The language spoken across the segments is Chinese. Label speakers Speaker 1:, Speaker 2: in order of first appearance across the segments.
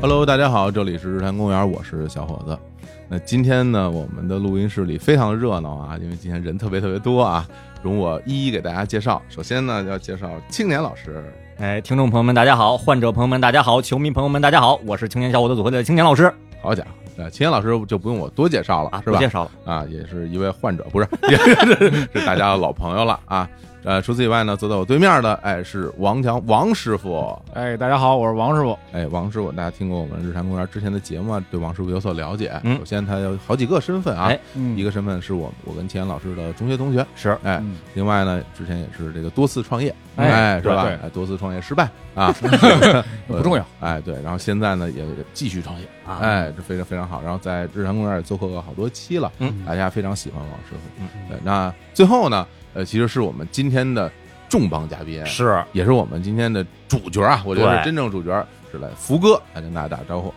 Speaker 1: Hello，大家好，这里是日坛公园，我是小伙子。那今天呢，我们的录音室里非常热闹啊，因为今天人特别特别多啊，容我一一给大家介绍。首先呢，要介绍青年老师，
Speaker 2: 哎，听众朋友们，大家好；患者朋友们，大家好；球迷朋友们，大家好，我是青年小伙子组合的青年老师
Speaker 1: 好家伙，呃，青年老师就不用我多介绍了，
Speaker 2: 啊，
Speaker 1: 是
Speaker 2: 不
Speaker 1: 吧
Speaker 2: 介？绍了，
Speaker 1: 啊，也是一位患者，不是， 也是是大家的老朋友了啊。呃，除此以外呢，坐在我对面的，哎，是王强王师傅，
Speaker 3: 哎，大家好，我是王师傅。
Speaker 1: 哎，王师傅，大家听过我们日坛公园之前的节目啊，对王师傅有所了解。
Speaker 2: 嗯
Speaker 1: 首先，他有好几个身份啊，
Speaker 2: 哎
Speaker 3: 嗯
Speaker 1: 一个身份是我我跟钱老师的中学同学，
Speaker 2: 是
Speaker 1: 哎，
Speaker 3: 嗯
Speaker 1: 另外呢，之前也是这个多次创业，
Speaker 3: 哎
Speaker 1: 哎，是
Speaker 3: 对
Speaker 1: 吧
Speaker 3: 对？
Speaker 1: 哎，多次创业失败 啊，
Speaker 3: 不重要，
Speaker 1: 哎，对，然后现在呢也继续创业，
Speaker 2: 啊
Speaker 1: 哎，这非常非常好。然后在日坛公园也做客过好多期了，
Speaker 2: 嗯
Speaker 1: 大家非常喜欢王师傅。
Speaker 2: 嗯
Speaker 1: 对，那最后呢，呃，其实是我们今天的重磅嘉宾，
Speaker 2: 是
Speaker 1: 也是我们今天的主角啊，我觉得
Speaker 2: 对
Speaker 1: 是真正主角，是来福哥来跟大家打个招呼。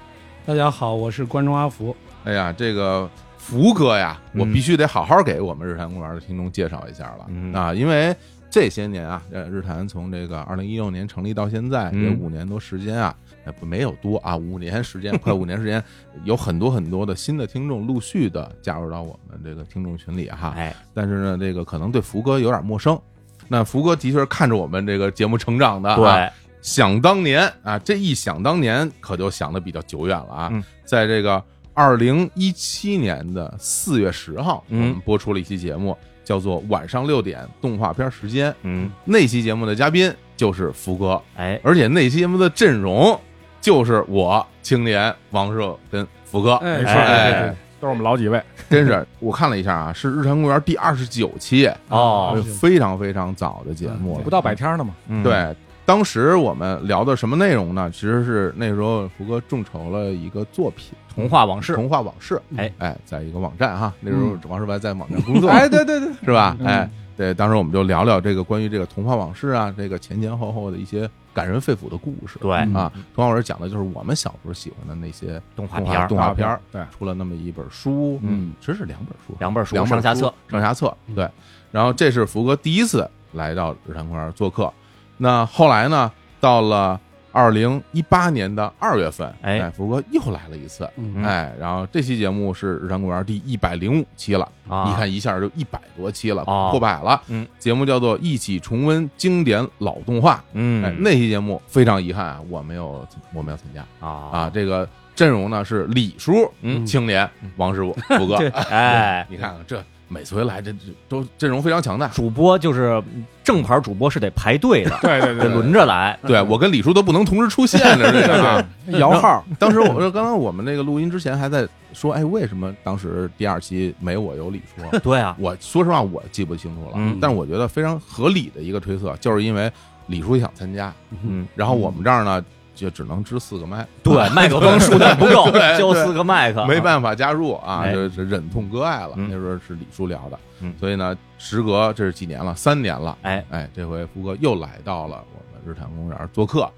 Speaker 3: 大家好，我是观众阿福。
Speaker 1: 哎呀，这个福哥呀，我
Speaker 2: 嗯
Speaker 1: 必须得好好给我们日坛公园的听众介绍一下了、
Speaker 2: 嗯
Speaker 1: 啊，因为这些年啊，呃，日坛从这个二零一六年成立到现在，这
Speaker 2: 嗯
Speaker 1: 五年多时间啊，呃不没有多啊，五年时间，快五年时间， 有很多很多的新的听众陆续的加入到我们这个听众群里哈，
Speaker 2: 哎，
Speaker 1: 但是呢，这个可能对福哥有点陌生。那福哥的确是看着我们这个节目成长的、啊，
Speaker 2: 对，
Speaker 1: 想当年啊，这一想当年可就想的比较久远了啊，
Speaker 2: 嗯
Speaker 1: 在这个二零一七年的四月十号，
Speaker 2: 嗯
Speaker 1: 我们播出了一期节目，叫做《晚上六点动画片时间》。
Speaker 2: 嗯，
Speaker 1: 那期节目的嘉宾就是福哥，
Speaker 2: 哎，
Speaker 1: 而且那期节目的阵容就是我、青年、王硕跟福哥。
Speaker 3: 哎，
Speaker 2: 是
Speaker 3: 是，
Speaker 1: 哎
Speaker 3: 是，都是我们老几位。
Speaker 1: 真是我看了一下啊，是《日常公园》第二十九期，
Speaker 2: 哦
Speaker 1: 是非常非常早的节目了，
Speaker 3: 不到百天呢嘛。
Speaker 2: 嗯，
Speaker 1: 啊对，当时我们聊的什么内容呢？其实是那时候福哥众筹了一个作品《
Speaker 2: 童话往事
Speaker 1: 童话往事》。
Speaker 2: 哎
Speaker 1: 哎，在一个网站哈，那时候
Speaker 3: 嗯
Speaker 1: 王世白在网站工作，
Speaker 3: 对对对，
Speaker 1: 是吧？
Speaker 3: 嗯
Speaker 1: 哎，对，当时我们就聊聊这个关于这个童话往事啊，这个前前后后的一些感人肺腑的故事。
Speaker 2: 对
Speaker 3: 嗯
Speaker 1: 啊，童话往事讲的就是我们小时候喜欢的那些
Speaker 2: 动画
Speaker 1: 动
Speaker 2: 片
Speaker 1: 画
Speaker 2: 儿
Speaker 1: 动画片儿。
Speaker 3: 对，
Speaker 1: 出了那么一本书，
Speaker 2: 嗯，
Speaker 1: 其实是两本书，
Speaker 2: 两本书
Speaker 1: 两本
Speaker 2: 上下册，嗯
Speaker 1: 上下册，对。然后这是福哥第一次来到日坛公园做客，那后来呢，到了二零一八年的二月份，
Speaker 2: 哎
Speaker 1: 福哥又来了一次，
Speaker 3: 嗯
Speaker 1: 哎，然后这期节目是日坛公园第一百零五期了，
Speaker 2: 啊，
Speaker 1: 你，看一下就一百多期了，
Speaker 2: 哦
Speaker 1: 破百了，
Speaker 2: 嗯，
Speaker 1: 节目叫做《一起重温经典老动画》，哎，
Speaker 2: 嗯，
Speaker 1: 那期节目非常遗憾啊，我没有我没有参加。啊
Speaker 2: 啊，，
Speaker 1: 这个阵容呢是李叔、
Speaker 2: 嗯
Speaker 1: 青年、王师傅、福 哥。
Speaker 2: 哎，
Speaker 1: 你看看啊这每次回来这这都阵容非常强大。
Speaker 2: 主播就是正牌主播是得排队的，
Speaker 3: 对对
Speaker 2: 得
Speaker 3: 对
Speaker 2: 轮着来，
Speaker 1: 对我跟李叔都不能同时出现的，这个 啊。
Speaker 3: 对，摇号。
Speaker 1: 当时我刚刚我们那个录音之前还在说，哎，为什么当时第二期没我有李叔？
Speaker 2: 对啊，
Speaker 1: 我说实话我记不清楚了，
Speaker 2: 嗯
Speaker 1: 但是我觉得非常合理的一个推测，就是因为李叔想参加，
Speaker 2: 嗯，
Speaker 1: 然后我们这儿呢就只能支四个麦，
Speaker 2: 对，麦克风数量不够，
Speaker 1: 对对
Speaker 2: 就四个麦 克，
Speaker 1: 没办法加入啊，
Speaker 2: 哎
Speaker 1: 就是忍痛割爱了。
Speaker 2: 嗯
Speaker 1: 那时候是李叔聊的，
Speaker 2: 嗯
Speaker 1: 所以呢，时隔这是几年了，三年了，
Speaker 2: 哎，
Speaker 1: 哎，这回福哥又来到了我们日坛公园做客。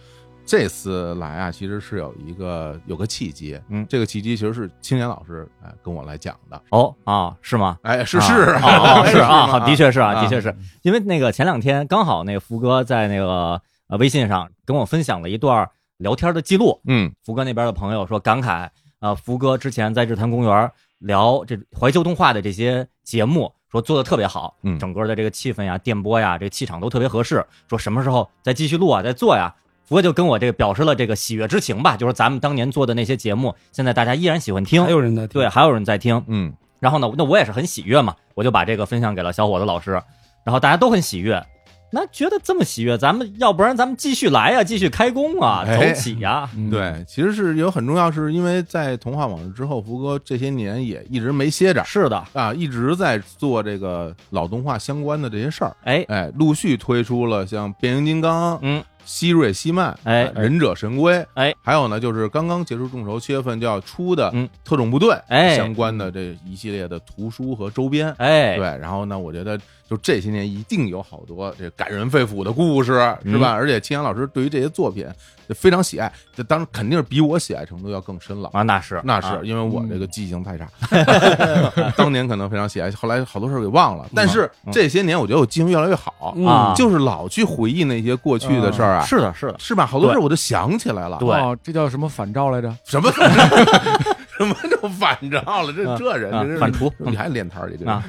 Speaker 1: 这次来啊，其实是有一个有个契机，
Speaker 2: 嗯
Speaker 1: 这个契机其实是青年老师哎跟我来讲的，
Speaker 2: 哦啊，是吗？
Speaker 1: 哎，是
Speaker 2: 啊
Speaker 1: 是
Speaker 2: 啊 啊是啊，好
Speaker 1: 好，
Speaker 2: 的确是啊，
Speaker 1: 啊
Speaker 2: 的确是因为那个前两天刚好那个福哥在那个呃微信上跟我分享了一段聊天的记录，
Speaker 1: 嗯，
Speaker 2: 福哥那边的朋友说感慨啊，福哥之前在日坛公园聊这怀旧动画的这些节目，说做的特别好，
Speaker 1: 嗯
Speaker 2: 整个的这个气氛呀、电波呀、这个气场都特别合适，说什么时候再继续录啊，再做呀。福哥就跟我这个表示了这个喜悦之情吧，就是咱们当年做的那些节目，现在大家依然喜欢听，
Speaker 4: 还有人在听
Speaker 2: 对，，还有人在听，
Speaker 1: 嗯
Speaker 2: 然后呢，那我也是很喜悦嘛，我就把这个分享给了小伙子老师，然后大家都很喜悦。那觉得这么喜悦，咱们要不然咱们继续来呀、继续开工啊，
Speaker 1: 哎
Speaker 2: 走起呀、
Speaker 1: 嗯，
Speaker 3: 嗯，
Speaker 1: 对，其实是有很重要，是因为在童话往事之后，福哥这些年也一直没歇着
Speaker 2: 是的，
Speaker 1: 啊，一直在做这个老动画相关的这些事儿，
Speaker 2: 哎，
Speaker 1: 哎，陆续推出了像变形金刚、
Speaker 2: 嗯，
Speaker 1: 希瑞希曼、
Speaker 2: 哎
Speaker 1: 呃忍者神龟，
Speaker 2: 哎，
Speaker 1: 还有呢，就是刚刚结束众筹，七月份就要出的
Speaker 2: 嗯
Speaker 1: 特种部队，
Speaker 2: 哎
Speaker 1: 相关的这一系列的图书和周边，
Speaker 2: 哎，
Speaker 1: 对，然后呢，我觉得就这些
Speaker 2: 嗯
Speaker 1: 年一定有好多这感人肺腑的故事，是吧？而且青阳老师对于这些作品就非常喜爱，这当然肯定是比我喜爱程度要更深了。
Speaker 2: 啊，那是
Speaker 1: 那
Speaker 2: 啊
Speaker 1: 是因为我这个记性 太差，当年可能非常喜爱，后来好多事儿给忘
Speaker 2: 嗯
Speaker 1: 了。但是这些年，我觉得我记性越来越好，
Speaker 3: 嗯
Speaker 2: 啊
Speaker 1: 就是老去回忆那些过去的事儿啊，
Speaker 2: 是的，是的，
Speaker 1: 是吧？好多事儿我都想起来了。
Speaker 2: 对
Speaker 3: 哦，这叫什么反照来着？
Speaker 1: 什么 什么就反照了？这这人
Speaker 2: 啊
Speaker 1: 这是
Speaker 2: 反刍
Speaker 1: 你还练摊儿去？这人
Speaker 2: 啊，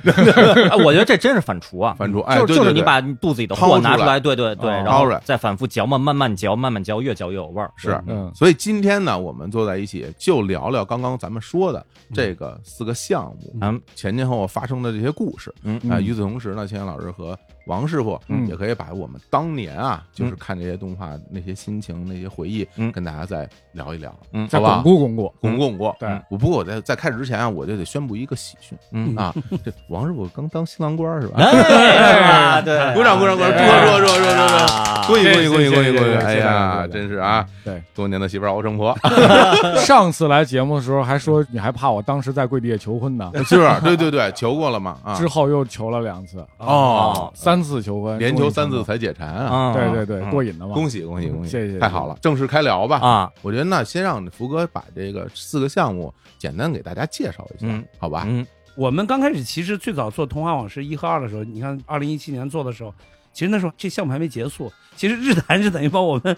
Speaker 2: 哎我觉得这真是反刍啊，
Speaker 1: 反刍哎
Speaker 2: 就
Speaker 1: 对
Speaker 2: 就是
Speaker 1: 对
Speaker 2: 你
Speaker 1: 对
Speaker 2: 把肚子里的
Speaker 1: 掏
Speaker 2: 货
Speaker 1: 出
Speaker 2: 拿出
Speaker 1: 来
Speaker 2: 来，对对对，
Speaker 3: 哦
Speaker 2: 然
Speaker 1: 掏
Speaker 2: 后
Speaker 1: 出来
Speaker 2: 再反复嚼嘛，慢慢嚼，慢慢嚼，越嚼越有味儿，
Speaker 1: 是
Speaker 2: 嗯
Speaker 3: 嗯
Speaker 1: 所以今天呢，我们坐在一起就聊聊刚刚咱们说的这个四个项目，
Speaker 2: 嗯
Speaker 1: 前前后后发生的这些故事。
Speaker 2: 嗯
Speaker 1: 啊、与此同时呢，千言老师和王师傅
Speaker 3: 嗯
Speaker 1: 也可以把我们当年啊，就是看这些动画那些心情、那些回忆，
Speaker 2: 嗯
Speaker 1: 跟大家再聊一聊，
Speaker 2: 嗯
Speaker 3: 再
Speaker 1: 好吧
Speaker 3: 巩？固巩固。
Speaker 1: 巩固巩固。
Speaker 3: 对
Speaker 1: 嗯我不过我在在开始之前啊，我就得宣布一个喜讯
Speaker 2: 嗯，
Speaker 1: 啊，这王师傅刚当新郎官儿是吧？
Speaker 2: 哎，对，
Speaker 1: 鼓掌鼓掌鼓掌，
Speaker 3: 对
Speaker 1: 祝贺祝贺祝贺祝贺！
Speaker 2: 啊
Speaker 1: 恭喜恭喜
Speaker 3: 谢谢
Speaker 1: 恭喜恭喜
Speaker 3: 谢谢
Speaker 1: 恭喜！
Speaker 3: 谢谢
Speaker 1: 哎呀，
Speaker 3: 谢谢
Speaker 1: 真是啊，
Speaker 3: 对，
Speaker 1: 多年的媳妇儿熬成婆，
Speaker 3: 上次来节目的时候还说你还怕我当时在跪地下求婚呢，
Speaker 1: 是，啊对对对，求过了嘛啊
Speaker 3: 之，后又求了两次，
Speaker 1: 哦，
Speaker 3: 三次求婚，
Speaker 1: 连
Speaker 3: 终
Speaker 1: 求
Speaker 3: 于
Speaker 1: 三
Speaker 3: 成
Speaker 1: 次
Speaker 3: 功。
Speaker 1: 才解馋啊！
Speaker 2: 啊，
Speaker 3: 对对对，过瘾了嘛！
Speaker 1: 恭喜恭喜恭喜！
Speaker 3: 谢谢谢谢
Speaker 1: 太好了，正式开聊吧！
Speaker 2: 啊，
Speaker 1: 我觉得那先让福哥把这个四个项目简单给大家介绍一下，
Speaker 2: 嗯
Speaker 1: 好
Speaker 3: 啊
Speaker 1: 吧？
Speaker 2: 嗯
Speaker 4: 我们刚开始其实最早做《童话往事》一和二的时候，你看二零一七年做的时候，其实那时候这项目还没结束。其实日坛是等于帮我们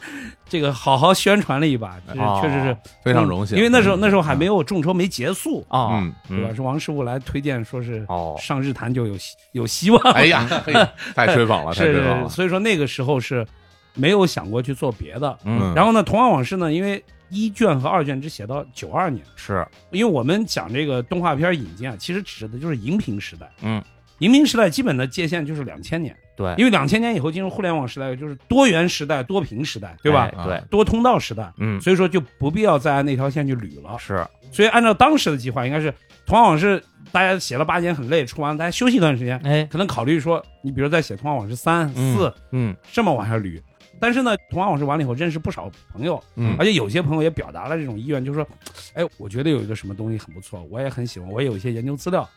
Speaker 4: 这个好好宣传了一把，这
Speaker 2: 哦
Speaker 4: 确实是
Speaker 1: 非常荣幸，
Speaker 4: 因为那时候那时候还没有众筹没结束，
Speaker 2: 啊，
Speaker 1: 嗯，
Speaker 4: 对吧？
Speaker 2: 嗯
Speaker 4: 是王师傅来推荐说是
Speaker 2: 哦，
Speaker 4: 上日坛就有希有希望，
Speaker 1: 哎呀，嘿太吹捧了， 太吹
Speaker 4: 是
Speaker 1: 捧了，
Speaker 4: 所以说那个时候是没有想过去做别的。
Speaker 2: 嗯
Speaker 1: 嗯
Speaker 4: 然后呢，《童话往事》呢，因为一卷和二卷只写到九二年。
Speaker 2: 是，
Speaker 4: 因为我们讲这个动画片引进啊，其实指的就是荧屏时代。
Speaker 2: 嗯，
Speaker 4: 荧屏时代基本的界限就是两千年，
Speaker 2: 对，
Speaker 4: 因为两千年以后进入互联网时代，就是多元时代、多屏时代，对吧？
Speaker 2: 哎对，
Speaker 4: 多通道时代，
Speaker 2: 嗯，
Speaker 4: 所以说就不必要再按那条线去捋了。
Speaker 2: 是，
Speaker 4: 所以按照当时的计划，应该是《童话往事》，大家写了八年很累，出完了大家休息一段时间，
Speaker 2: 哎，
Speaker 4: 可能考虑说，你比如再写《童话往事三》
Speaker 2: 嗯
Speaker 4: 四
Speaker 2: 嗯
Speaker 4: 这么往下捋。但是呢，《童话往事》完了以后，认识不少朋友，
Speaker 1: 嗯
Speaker 4: 而且有些朋友也表达了这种意愿，就是说，哎，我觉得有一个什么东西很不错，我也很喜欢，我也有一些研究资料，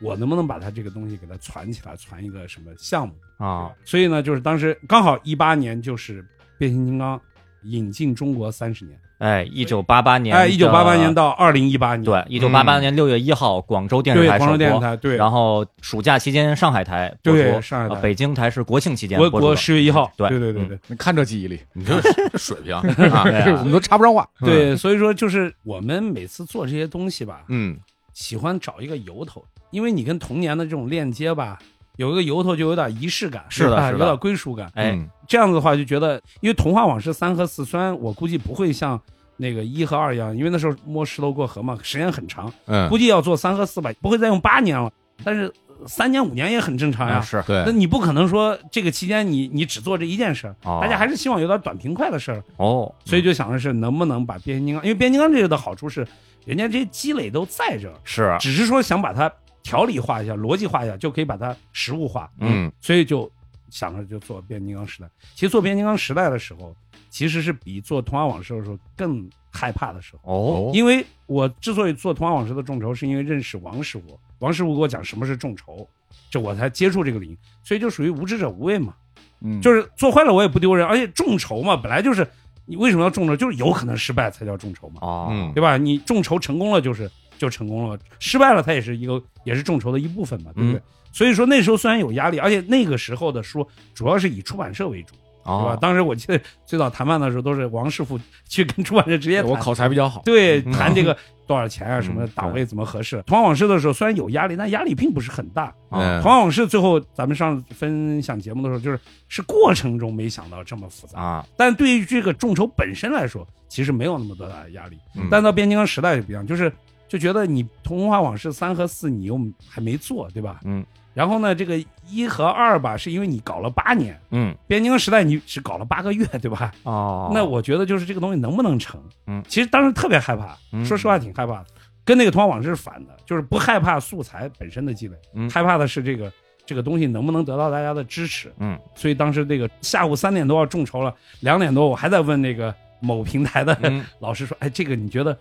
Speaker 4: 我能不能把它这个东西给它攒起来，攒一个什么项目？
Speaker 2: 啊，
Speaker 4: 所以呢，就是当时刚好一八年就是变形金刚引进中国三十年，
Speaker 2: 哎，一九八八年，
Speaker 4: 哎，一九八八年。到二零一八年，
Speaker 2: 对，一九八八年六月一号，广州电视
Speaker 4: 对，
Speaker 2: 台
Speaker 4: 广州
Speaker 2: 首
Speaker 4: 电视
Speaker 2: 播，
Speaker 4: 台对，
Speaker 2: 然后暑假期间上海台播
Speaker 4: 对
Speaker 2: 出，
Speaker 4: 上海
Speaker 2: 呃
Speaker 4: 台
Speaker 2: 北京台是国庆期间
Speaker 4: 国
Speaker 2: 播出
Speaker 4: 国
Speaker 2: 的。
Speaker 4: 十月一号，
Speaker 2: 对
Speaker 4: 对对对
Speaker 2: 嗯
Speaker 4: 对
Speaker 3: 你看这记忆力，
Speaker 1: 你这这水平啊，嗯
Speaker 2: 对啊
Speaker 3: 我们都插不上话。
Speaker 4: 对，所以说就是我们每次做这些东西吧，
Speaker 1: 嗯
Speaker 4: 喜欢找一个由头，因为你跟童年的这种链接吧，有一个由头就有点仪式感，
Speaker 2: 是的
Speaker 4: 啊
Speaker 2: 是
Speaker 4: 有
Speaker 2: 的
Speaker 4: 点归属感。
Speaker 2: 哎，
Speaker 1: 嗯
Speaker 4: 这样子的话，就觉得，因为《童话往事》三和四，虽然我估计不会像那个一和二一样，因为那时候摸石头过河嘛，时间很长，
Speaker 1: 嗯
Speaker 4: 估，计要做三和四吧，不会再用八年了。但是呃三年五年也很正常
Speaker 2: 啊
Speaker 4: 呀。
Speaker 2: 是
Speaker 1: 对
Speaker 4: 那，你不可能说这个期间你你只做这一件事儿，
Speaker 2: 哦
Speaker 4: 大家还是希望有点短平快的事儿，
Speaker 2: 哦，
Speaker 4: 所以
Speaker 2: 就
Speaker 4: 就想的是能不能把变形金刚，因为变形金刚这个的好处是，人家这些积累都在这儿，
Speaker 2: 是啊
Speaker 4: 只是说想把它条理化一下、逻辑化一下，就可以把它实物化，
Speaker 1: 嗯
Speaker 4: 所以就想着就做变形金刚时代。其实做变形金刚时代的时候，其实是比做童话往事的时候更害怕的时候，
Speaker 2: 哦，
Speaker 4: 因为我之所以做童话往事的众筹，是因为认识王师傅，王师傅给我讲什么是众筹，这我才接触这个领域，所以就属于无知者无畏嘛，
Speaker 3: 嗯，
Speaker 4: 就是做坏了我也不丢人，而且众筹嘛，本来就是你为什么要众筹，就是有可能失败才叫众筹嘛。
Speaker 2: 哦，
Speaker 1: 嗯
Speaker 4: 对吧？你众筹成功了就是就成功了，失败了它也是一个也是众筹的一部分嘛，对不对？
Speaker 2: 嗯
Speaker 4: 所以说那时候虽然有压力，而且那个时候的书主要是以出版社为主，对吧？
Speaker 2: 哦，
Speaker 4: 当时我记得最早谈判的时候都是王师傅去跟出版社直接
Speaker 3: 对
Speaker 4: 谈，
Speaker 3: 我口才比较好。
Speaker 4: 对
Speaker 1: 嗯
Speaker 4: 谈这个多少钱啊，什么
Speaker 2: 嗯
Speaker 4: 档位怎么合适。《童话往事》的时候虽然有压力，但压力并不是很大。
Speaker 1: 嗯
Speaker 4: 《童话往事》最后咱们上次分享节目的时候，就是是过程中没想到这么复杂，
Speaker 2: 啊，
Speaker 4: 但对于这个众筹本身来说，其实没有那么多大的压力。
Speaker 1: 嗯
Speaker 4: 但到变形金刚时代就不一样，就是就觉得你《童话往事》三和四你又还没做，对吧？
Speaker 2: 嗯。
Speaker 4: 然后呢，这个一和二吧，是因为你搞了八年，
Speaker 2: 嗯，
Speaker 4: 变形金刚时代你只搞了八个月，对吧？
Speaker 2: 哦，
Speaker 4: 那我觉得就是这个东西能不能成？
Speaker 2: 嗯
Speaker 4: 其实当时特别害怕，
Speaker 2: 嗯
Speaker 4: 说实话挺害怕的，跟那个《童话往事》是反的，就是不害怕素材本身的积累，
Speaker 2: 嗯
Speaker 4: 害怕的是这个这个东西能不能得到大家的支持。
Speaker 2: 嗯，
Speaker 4: 所以当时这个下午三点多要众筹了，两点多我还在问那个某平台的
Speaker 2: 嗯
Speaker 4: 老师说，哎，这个你觉得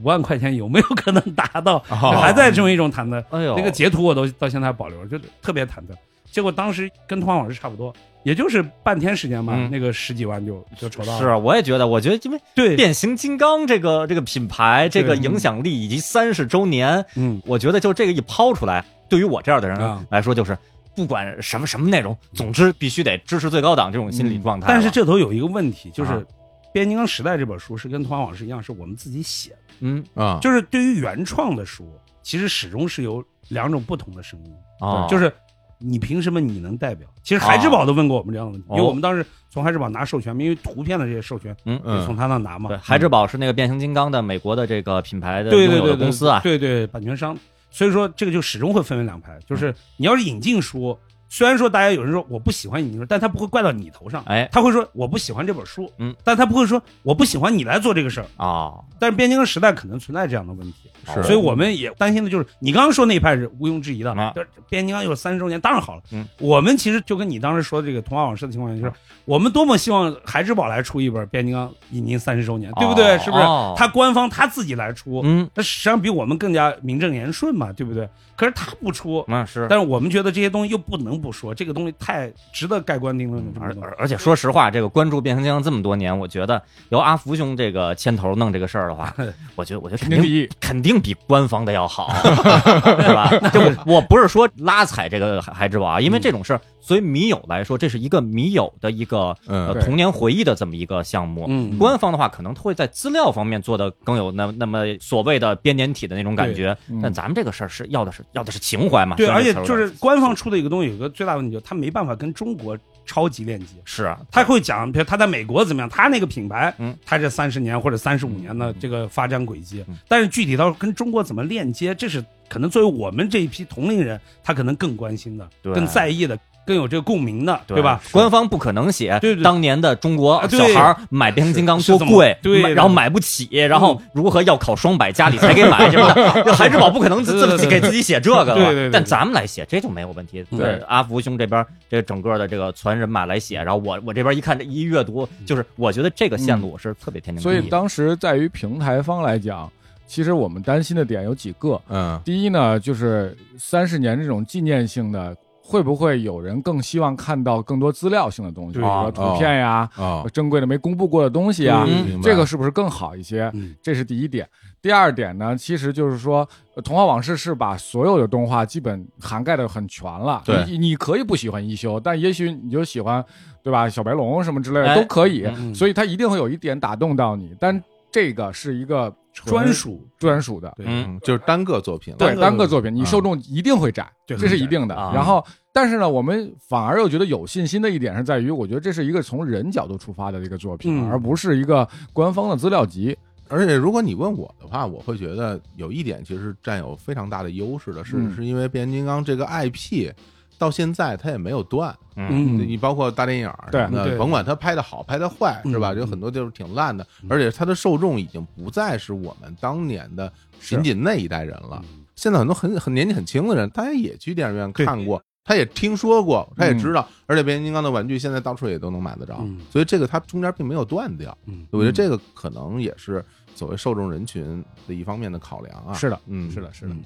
Speaker 4: 五万块钱有没有可能达到？
Speaker 1: 哦
Speaker 4: 还在这么一种忐忑。
Speaker 2: 哎呦，
Speaker 4: 那个截图我都到现在还保留着，就特别忐忑。结果当时跟《童话往事》差不多，也就是半天时间吧，
Speaker 2: 嗯
Speaker 4: 那个十几万就就筹到了。
Speaker 2: 是，啊我也觉得，我觉得因为
Speaker 4: 对，
Speaker 2: 变形金刚这个这个品牌、这个影响力以及三十周年，
Speaker 4: 嗯，
Speaker 2: 我觉得就这个一抛出来，对于我这样的
Speaker 4: 啊
Speaker 2: 人来说，就是不管什么什么内容，总之必须得支持最高档这种心理状态了。
Speaker 4: 但是这头有一个问题，就是
Speaker 2: 啊
Speaker 4: 《变形金刚时代》这本书是跟《通往往事》一样，是我们自己写的。
Speaker 2: 嗯
Speaker 1: 啊，
Speaker 4: 就是对于原创的书，其实始终是有两种不同的声音，
Speaker 2: 哦，
Speaker 4: 嗯就是。你凭什么你能代表？其实孩之宝都问过我们这样的问题，
Speaker 2: 哦
Speaker 4: 因为我们当时从孩之宝拿授权，因为图片的这些授权
Speaker 2: 嗯
Speaker 4: 也从
Speaker 1: 嗯
Speaker 4: 他那拿嘛
Speaker 2: 对，。孩之宝是那个变形金刚的美国的这个品牌的
Speaker 4: 对
Speaker 2: 拥
Speaker 4: 对
Speaker 2: 有
Speaker 4: 对
Speaker 2: 的
Speaker 4: 对
Speaker 2: 公司啊，
Speaker 4: 对对版权商，所以说这个就始终会分为两派，就是你要是引进书，虽然说大家有人说我不喜欢引进书，但他不会怪到你头上，
Speaker 2: 哎，
Speaker 4: 他会说我不喜欢这本书，
Speaker 2: 嗯，
Speaker 4: 但他不会说我不喜欢你来做这个事儿。
Speaker 2: 哦，
Speaker 4: 但是变形金刚时代可能存在这样的问题，
Speaker 1: 是
Speaker 4: 所以我们也担心的就是你刚刚说那一派是毋庸置疑的
Speaker 2: 啊，
Speaker 4: 就是变形金刚有三十周年，当然好了。
Speaker 2: 嗯，
Speaker 4: 我们其实就跟你当时说的这个童话往事的情况下，就是我们多么希望孩之宝来出一本变形金刚引进三十周年，对不对？
Speaker 2: 哦
Speaker 4: 是不是
Speaker 2: 哦？
Speaker 4: 他官方他自己来出，
Speaker 2: 嗯，
Speaker 4: 那实际上比我们更加名正言顺嘛，对不对？可是他不出，
Speaker 2: 那是。
Speaker 4: 嗯但是我们觉得这些东西又不能不说，这个东西太值得盖棺定论了。这么
Speaker 2: 而
Speaker 4: 多
Speaker 2: 而而且说实话，这个关注变形金刚这么多年，我觉得由阿福兄这个牵头弄这个事儿的 话，我觉得我觉得肯
Speaker 3: 肯定
Speaker 2: 定
Speaker 3: 第一，
Speaker 2: 肯定比官方的要好，是吧？就我不是说拉踩这个孩之宝啊，因为这种事儿，所以米友来说，这是一个米友的一个呃
Speaker 1: 嗯
Speaker 3: 对
Speaker 2: 童年回忆的这么一个项目。
Speaker 4: 嗯，
Speaker 2: 官方的话，可能会在资料方面做的更有那那么所谓的编年体的那种感觉，
Speaker 3: 嗯
Speaker 2: 但咱们这个事儿是要的是要的是情怀嘛？
Speaker 4: 对，
Speaker 2: 虽然
Speaker 4: 而
Speaker 2: 这
Speaker 4: 且
Speaker 2: 词儿有
Speaker 4: 就是
Speaker 2: 点
Speaker 4: 官方出的一个东西，有个最大的问题，就是他没办法跟中国超级链接。
Speaker 2: 是啊
Speaker 4: 他会讲，比如他在美国怎么样，他那个品牌，
Speaker 2: 嗯
Speaker 4: 他这三十年或者三十五年的这个发展轨迹，
Speaker 2: 嗯
Speaker 4: 但是具体到跟中国怎么链接，这是可能作为我们这一批同龄人，他可能更关心的、
Speaker 2: 对
Speaker 4: 更在意的、更有这个共鸣的，对吧？
Speaker 2: 官方不可能写
Speaker 4: 对对
Speaker 2: 当年的中国
Speaker 4: 啊
Speaker 2: 小
Speaker 4: 对
Speaker 2: 孩儿买变形金刚
Speaker 4: 是
Speaker 2: 多
Speaker 4: 是这么
Speaker 2: 贵，
Speaker 4: 对嗯
Speaker 2: 买
Speaker 4: 对
Speaker 2: 然后买不起，然后如何要考双百家里才给买什么的， 孩之宝不可能自
Speaker 4: 对对
Speaker 2: 自己
Speaker 4: 对
Speaker 2: 给自己写这个
Speaker 4: 对对对
Speaker 2: 了
Speaker 4: 对。
Speaker 2: 但咱们来写，这就没有问题。
Speaker 4: 对
Speaker 2: 呃阿福兄这边这整个的这个全人马来写，然后我我这边一看这一阅读，
Speaker 4: 嗯
Speaker 2: 就是我觉得这个线路我是特别天经
Speaker 3: 所
Speaker 2: 地
Speaker 3: 以
Speaker 2: 义的。
Speaker 3: 当时在于平台方来讲，其实我们担心的点有几个。
Speaker 1: 嗯
Speaker 3: 第一呢，就是三十年这种纪念性的，会不会有人更希望看到更多资料性的东西，比
Speaker 4: 对
Speaker 3: 如说图片呀、
Speaker 1: 哦，
Speaker 3: 珍贵的没公布过的东西啊，
Speaker 2: 嗯
Speaker 1: 明白
Speaker 3: 这个是不是更好一些？
Speaker 4: 嗯
Speaker 3: 这是第一点。第二点呢，其实就是说，呃《童话往事》是把所有的动画基本涵盖的很全了。
Speaker 1: 对
Speaker 3: 你你可以不喜欢一休，但也许你就喜欢，对吧？小白龙什么之类
Speaker 2: 哎
Speaker 3: 的都可以，
Speaker 2: 嗯
Speaker 4: 嗯
Speaker 3: 所以它一定会有一点打动到你。但这个是一个纯
Speaker 4: 专属，
Speaker 3: 专属的，
Speaker 4: 对
Speaker 2: 嗯，
Speaker 1: 嗯，就是单个作品了，
Speaker 3: 对
Speaker 4: 单个
Speaker 3: 单个作品，
Speaker 1: 啊
Speaker 3: 你受众一定会窄，
Speaker 4: 对
Speaker 3: 这是
Speaker 4: 很窄
Speaker 3: 一定的。
Speaker 2: 啊
Speaker 3: 然后，但是呢，我们反而又觉得有信心的一点是在于，我觉得这是一个从人角度出发的一个作品，
Speaker 4: 嗯
Speaker 3: 而不是一个官方的资料集。
Speaker 1: 而且如果你问我的话，我会觉得有一点其实占有非常大的优势的是，
Speaker 3: 嗯
Speaker 1: 是因为变形金刚这个 IP 到现在它也没有断，
Speaker 2: 嗯，
Speaker 4: 嗯，
Speaker 1: 你包括大电影儿
Speaker 3: 对
Speaker 1: 什么的，
Speaker 4: 对
Speaker 1: 甭管它拍的好拍的坏
Speaker 4: 嗯
Speaker 1: 是吧？
Speaker 4: 嗯
Speaker 1: 有很多就是挺烂的，
Speaker 4: 嗯
Speaker 1: 而且它的受众已经不再是我们当年的仅仅那一代人了。
Speaker 4: 嗯
Speaker 1: 现在很多很很年纪很轻的人，大家也去电影院看过，他也听说过，他也知道，而且变形金刚的玩具现在到处也都能买得着，
Speaker 4: 嗯
Speaker 1: 所以这个它中间并没有断掉。
Speaker 4: 嗯
Speaker 1: 我觉得这个可能也是所谓受众人群的一方面的考量啊。
Speaker 3: 是的，
Speaker 1: 嗯，
Speaker 3: 是的，是的。
Speaker 1: 嗯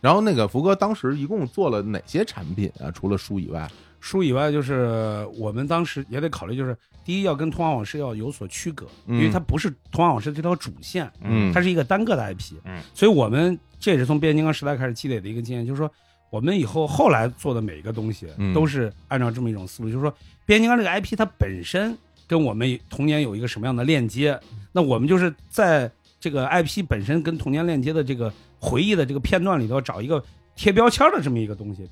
Speaker 1: 然后那个福哥当时一共做了哪些产品啊？除了书以外，
Speaker 4: 书以外，就是我们当时也得考虑，就是第一要跟《通往往事》要有所区隔，
Speaker 1: 嗯
Speaker 4: 因为它不是《通往往事》这条主线，
Speaker 1: 嗯
Speaker 4: 它是一个单个的 IP，
Speaker 2: 嗯，
Speaker 4: 所以我们这也是从变形金刚时代开始积累的一个经验，就是说我们以后后来做的每一个东西
Speaker 1: 嗯
Speaker 4: 都是按照这么一种思路，就是说变形金刚这个 IP 它本身跟我们童年有一个什么样的链接，那我们就是在这个 IP 本身跟童年链接的这个回忆的这个片段里头找一个贴标签的这么一个东西。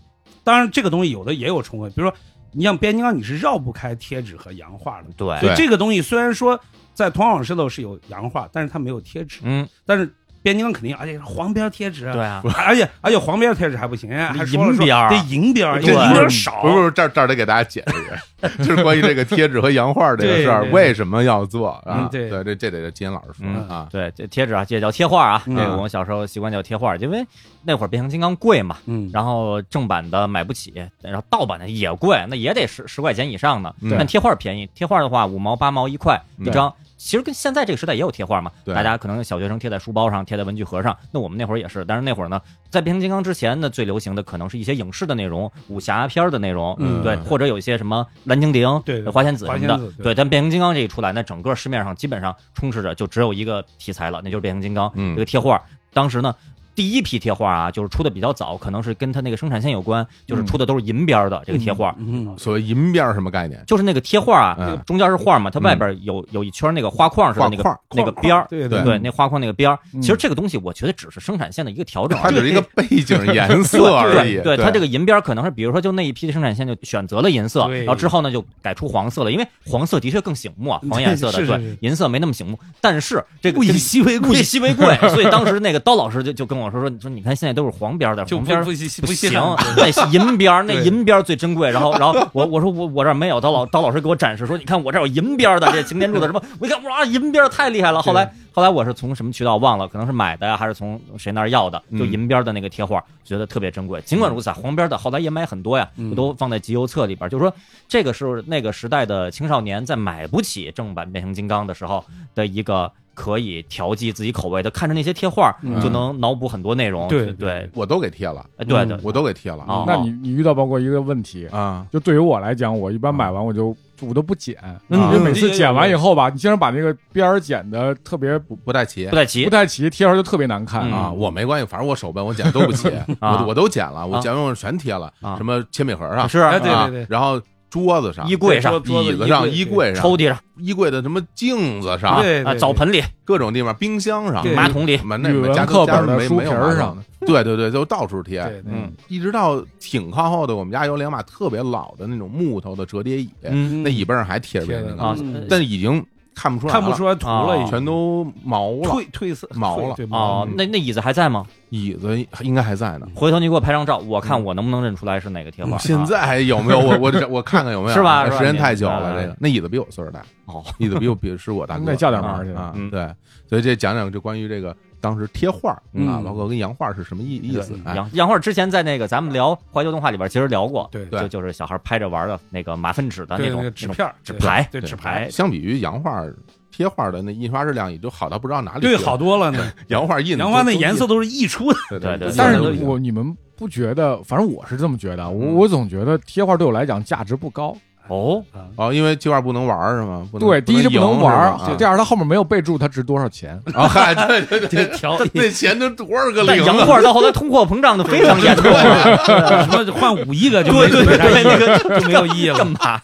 Speaker 4: 当然，这个东西有的也有重合，比如说你像变形金刚，你是绕不开贴纸和洋画的。
Speaker 2: 对，
Speaker 4: 所以这个东西虽然说在《童话往事》头是有洋画，但是它没有贴纸。
Speaker 2: 嗯，
Speaker 4: 但是变形金刚肯定，而且是黄边贴纸，
Speaker 2: 对啊，
Speaker 4: 而且而且黄边贴纸还不行，还说了
Speaker 2: 银
Speaker 4: 说
Speaker 2: 边儿
Speaker 4: 得银边儿，这
Speaker 2: 对
Speaker 4: 银边儿少
Speaker 1: 不是不是，这儿这儿得给大家解释一下， 就是关于这个贴纸和洋画这个事儿
Speaker 4: 对对对
Speaker 1: 为什么要做啊？
Speaker 4: 嗯对
Speaker 1: 这这得金岩老师说
Speaker 2: 嗯
Speaker 1: 啊。
Speaker 2: 对，这贴纸啊，这也叫贴画啊，这
Speaker 4: 嗯
Speaker 2: 个我们小时候习惯叫贴画，因为那会儿变形金刚贵嘛，
Speaker 4: 嗯，
Speaker 2: 然后正版的买不起，然后盗版的也贵，那也得十十块钱以上呢。
Speaker 1: 嗯
Speaker 2: 但贴画便宜，贴画的话五毛八毛一块一张，其实跟现在这个时代也有贴画嘛，
Speaker 1: 对
Speaker 2: 大家可能小学生贴在书包上，贴在文具盒上。那我们那会儿也是，但是那会儿呢，在变形金刚之前呢，最流行的可能是一些影视的内容、武侠片儿的内容，
Speaker 4: 嗯
Speaker 2: 对，或者有一些什么蓝蜻蜓、
Speaker 4: 对对
Speaker 2: 花仙子什
Speaker 4: 花
Speaker 2: 么
Speaker 4: 仙
Speaker 2: 的，
Speaker 4: 子对
Speaker 2: 对。但变形金刚这一出来，那整个市面上基本上充斥着就只有一个题材了，那就是变形金刚、
Speaker 1: 嗯
Speaker 2: 这个贴画。当时呢。第一批贴画啊，就是出的比较早，可能是跟它那个生产线有关，
Speaker 1: 嗯
Speaker 2: 就是出的都是银边儿的、这个贴画，
Speaker 4: 嗯，
Speaker 1: 所谓银边儿是什么概念？
Speaker 2: 就是那个贴画啊，
Speaker 1: 嗯
Speaker 2: 那个中间是画嘛，它外边有有一圈那个花框似的那
Speaker 1: 画
Speaker 2: 个
Speaker 1: 框
Speaker 2: 那个边儿，
Speaker 4: 对
Speaker 1: 对
Speaker 2: 对，那花框那个边儿。
Speaker 3: 嗯
Speaker 2: 其实这个东西我觉得只是生产线的一个调整
Speaker 1: 它
Speaker 2: 而已。
Speaker 1: 只是一个背景颜色而已。
Speaker 2: 对，对它这个银边儿可能是，比如说就那一批的生产线就选择了银色，
Speaker 4: 对
Speaker 2: 然后之后呢就改出黄色了，因为黄色的确更醒目啊，黄颜色的
Speaker 4: 是是
Speaker 2: 对
Speaker 4: 是，
Speaker 2: 银色没那么醒目。但是这个
Speaker 4: 物以
Speaker 2: 跟
Speaker 4: 稀为
Speaker 2: 物
Speaker 4: 贵
Speaker 2: 以，稀为 贵，所以当时那个刀老师就就跟我说说，你说你看现在都是黄边儿的，
Speaker 4: 就
Speaker 2: 黄
Speaker 4: 不
Speaker 2: 边儿
Speaker 4: 不稀
Speaker 2: 不
Speaker 4: 稀
Speaker 2: 行
Speaker 4: 罕，
Speaker 2: 对，银边儿那
Speaker 4: 对
Speaker 2: 银边儿最珍贵。然后，然后我我说我我这儿没有，刀老刀老师给我展示说，你看我这儿有银边儿的这擎天柱的什么，我一看哇，银边儿太厉害了。后来后来我是从什么渠道忘了，可能是买的呀，还是从谁那儿要的，就
Speaker 1: 嗯
Speaker 2: 银边儿的那个贴画，觉得特别珍贵。尽管如此啊，黄边儿的后来也买很多呀，
Speaker 4: 嗯
Speaker 2: 我都放在集邮册里边儿。就是说，这个是那个时代的青少年在买不起正版变形金刚的时候的一个。可以调剂自己口味的，看着那些贴画
Speaker 4: 嗯
Speaker 2: 就能脑补很多内容。
Speaker 4: 对嗯
Speaker 2: 对，
Speaker 1: 我都给贴了，
Speaker 2: 哎对对，
Speaker 1: 我都给贴了
Speaker 2: 哦
Speaker 3: 那你你遇到包括一个问题，
Speaker 1: 啊！
Speaker 3: 就对于我来讲，我一般买完我就我都不剪，啊
Speaker 2: 嗯
Speaker 3: 因为每
Speaker 4: 这
Speaker 3: 次
Speaker 4: 也
Speaker 3: 剪
Speaker 4: 有
Speaker 3: 完以后吧，你经常把那个边儿剪的特别不
Speaker 1: 不不带齐
Speaker 2: 不太齐
Speaker 3: 不太齐，贴上就特别难看
Speaker 2: 嗯
Speaker 1: 啊，我没关系，反正我手笨，我剪都不齐，
Speaker 2: 啊
Speaker 1: 我我都剪了，我
Speaker 2: 啊
Speaker 1: 剪完我全贴了
Speaker 2: 啊，
Speaker 1: 什么铅笔盒上
Speaker 2: 是
Speaker 4: 哎
Speaker 2: 啊
Speaker 4: 对
Speaker 1: 啊
Speaker 4: 对对
Speaker 1: 然后桌子上、
Speaker 2: 衣柜上、
Speaker 4: 桌
Speaker 1: 椅子上、
Speaker 4: 衣
Speaker 1: 衣
Speaker 4: 柜
Speaker 1: 柜上、
Speaker 2: 抽屉上
Speaker 1: 衣柜的什么镜子上
Speaker 2: 啊、
Speaker 4: 对
Speaker 2: 啊
Speaker 4: 对
Speaker 2: 澡盆里、
Speaker 1: 各种地方、冰箱上
Speaker 4: 对、
Speaker 2: 马桶里，
Speaker 1: 什么那
Speaker 3: 语文
Speaker 1: 家
Speaker 3: 课本
Speaker 1: 家
Speaker 3: 的
Speaker 1: 没
Speaker 3: 书
Speaker 1: 没有
Speaker 3: 皮儿
Speaker 1: 马桶
Speaker 3: 上
Speaker 1: 的，对对对，就到处贴，
Speaker 4: 对对
Speaker 1: 嗯，一直到挺靠后的，我们家有两把特别老的那种木头的折叠椅，
Speaker 2: 嗯
Speaker 1: 那椅背上还贴着变形金
Speaker 4: 贴着
Speaker 1: 刚
Speaker 2: 啊
Speaker 4: 呢，嗯
Speaker 1: 但已经看不出来了，
Speaker 4: 看不出来图了，已经
Speaker 1: 全都毛了。
Speaker 4: 褪褪色
Speaker 1: 毛了
Speaker 4: 对
Speaker 2: 哦
Speaker 3: 啊
Speaker 4: 毛，
Speaker 2: 那那椅子还在吗？
Speaker 1: 椅子应该还在呢。
Speaker 2: 回头你给我拍张照，我看我能不能认出来是哪个贴画。
Speaker 1: 现
Speaker 2: 啊
Speaker 1: 在还有没有？我我我看看有没有，
Speaker 2: 是吧是吧
Speaker 1: 时间太久了，
Speaker 2: 你
Speaker 1: 这个那椅子比我岁数大，
Speaker 2: 哦，
Speaker 1: 椅子比我比是我大哥。
Speaker 3: 那叫点玩儿去。
Speaker 1: 啊，
Speaker 2: 嗯
Speaker 1: 对，所以这讲讲就关于这个当时贴画儿
Speaker 4: 嗯
Speaker 1: 啊，包括跟洋画儿是什么意意思？哎
Speaker 2: 杨杨慧之前在那个咱们聊怀旧动画里边，其实聊过，
Speaker 4: 对
Speaker 1: 对
Speaker 2: 就就是小孩拍着玩的那个马粪纸的
Speaker 4: 对
Speaker 2: 那
Speaker 4: 那
Speaker 2: 种
Speaker 4: 个
Speaker 2: 那
Speaker 4: 纸
Speaker 2: 种
Speaker 4: 片儿
Speaker 2: 纸
Speaker 4: 对
Speaker 2: 牌
Speaker 4: 对
Speaker 1: 对
Speaker 4: 纸牌，
Speaker 1: 相比于洋画儿贴画儿的那印刷质量也就好到不知道哪里去
Speaker 4: 对
Speaker 1: 了。
Speaker 4: 好多了呢。
Speaker 1: 洋画儿印的
Speaker 4: 杨花那
Speaker 1: 都
Speaker 4: 颜色，都是溢出的，
Speaker 1: 对
Speaker 2: 对
Speaker 1: 对
Speaker 2: 对，
Speaker 3: 但
Speaker 2: 现在
Speaker 3: 是
Speaker 2: 都
Speaker 3: 我你们不觉得？反正我是这么觉得，啊我
Speaker 1: 嗯
Speaker 3: 我总觉得贴画对我来讲价值不高。
Speaker 2: 哦，
Speaker 1: 哦，因为这画儿不能玩儿是吗？不能
Speaker 3: 对，第一是不
Speaker 1: 赢
Speaker 3: 能玩儿，
Speaker 1: 是
Speaker 3: 第
Speaker 1: 吧
Speaker 3: 二它后面没有备注它值多少钱。
Speaker 1: 啊，嗨，对 对
Speaker 4: 这
Speaker 1: 对，
Speaker 4: 个条
Speaker 1: 那钱都多少个
Speaker 2: 但
Speaker 1: 零
Speaker 2: 洋
Speaker 1: 啊？
Speaker 2: 画到后来通货膨胀的非常严重，
Speaker 4: 什么换五亿个就没
Speaker 2: 对对对对，那个
Speaker 4: 就没有意义
Speaker 2: 干
Speaker 4: 了，
Speaker 2: 嘛？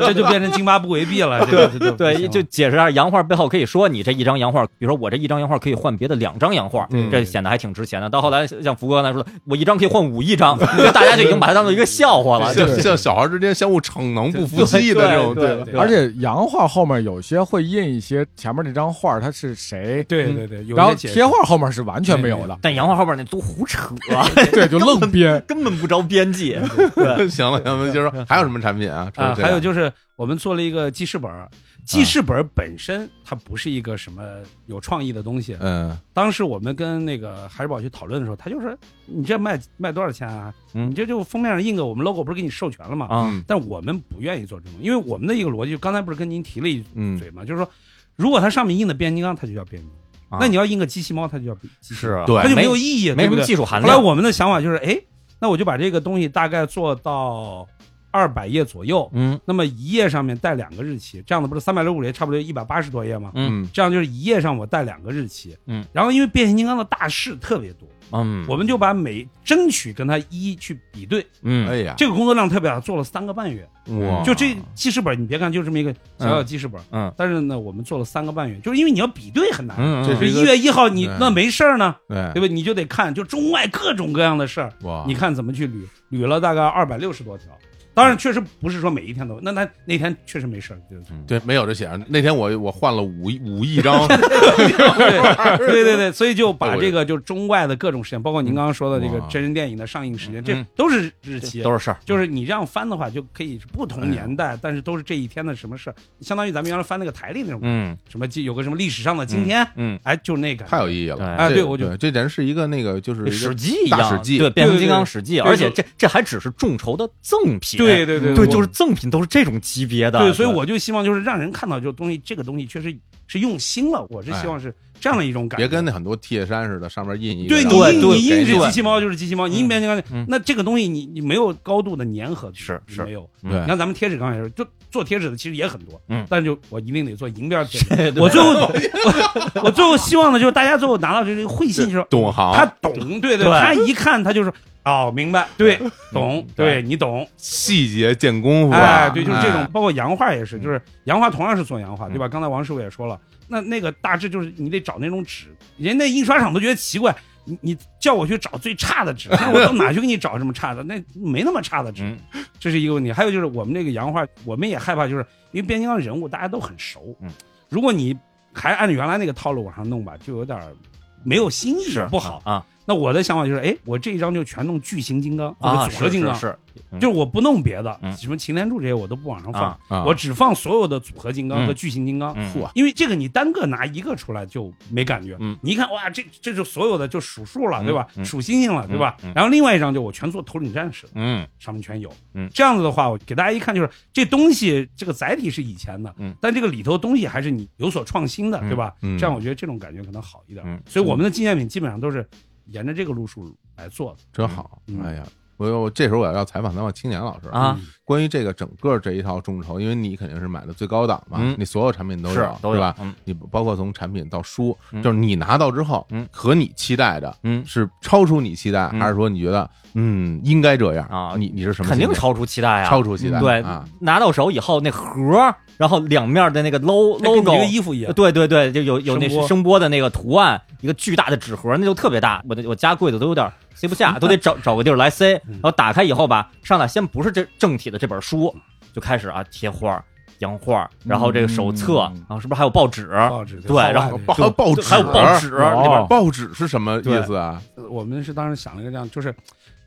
Speaker 4: 这就变成津巴布韦币了。这个
Speaker 2: 对，就解释一下洋画背后可以说你这一张洋画，比如说我这一张洋画可以换别的两张洋画，
Speaker 1: 嗯
Speaker 2: 这显得还挺值钱的。到后来像福哥刚才说的，我一张可以换五亿 张，大家就已经把它当做一个笑话
Speaker 4: 啊
Speaker 2: 了。
Speaker 1: 像
Speaker 3: 对
Speaker 1: 像小孩之间相互逞能不服气的
Speaker 2: 对
Speaker 1: 这种，
Speaker 2: 对
Speaker 1: 吧
Speaker 2: 对
Speaker 3: 而且洋画后面有些会印一些前面那张画儿它是谁，嗯
Speaker 4: 对对对，有
Speaker 3: 然后
Speaker 4: 些解释
Speaker 3: 贴画后面是完全没有的，
Speaker 2: 但洋画后边那都胡扯，啊
Speaker 3: 对，就愣 编。
Speaker 2: 根本不着边际。
Speaker 1: 行了，咱们就说还有什么产品啊？除了
Speaker 4: 啊，
Speaker 1: 这个
Speaker 4: 还有就是我们做了一个记事本儿，
Speaker 2: 啊
Speaker 4: 记事本儿本身它不是一个什么有创意的东
Speaker 2: 呃
Speaker 4: 西。
Speaker 1: 嗯，
Speaker 4: 当时我们跟那个海之宝去讨论的时候，他就说：“你这卖卖多少钱啊？
Speaker 2: 嗯
Speaker 4: 你这就封面上印个我们 logo，不是给你授权了吗？”
Speaker 2: 啊，
Speaker 4: 但我们不愿意做这种，因为我们的一个逻辑，刚才不是跟您提了一
Speaker 1: 嗯，
Speaker 4: 嘴嘛，就是说，如果它上面印的变形金刚，它就叫变形金
Speaker 2: 啊
Speaker 4: 刚； 那你要印个机器猫，它就叫机器
Speaker 2: 是啊
Speaker 1: 对
Speaker 4: 它就没
Speaker 2: 没
Speaker 4: 有意义，
Speaker 2: 没
Speaker 4: 对
Speaker 2: 什
Speaker 4: 不
Speaker 2: 么
Speaker 4: 对
Speaker 2: 技术含
Speaker 4: 后来
Speaker 2: 量。
Speaker 4: 我们的想法就是，哎，那我就把这个东西大概做到二百页左右，
Speaker 2: 嗯
Speaker 4: 那么一页上面带两个日期，这样子不是三百六十五页，差不多一百八十多页吗？
Speaker 2: 嗯
Speaker 1: 嗯
Speaker 4: 这样就是一页上我带两个日期，
Speaker 2: 嗯，
Speaker 4: 然后因为变形金刚的大事特别多，
Speaker 2: 嗯，
Speaker 4: 我们就把每争取跟它一一去比对，
Speaker 2: 嗯
Speaker 1: 哎呀，
Speaker 4: 这个工作量特别大，做了三个半月。
Speaker 1: 哇，
Speaker 4: 就这记事本，你别看就这么一个小小记事本，
Speaker 2: 哦嗯
Speaker 4: 但是呢，我们做了三个半月，就是因为你要比对很难。
Speaker 2: 嗯，
Speaker 1: 这
Speaker 4: 这
Speaker 1: 是一个
Speaker 4: 一月一号你
Speaker 1: 嗯
Speaker 4: 那没事儿呢，
Speaker 1: 对
Speaker 4: 对吧？你就得看，就中外各种各样的事儿，
Speaker 2: 啊
Speaker 1: 哇，
Speaker 4: 你看怎么去捋，捋了大概二百六十多条。当然，确实不是说每一天都，那那那天确实没事儿，就是
Speaker 1: 对，没有这写上。那天我我换了五五亿张，
Speaker 4: 对 对对对，所以就把这个就中外的各种时间，包括您刚刚说的这个
Speaker 1: 哇
Speaker 4: 真人电影的上映时间，这
Speaker 2: 嗯
Speaker 4: 都是日期，
Speaker 2: 都是嗯事儿，
Speaker 4: 就是你这样翻的话，就可以是不同年代，但是都是这一天的什么事儿，相当于咱们原来翻那个台历那种，
Speaker 2: 嗯
Speaker 4: 什么记有个什么历史上的今天，
Speaker 2: 嗯，
Speaker 4: 哎，就是那个
Speaker 1: 太有意义了。
Speaker 4: 哎
Speaker 1: 这
Speaker 4: 对我就
Speaker 1: 对这人是一
Speaker 4: 哎
Speaker 1: 个那个就是一个
Speaker 2: 史记一样，
Speaker 1: 大史记
Speaker 2: 对，变形金
Speaker 4: 对对
Speaker 2: 刚
Speaker 4: 对
Speaker 2: 史记，
Speaker 4: 对
Speaker 2: 而且
Speaker 4: 就
Speaker 2: 这这还只是众筹的赠品，
Speaker 4: 对对对
Speaker 2: 对，
Speaker 4: 我
Speaker 2: 就是赠品都是这种级嗯别的。
Speaker 4: 对，所以我就希望就是让人看到，就东西这个东西确实是用心了。我是
Speaker 2: 哎
Speaker 4: 希望是这样的一种感觉。
Speaker 1: 别跟那很多贴山似的，上面印一个
Speaker 4: 对你
Speaker 2: 对
Speaker 4: 印
Speaker 2: 对
Speaker 4: 你印是
Speaker 2: 对
Speaker 4: 机器猫就是机器猫，你印变形金
Speaker 2: 嗯
Speaker 4: 刚，那这个东西你你没有高度的粘合去，
Speaker 2: 是是
Speaker 4: 没有。
Speaker 1: 对
Speaker 4: 你看咱们贴纸刚开始就做贴纸的其实也很多，
Speaker 2: 嗯
Speaker 4: 但是就我一定得做银边贴纸。
Speaker 2: 对对
Speaker 4: 我最后 我我最后希望的就是大家最后拿到这个会信的时候，
Speaker 1: 懂行，
Speaker 4: 他懂，对对，
Speaker 2: 啊对嗯
Speaker 4: 他一看他就说哦，明白，对，懂，
Speaker 2: 对
Speaker 4: 对你懂，
Speaker 1: 细节见功夫啊，
Speaker 4: 哎，对，就是这种，包括洋画也是，
Speaker 2: 嗯
Speaker 4: 就是洋画同样是做洋画，
Speaker 2: 嗯
Speaker 4: 对吧？刚才王师傅也说了，那那个大致就是你得找那种纸，人家印刷厂都觉得奇怪，你你叫我去找最差的纸，那我到哪去给你找这么差的？那 没那么差的纸，
Speaker 2: 嗯
Speaker 4: 这是一个问题。还有就是我们那个洋画，我们也害怕，就是因为变形金刚人物大家都很熟，
Speaker 2: 嗯，
Speaker 4: 如果你还按原来那个套路往上弄吧，就有点儿没有新意，
Speaker 2: 是
Speaker 4: 不好。
Speaker 2: 啊
Speaker 4: 那我的想法就是，哎，我这一张就全弄巨型金刚或
Speaker 2: 啊，
Speaker 4: 者组合
Speaker 2: 是
Speaker 4: 金
Speaker 2: 是
Speaker 4: 刚，
Speaker 2: 是，嗯
Speaker 4: 就是我不弄别的，
Speaker 2: 嗯
Speaker 4: 什么擎天柱这些我都不往上放
Speaker 2: 啊，
Speaker 1: 啊
Speaker 4: 我只放所有的组合金刚
Speaker 2: 嗯
Speaker 4: 和巨型金刚。
Speaker 2: 嗯
Speaker 1: 嚯
Speaker 4: 因为这个你单个拿一个出来就没感觉，
Speaker 2: 嗯
Speaker 4: 你一看哇，这这就所有的就数数了，
Speaker 2: 嗯
Speaker 4: 对吧？
Speaker 2: 嗯
Speaker 4: 数星星了，对吧？
Speaker 2: 嗯嗯
Speaker 4: 然后另外一张就我全做头领战士，
Speaker 2: 嗯
Speaker 4: 上面全有。
Speaker 2: 嗯
Speaker 4: 这样子的话，我给大家一看就是这东西这个载体是以前的，
Speaker 2: 嗯
Speaker 4: 但这个里头东西还是你有所创新的，
Speaker 2: 嗯
Speaker 4: 对吧？
Speaker 1: 嗯
Speaker 4: 这样我觉得这种感觉可能好一点。
Speaker 2: 嗯
Speaker 4: 所以我们的纪念品基本上都是沿着这个路数来做的。
Speaker 1: 真好
Speaker 4: 嗯，
Speaker 1: 哎呀。我我这时候我要采访采访青年老师嗯
Speaker 2: 啊，
Speaker 1: 关于这个整个这一套众筹，因为你肯定是买的最高档嘛，
Speaker 2: 嗯
Speaker 1: 你所有产品都
Speaker 2: 是
Speaker 4: 啊
Speaker 1: 有，
Speaker 2: 都
Speaker 1: 是
Speaker 2: 有
Speaker 1: 吧？
Speaker 2: 嗯
Speaker 1: 你包括从产品到书，
Speaker 2: 嗯
Speaker 1: 就是你拿到之后，
Speaker 2: 嗯
Speaker 1: 和你期待的
Speaker 2: 嗯
Speaker 1: 是超出你期待，
Speaker 2: 嗯
Speaker 1: 还是说你觉得嗯应该这样
Speaker 2: 啊
Speaker 1: 你你是什么
Speaker 2: 肯
Speaker 1: 心情？
Speaker 2: 定超出期待啊，
Speaker 1: 超出期待，
Speaker 2: 对
Speaker 1: 啊，，
Speaker 2: 拿到手以后那盒儿，然后两面的那个 lo
Speaker 4: 那跟你这
Speaker 2: logo
Speaker 4: 个。衣服一样，
Speaker 2: 对对对，就有有那
Speaker 4: 声波
Speaker 2: 声波的那个图案，一个巨大的纸盒，那就特别大，我的我家柜子都有点塞不 下，都得找找个地儿来塞。
Speaker 4: 嗯
Speaker 2: 然后打开以后吧，上来先不是这正体的这本书，就开始啊贴画儿、洋画儿，然后这个手册，
Speaker 3: 嗯
Speaker 2: 然后是不是还有报纸？
Speaker 4: 报纸
Speaker 2: 呃对然后
Speaker 1: 报还有报纸，
Speaker 2: 哎
Speaker 1: 啊
Speaker 2: 还有报纸
Speaker 3: 哦
Speaker 2: 那边
Speaker 1: 报纸是什么意思啊？
Speaker 4: 我们是当时想了一个这样，就是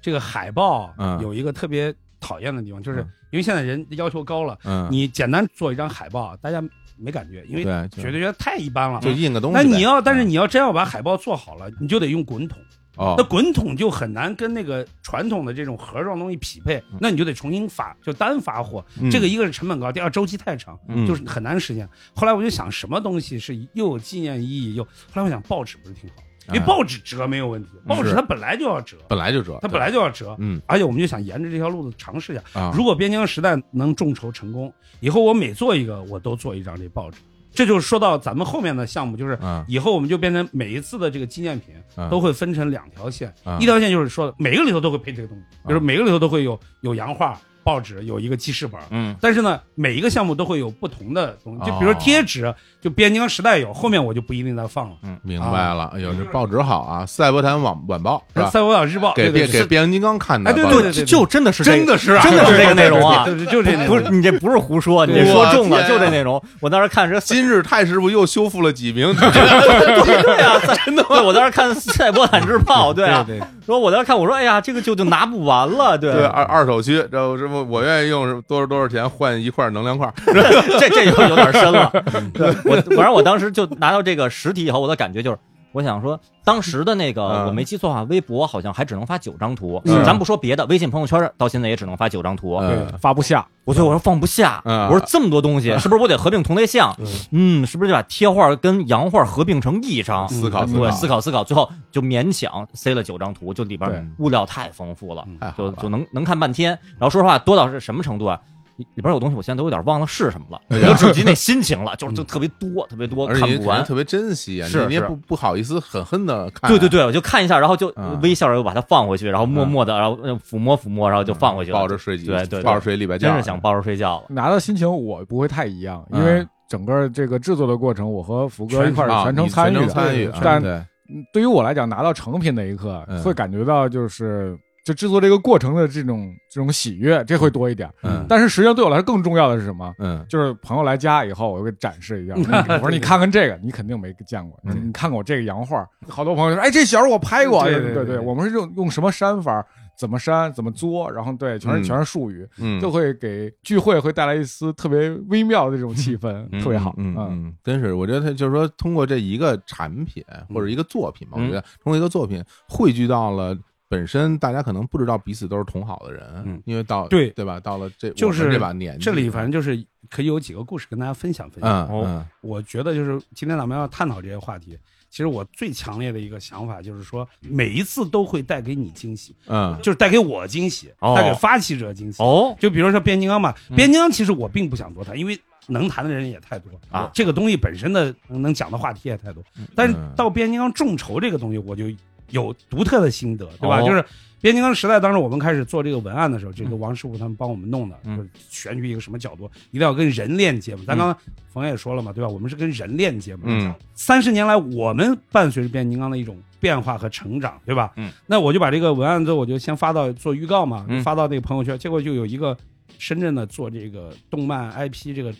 Speaker 4: 这个海报
Speaker 1: 嗯
Speaker 4: 有一个特别讨厌的地方，就是
Speaker 1: 嗯
Speaker 4: 因为现在人要求高了，
Speaker 1: 嗯，
Speaker 4: 你简单做一张海报，大家没感觉，因为
Speaker 1: 对，
Speaker 4: 觉得觉得太一般了啊
Speaker 1: 就。印个东西
Speaker 4: 那
Speaker 1: 呗。
Speaker 4: 你要，但是
Speaker 1: 嗯
Speaker 4: 你要真要把海报做好了，你就得用滚筒。那
Speaker 1: 哦，
Speaker 4: 滚筒就很难跟那个传统的这种盒状东西匹配，那你就得重新发，就单发货。
Speaker 1: 嗯
Speaker 4: 这个一个是成本高，第二周期太长，
Speaker 1: 嗯
Speaker 4: 就是很难实现。后来我就想，什么东西是又有纪念意义又……后来我想，报纸不是挺好，因为
Speaker 1: 哎
Speaker 4: 报纸折没有问题，报
Speaker 1: 嗯
Speaker 4: 纸
Speaker 1: 是
Speaker 4: 它本来就要折，
Speaker 1: 本来就折，
Speaker 4: 它本来就要折。
Speaker 1: 嗯
Speaker 4: 而且我们就想沿着这条路子尝试一下，
Speaker 1: 啊，
Speaker 4: 如果边疆时代能众筹成功，以后我每做一个，我都做一张这报纸。这就是说到咱们后面的项目，就是
Speaker 1: 嗯
Speaker 4: 以后我们就变成每一次的这个纪念品
Speaker 1: 嗯
Speaker 4: 都会分成两条线，
Speaker 1: 嗯
Speaker 4: 一条线就是说的每个里头都会配这个东西，
Speaker 1: 啊
Speaker 4: 比如说每个里头都会有有洋画、报纸，有一个记事本。
Speaker 2: 嗯，
Speaker 4: 但是呢，每一个项目都会有不同的东西，就
Speaker 1: 哦
Speaker 4: 比如说贴纸，就边疆时代有，后面我就不一定再放了。
Speaker 2: 嗯
Speaker 1: 明
Speaker 2: 啊
Speaker 1: 白了，哎呦，这报纸好啊，《赛博坦晚晚报》是吧？
Speaker 4: 赛博岛日报，
Speaker 1: 给
Speaker 4: 对
Speaker 1: 变
Speaker 4: 对对
Speaker 1: 给变形金刚看的
Speaker 4: 哎
Speaker 1: 报纸，
Speaker 4: 对对对
Speaker 2: 就就真的是这
Speaker 1: 真
Speaker 2: 个
Speaker 1: 的是啊
Speaker 2: 真的是这个内容啊，
Speaker 4: 对对就就这内
Speaker 2: 不
Speaker 4: 容
Speaker 2: 是你这不是胡说，你这
Speaker 1: 我
Speaker 2: 说中
Speaker 1: 天
Speaker 2: 了，
Speaker 1: 啊
Speaker 2: 就这内容。我当时看这
Speaker 1: 今日太师傅又修复了几 名，
Speaker 2: 对 啊，真的，我当时看《赛博坦之炮》，对啊，
Speaker 3: 对
Speaker 2: 说我当时看，我说哎呀，这个就就拿不完了，对啊
Speaker 1: 对二二手区，这什么我愿意用多少多少钱换一块能量块，
Speaker 2: 这这就有点深 了。对我反正我当时就拿到这个实体以后，我的感觉就是。我想说，当时的那个，
Speaker 1: 嗯
Speaker 2: 我没记错啊，微博好像还只能发九张图
Speaker 1: 是，
Speaker 2: 咱不说别的，微信朋友圈到现在也只能发九张图。
Speaker 1: 嗯
Speaker 3: 对，呃发不下，
Speaker 2: 我觉得我说放不下，
Speaker 1: 嗯
Speaker 2: 我说这么多东西，是不是我得合并同类项？嗯，是不是就把贴画跟洋画合并成一张？
Speaker 1: 思考思
Speaker 2: 嗯我
Speaker 1: 考
Speaker 2: 思考思考，最后就勉强塞了九张图，就里
Speaker 1: 对
Speaker 2: 边物料太丰富了，
Speaker 1: 太哎好
Speaker 2: 就
Speaker 1: 了
Speaker 2: 就能能看半天。然后说实话，多到是什么程度啊？里里边有东西，我现在都有点忘了是什么 了，
Speaker 1: 哎呀
Speaker 2: 我就只记那心情了，就是就特别多，特别多，
Speaker 1: 嗯而
Speaker 2: 看
Speaker 1: 且你肯
Speaker 2: 不
Speaker 1: 定
Speaker 2: 完。
Speaker 1: 特别珍惜啊，
Speaker 2: 是
Speaker 1: 你你也
Speaker 2: 是
Speaker 1: 不不好意思狠狠的看，
Speaker 2: 对对，对，我就看一下，然后就
Speaker 1: 嗯
Speaker 2: 微笑着又把它放回去，然后默默的，然后呃抚摸抚摸，然后就放回去
Speaker 1: 嗯
Speaker 2: 了。
Speaker 1: 抱着睡几，
Speaker 2: 对对对
Speaker 1: 抱着睡礼拜觉，
Speaker 2: 真是想抱着睡觉了。
Speaker 3: 拿到心情我不会太一样，因为
Speaker 1: 嗯
Speaker 3: 整个这个制作的过程，我和福哥一块
Speaker 1: 啊
Speaker 3: 儿全
Speaker 1: 你
Speaker 3: 程参与
Speaker 1: 全程
Speaker 3: 的。
Speaker 1: 参与，
Speaker 3: 对
Speaker 1: 啊
Speaker 3: 但
Speaker 1: 对
Speaker 3: 嗯对于我来讲，拿到成品那一刻
Speaker 1: 嗯，
Speaker 3: 会感觉到就是就制作这个过程的这种这种喜悦，这会多一点。
Speaker 1: 嗯
Speaker 3: 但是实际上对我来说更重要的是什么？
Speaker 1: 嗯
Speaker 3: 就是朋友来家以后，我会展示一下。我说你看看这个，你肯定没见过。
Speaker 1: 嗯
Speaker 3: 你看过我这个洋画，好多朋友说，哎，这小时候我拍过。
Speaker 4: 对对
Speaker 3: 对
Speaker 4: 对对
Speaker 3: 我们是用用什么删法，怎么删，怎么作，然后对，全是、
Speaker 1: 嗯
Speaker 3: 全是术语，
Speaker 1: 嗯，
Speaker 3: 就会给聚会会带来一丝特别微妙的这种气氛，
Speaker 2: 嗯
Speaker 3: 特别好。
Speaker 1: 嗯嗯，真是，我觉得他就是说，
Speaker 4: 嗯
Speaker 1: 通过这一个产品或者一个作品嘛，我
Speaker 2: 嗯
Speaker 1: 觉得通过一个作品汇聚到了。本身大家可能不知道彼此都是同好的人，
Speaker 4: 嗯
Speaker 1: 因为到
Speaker 4: 对
Speaker 1: 对吧？到了这
Speaker 4: 就
Speaker 1: 我
Speaker 4: 是
Speaker 1: 们这把年纪，
Speaker 4: 这里反正就是可以有几个故事跟大家分享分享。
Speaker 1: 嗯
Speaker 2: 哦
Speaker 1: 嗯
Speaker 4: 我觉得就是今天咱们要探讨这些话题，其实我最强烈的一个想法就是说，每一次都会带给你惊喜，
Speaker 1: 嗯
Speaker 4: 就是带给我惊喜，
Speaker 2: 哦
Speaker 4: 带给发起者惊喜。
Speaker 2: 哦，
Speaker 4: 就比如说变形金刚吧，
Speaker 2: 嗯
Speaker 4: 变形金刚其实我并不想多谈，因为能谈的人也太多
Speaker 2: 啊
Speaker 4: 这个东西本身的能能讲的话题也太多。但是
Speaker 1: 嗯
Speaker 4: 到变形金刚众筹这个东西，我就有独特的心得，对吧？
Speaker 2: 哦
Speaker 4: 就是变形金刚时代，当时我们开始做这个文案的时候，这个王师傅他们帮我们弄的，
Speaker 2: 嗯
Speaker 4: 就是选取一个什么角度，一定要跟人链接嘛。咱刚刚冯也说了嘛，对吧？我们是跟人链接嘛。
Speaker 1: 嗯
Speaker 4: 三十年来，我们伴随着变形金刚的一种变化和成长，对吧？
Speaker 1: 嗯，
Speaker 4: 那我就把这个文案之后，我就先发到做预告嘛，
Speaker 1: 嗯
Speaker 4: 发到那个朋友圈，结果就有一个深圳的做这个动漫 IP 这个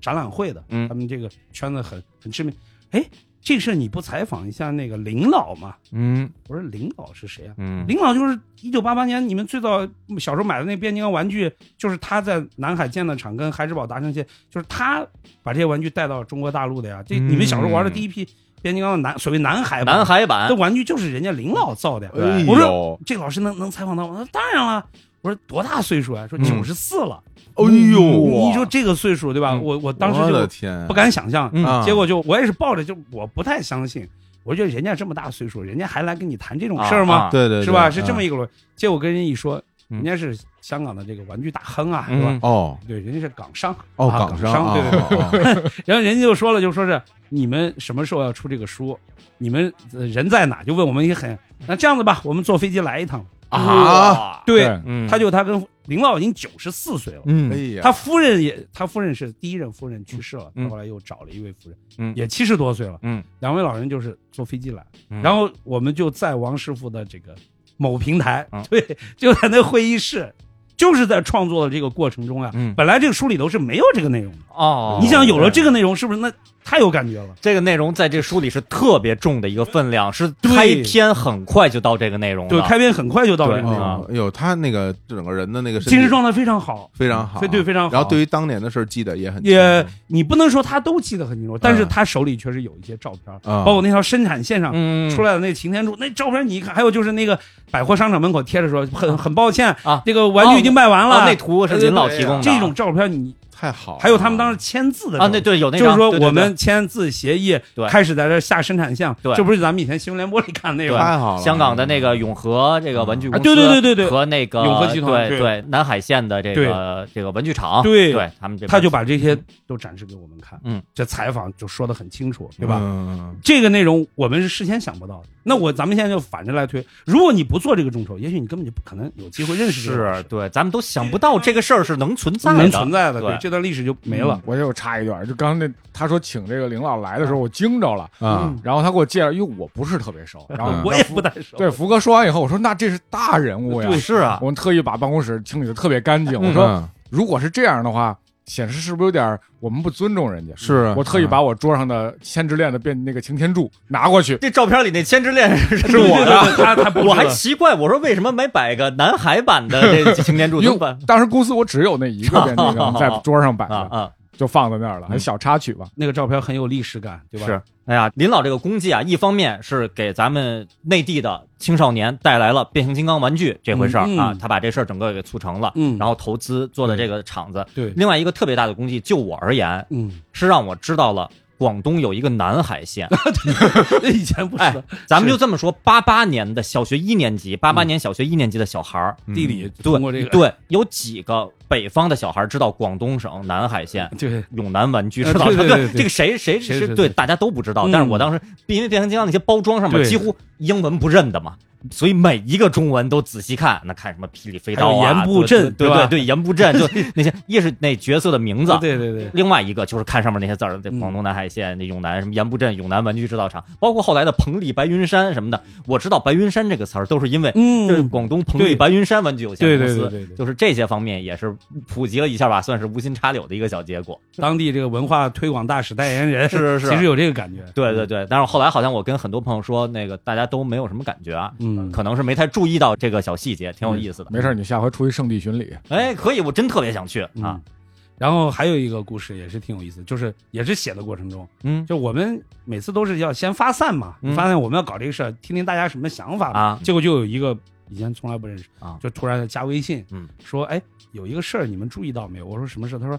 Speaker 4: 展览会的，
Speaker 1: 嗯
Speaker 4: 他们这个圈子很很知名，哎，这事儿你不采访一下那个林老吗？
Speaker 1: 嗯
Speaker 4: 我说林老是谁啊？
Speaker 1: 嗯
Speaker 4: 林老就是一九八八年你们最早小时候买的那变形金刚玩具，就是他在南海建的厂跟孩之宝达成协，就是他把这些玩具带到中国大陆的呀。这
Speaker 1: 嗯
Speaker 4: 你们小时候玩的第一批变形金刚的南所谓南海版
Speaker 2: 南海
Speaker 4: 的
Speaker 2: 版
Speaker 4: 玩具，就是人家林老造的呀。
Speaker 1: 哎
Speaker 4: 我
Speaker 1: 呦
Speaker 4: 说这老师能能采访到我？他说当然了。我说多大岁数啊？说
Speaker 1: 嗯
Speaker 4: 九十四了。
Speaker 1: 哎
Speaker 4: 嗯你
Speaker 1: 呦，
Speaker 4: 你说这个岁数对吧？
Speaker 1: 嗯
Speaker 4: 我我当时
Speaker 1: 我的
Speaker 4: 就
Speaker 1: 天，
Speaker 4: 不敢想象。
Speaker 2: 嗯
Speaker 1: 啊
Speaker 4: 结果就我也是抱着就我不太相信，我觉得人家这么大岁数，人家还来跟你谈这种事儿吗？
Speaker 2: 啊啊
Speaker 1: 对对对嗯
Speaker 4: 是吧？是这么
Speaker 1: 一
Speaker 4: 一个逻辑。结果跟人一说，
Speaker 1: 嗯
Speaker 4: 人家是香港的这个玩具大亨啊，是吧？
Speaker 2: 嗯
Speaker 1: 哦
Speaker 4: 对，人家是港商，
Speaker 1: 哦
Speaker 4: 啊
Speaker 1: 港哦
Speaker 4: 商，对对对。
Speaker 1: 对对，
Speaker 4: 然后人家就说了，就说是你们什么时候要出这个书？你们呃人在哪？就问我们也很。那这样子吧，我们坐飞机来一趟。
Speaker 1: 啊，
Speaker 2: 哇
Speaker 4: 对，
Speaker 2: 嗯，
Speaker 4: 他就他跟林老已经九十四岁了。
Speaker 1: 哎
Speaker 2: 嗯
Speaker 1: 呀，
Speaker 4: 他夫人也，他夫人是第一任夫人去世了，
Speaker 2: 嗯
Speaker 4: 他后来又找了一位夫人，
Speaker 2: 嗯
Speaker 4: 也七十多岁了，
Speaker 2: 嗯，
Speaker 4: 两位老人就是坐飞机来，
Speaker 2: 嗯
Speaker 4: 然后我们就在王师傅的这个某平台，
Speaker 2: 嗯
Speaker 4: 对，就在那会议室，就是在创作的这个过程中啊，
Speaker 2: 嗯
Speaker 4: 本来这个书里头是没有这个内容的，
Speaker 2: 哦，
Speaker 4: 你想有了这个内容，是不是那太有感觉了？
Speaker 2: 这个内容在这书里是特别重的一个分量，是
Speaker 4: 对
Speaker 2: 开篇很快就到这个内容了。
Speaker 4: 对，开篇很快就到这个内
Speaker 2: 哦对
Speaker 4: 容了，
Speaker 1: 哦哎呦，他那个整个人的那个身体
Speaker 4: 精神状态非常好，
Speaker 1: 非常好，
Speaker 4: 对对非常好
Speaker 1: 然后对于当年的事儿记得也很
Speaker 4: 也
Speaker 1: 清楚
Speaker 4: 你不能说他都记得很清楚，但是
Speaker 1: 嗯
Speaker 4: 他手里确实有一些照
Speaker 2: 哦
Speaker 4: 片，
Speaker 1: 啊，
Speaker 4: 包括那条生产线上。
Speaker 2: 嗯，
Speaker 4: 出
Speaker 2: 来
Speaker 4: 来的那擎天柱，那照片你一看，还有就是那个百货商场门口贴着说，很很抱歉
Speaker 2: 啊哦
Speaker 4: 这个玩具已经卖完了。
Speaker 2: 那图是林老提供的，
Speaker 4: 这种照片你
Speaker 1: 太好了，
Speaker 4: 还有他们当时签字的
Speaker 2: 啊，
Speaker 4: 照
Speaker 2: 那
Speaker 4: 片
Speaker 2: 对有那
Speaker 4: 就是
Speaker 2: 张，
Speaker 4: 说
Speaker 2: 对
Speaker 4: 我们签字协议
Speaker 2: 对，
Speaker 4: 开始在这下生产线，
Speaker 2: 对
Speaker 4: 这不是咱们以前新闻联播里看的那
Speaker 2: 对
Speaker 4: 个，
Speaker 1: 太好
Speaker 2: 对
Speaker 1: 了，
Speaker 2: 嗯香港的那个永和这个文具公司，
Speaker 4: 啊对对对对对
Speaker 2: 和那个
Speaker 4: 永和集团
Speaker 2: 对
Speaker 4: 对
Speaker 2: 对南海县的这个这个文具厂，
Speaker 4: 对
Speaker 2: 对，他们这边
Speaker 4: 他就把这些都展示给我们看，
Speaker 2: 嗯，
Speaker 4: 这采访就说的很清楚，对
Speaker 1: 对
Speaker 4: 吧？
Speaker 1: 吧？
Speaker 4: 这个内容我们是事先想不到的。那我咱们现在就反着来推，如果你不做这个众筹，也许你根本就不可能有机会认识这个
Speaker 2: 是
Speaker 4: 人
Speaker 2: 对，咱们都想不到这个事儿是能存在的，
Speaker 4: 能存在的，
Speaker 2: 对嗯
Speaker 4: 对，这段历史就没了。
Speaker 3: 嗯我就插一段，就刚才那他说请这个领导来的时候，我惊着了，
Speaker 1: 啊
Speaker 4: 嗯，
Speaker 3: 然后他给我介绍，因为我不是特别熟，然后
Speaker 1: 嗯
Speaker 4: 我也不太熟，
Speaker 3: 对福哥说完以后，我说那这是大人物呀，
Speaker 2: 对是啊
Speaker 3: 我们特意把办公室清理的特别干
Speaker 2: 嗯
Speaker 3: 净，我
Speaker 1: 我
Speaker 3: 说
Speaker 1: 说
Speaker 3: 如果是这样的话。显示是不是有点儿我们不尊重人家？
Speaker 1: 是啊
Speaker 3: 我特意把我桌上的千之恋的变那个擎天柱拿过去，
Speaker 2: 这照片里那千之恋是
Speaker 3: 是我的
Speaker 4: 对，对对他他不
Speaker 2: 我还
Speaker 4: 知道
Speaker 2: 奇怪，我说为什么没摆个南海版的这擎天柱？
Speaker 3: 因
Speaker 2: 怎么
Speaker 3: 为
Speaker 2: 办
Speaker 3: 当时公司我只有那一个变那个在桌上摆
Speaker 2: 啊
Speaker 3: 着，
Speaker 2: 啊！
Speaker 3: 就放在那儿了，
Speaker 1: 嗯
Speaker 3: 小插曲吧。
Speaker 4: 那个照片很有历史感，对吧？
Speaker 2: 是，哎呀，林老这个功绩啊，一方面是给咱们内地的青少年带来了变形金刚玩具这回事儿
Speaker 4: 嗯嗯
Speaker 2: 啊，他把这事儿整个给促成了，
Speaker 4: 嗯
Speaker 2: 然后投资做的这个厂子。
Speaker 4: 对，
Speaker 2: 另外一个特别大的功绩，就我而言，
Speaker 4: 嗯，
Speaker 2: 是让我知道了广东有一个南海 县。
Speaker 4: 那 以前不
Speaker 2: 哎
Speaker 4: 是，
Speaker 2: 咱们就这么说，八八年的小学一年级，
Speaker 4: 嗯
Speaker 2: 八八年小学一年级的小孩儿，
Speaker 1: 嗯
Speaker 4: 地理
Speaker 2: 对
Speaker 4: 通过这个，
Speaker 2: 对，有几个北方的小孩儿知道广东省南海县？
Speaker 4: 对，
Speaker 2: 永南玩具
Speaker 4: 呃
Speaker 2: 知道
Speaker 4: 对
Speaker 2: 吧
Speaker 4: 对对对
Speaker 2: 这个谁谁
Speaker 4: 谁
Speaker 2: 是
Speaker 4: 谁
Speaker 2: 对大家都不知道，
Speaker 4: 嗯
Speaker 2: 但是我当时因为变形金刚那些包装上面
Speaker 4: 对
Speaker 2: 几乎英文不认的嘛。所以每一个中文都仔细看，那看什么霹雳飞刀
Speaker 4: 还
Speaker 2: 啊，
Speaker 4: 有盐步阵
Speaker 2: 对
Speaker 4: 对吧
Speaker 2: 对对，盐步阵就 那些，一是那角色的名字，
Speaker 4: 对对对，
Speaker 2: 另外一个就是看上面那些字儿，这
Speaker 4: 嗯
Speaker 2: 广东南海县、这永南什么盐步镇、永南玩具制造厂，包括后来的彭丽白云山什么的，我知道白云山这个词儿都是因为这是
Speaker 4: 嗯，
Speaker 2: 广东彭丽白云山玩具有限公司，
Speaker 4: 对对对对对对
Speaker 2: 就是这些方面也是普及了一下吧，算是无心插柳的一个小结果。
Speaker 4: 当地这个文化推广大使代言人
Speaker 2: 是是是
Speaker 4: 其实有这个感觉，
Speaker 2: 对对对，但是后来好像我跟很多朋友说，那个大家都没有什么感觉啊，
Speaker 4: 嗯，
Speaker 2: 可能是没太注意到这个小细节，挺有意思的。
Speaker 3: 没事儿，你下回出去圣地巡礼，
Speaker 2: 哎，可以，我真特别想去
Speaker 4: 嗯
Speaker 2: 啊。。
Speaker 4: 然后还有一个故事也是挺有意思，就是也是写的过程中，
Speaker 2: 嗯
Speaker 4: 就我们每次都是要先发散嘛，
Speaker 2: 嗯
Speaker 4: 发散我们要搞这个事儿，听听大家什么想法嘛。
Speaker 2: 啊
Speaker 4: 结果就有一个以前从来不认识
Speaker 2: 啊
Speaker 4: 就突然加微信，
Speaker 2: 嗯，
Speaker 4: 说哎有一个事儿你们注意到没有？我说什么事儿？他说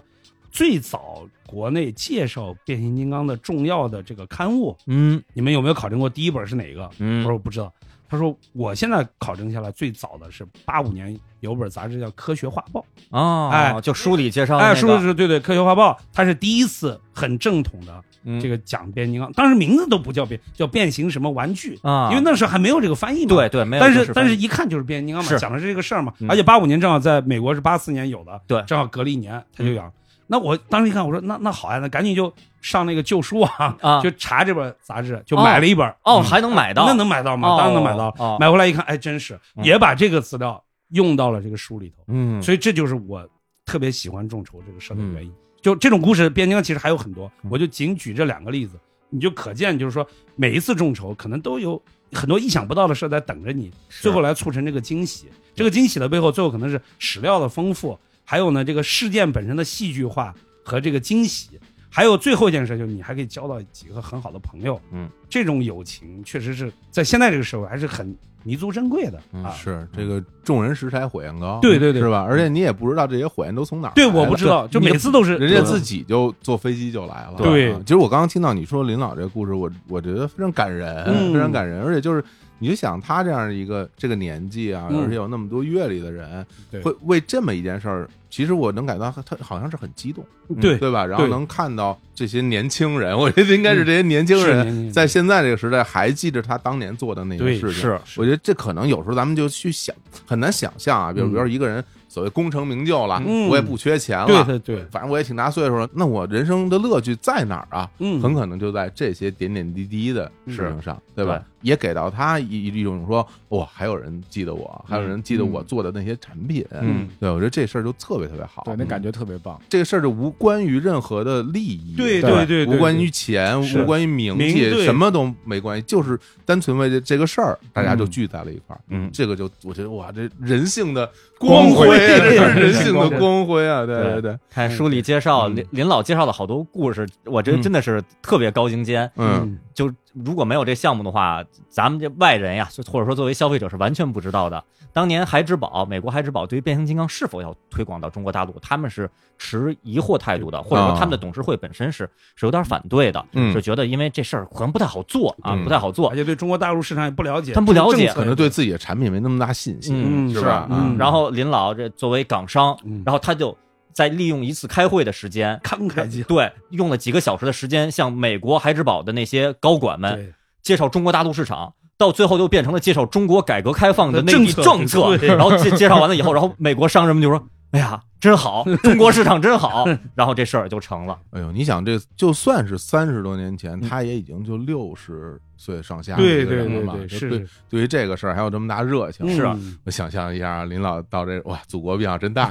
Speaker 4: 最早国内介绍变形金刚的重要的这个刊物，
Speaker 2: 嗯
Speaker 4: 你们有没有考证过第一本是哪个？我
Speaker 2: 嗯
Speaker 4: 说我不知道。他说我现在考证下来最早的是八五年有本杂志叫《科学画报》。
Speaker 2: 哦，
Speaker 4: 哎
Speaker 2: 就书里介绍的
Speaker 4: 哎，
Speaker 2: 那
Speaker 4: 叔叔
Speaker 2: 个，
Speaker 4: 是对对，科学画报，它是第一次很正统的
Speaker 1: 嗯
Speaker 4: 这个讲变形金刚，当时名字都不叫变，叫变形什么玩具，
Speaker 2: 啊，
Speaker 4: 因为那时候还没有这个翻译嘛。
Speaker 2: 对。对没有
Speaker 4: 但
Speaker 2: 正
Speaker 4: 是
Speaker 2: 式翻
Speaker 4: 但
Speaker 2: 译，
Speaker 4: 是一看就是变形金刚嘛，
Speaker 2: 是
Speaker 4: 讲的是这个事儿嘛
Speaker 1: 嗯。
Speaker 4: 而且八五年正好在美国是八四年有的，
Speaker 2: 对嗯
Speaker 4: 正好隔了一年他就养。那我当时一看，我说那那好呀，那赶紧就上那个旧书网
Speaker 2: 啊
Speaker 4: 就查这本杂志，就买了一本。
Speaker 2: 哦
Speaker 4: 嗯
Speaker 2: 还能买到，
Speaker 4: 那能买到吗？当然能买到。
Speaker 2: 哦
Speaker 4: 买回来一看，哎，真是
Speaker 2: 嗯
Speaker 4: 也把这个资料用到了这个书里头。
Speaker 1: 嗯，
Speaker 4: 所以这就是我特别喜欢众筹这个事儿的原因。
Speaker 1: 嗯
Speaker 4: 就这种故事，变形金刚其实还有很多
Speaker 1: 嗯，
Speaker 4: 我就仅举这两个例子，你就可见，就是说每一次众筹可能都有很多意想不到的事儿在等着你，最后来促成这个惊喜。这个惊喜的背后，最后可能是史料的丰富，还有呢这个事件本身的戏剧化和这个惊喜。还有最后一件事，就是你还可以交到几个很好的朋友，
Speaker 1: 嗯，
Speaker 4: 这种友情确实是在现在这个社会还是很弥足珍贵的
Speaker 1: 嗯，
Speaker 4: 啊。
Speaker 1: 是这个众人拾柴火焰高，
Speaker 4: 对对对
Speaker 1: 是吧？而且你也不知道这些火焰都从哪儿来
Speaker 4: 对，
Speaker 1: 的，
Speaker 4: 我不知道，就
Speaker 1: 你
Speaker 4: 每次都 是
Speaker 1: 哎人家
Speaker 4: 对
Speaker 1: 自己就坐飞机就来了。
Speaker 4: 对
Speaker 1: 啊其实我刚刚听到你说林老这个故事，我我觉得非常感人，
Speaker 4: 嗯
Speaker 1: 非常感人。而且就是，你就想他这样的一个这个年纪啊，
Speaker 4: 嗯
Speaker 1: 而且有那么多阅历的人，
Speaker 4: 对
Speaker 1: 会为这么一件事儿，其实我能感觉到他他好像是很激动，
Speaker 4: 嗯对
Speaker 1: 对吧？然后
Speaker 4: 对嗯
Speaker 1: 能看到这些年轻人， 我觉得应该是这些年轻
Speaker 4: 是年
Speaker 1: 人
Speaker 4: 轻人
Speaker 1: 在现在这个时代还记着他当年做的那个
Speaker 4: 对
Speaker 1: 事情。
Speaker 4: 是
Speaker 1: 我觉得这可能有时候咱们就去想，很难想象啊。比如，
Speaker 4: 嗯
Speaker 1: 比如说一个人所谓功成名就了，
Speaker 4: 嗯
Speaker 1: 我也不缺钱了，
Speaker 4: 对对对，
Speaker 1: 反正我也挺大岁数了，那我人生的乐趣在哪儿啊？
Speaker 4: 嗯
Speaker 1: 很可能就在这些点点滴滴的事情上，对吧？
Speaker 2: 对
Speaker 1: 也给到他一一种说，哇，还有人记得我，还有人记得我做的那些产品，
Speaker 2: 嗯，
Speaker 1: 对，我觉得这事儿就特别特别好。嗯
Speaker 3: 对，那感觉特别棒。
Speaker 1: 这个事儿就无关于任何的利益，
Speaker 4: 对
Speaker 1: 吧
Speaker 4: 对对对
Speaker 1: 无关于钱，
Speaker 4: 是
Speaker 1: 无关于名气
Speaker 4: 名，对
Speaker 1: 什么都没关系，就是单纯为这这个事儿，大家就
Speaker 3: 嗯
Speaker 1: 聚在了一块儿。
Speaker 2: 嗯
Speaker 1: 这个就我觉得哇，这人性的
Speaker 3: 光
Speaker 1: 辉，
Speaker 3: 辉
Speaker 1: 这是
Speaker 3: 对
Speaker 1: 人性的
Speaker 3: 光辉
Speaker 1: 光辉啊！对
Speaker 2: 对
Speaker 1: 对对，
Speaker 2: 看书里哎介绍
Speaker 1: 嗯
Speaker 2: 林林老介绍了好多故事，我觉得
Speaker 1: 嗯
Speaker 2: 真的是特别高精尖。
Speaker 1: 嗯，
Speaker 2: 就如果没有这项目的话，咱们这外人呀，或者说作为消费者是完全不知道的。当年孩之宝，美国孩之宝对于变形金刚是否要推广到中国大陆，他们是持疑惑态度
Speaker 4: 嗯
Speaker 2: 的，或
Speaker 4: 啊
Speaker 2: 者说他们的董事会本身是是有点反对的，
Speaker 1: 嗯
Speaker 2: 是觉得因为这事儿可能不太好做啊，
Speaker 1: 嗯
Speaker 2: 不太好做
Speaker 4: 而。且对中国大陆市场也不了解，
Speaker 2: 他们不了解
Speaker 4: 政策
Speaker 1: 可能对自己的产品没那么大信心，
Speaker 4: 嗯
Speaker 1: 是吧？
Speaker 4: 是
Speaker 1: 啊
Speaker 4: 嗯
Speaker 2: 然后林老这作为港商
Speaker 4: 嗯，
Speaker 2: 然后他就在利用一次开会的时间，
Speaker 4: 慷慨激
Speaker 2: 对，用了几个小时的时间向美国孩之宝的那些高管
Speaker 4: 昂，
Speaker 2: 们
Speaker 1: 哎
Speaker 4: 对
Speaker 2: 介绍中国大陆市场，到最后又变成了介绍中国改革开放
Speaker 1: 呃
Speaker 2: 的内地政
Speaker 4: 政
Speaker 2: 策
Speaker 4: 策，对
Speaker 2: 然后介介绍完了以后，然后美国商人们就说：“哎呀，真好，中国市场 真好。”然后这事儿就成了。
Speaker 1: 哎呦，你想这就算是三十多年前，他也已经就六十岁上下的
Speaker 4: 对
Speaker 1: 一个
Speaker 4: 对
Speaker 1: 人了
Speaker 4: 对
Speaker 1: 嘛，
Speaker 4: 对，
Speaker 1: 就是对，对于这个事儿还有这么大热情，
Speaker 4: 嗯
Speaker 2: 是啊
Speaker 1: 我想象一下啊，林老到这哇，祖国变化 真大，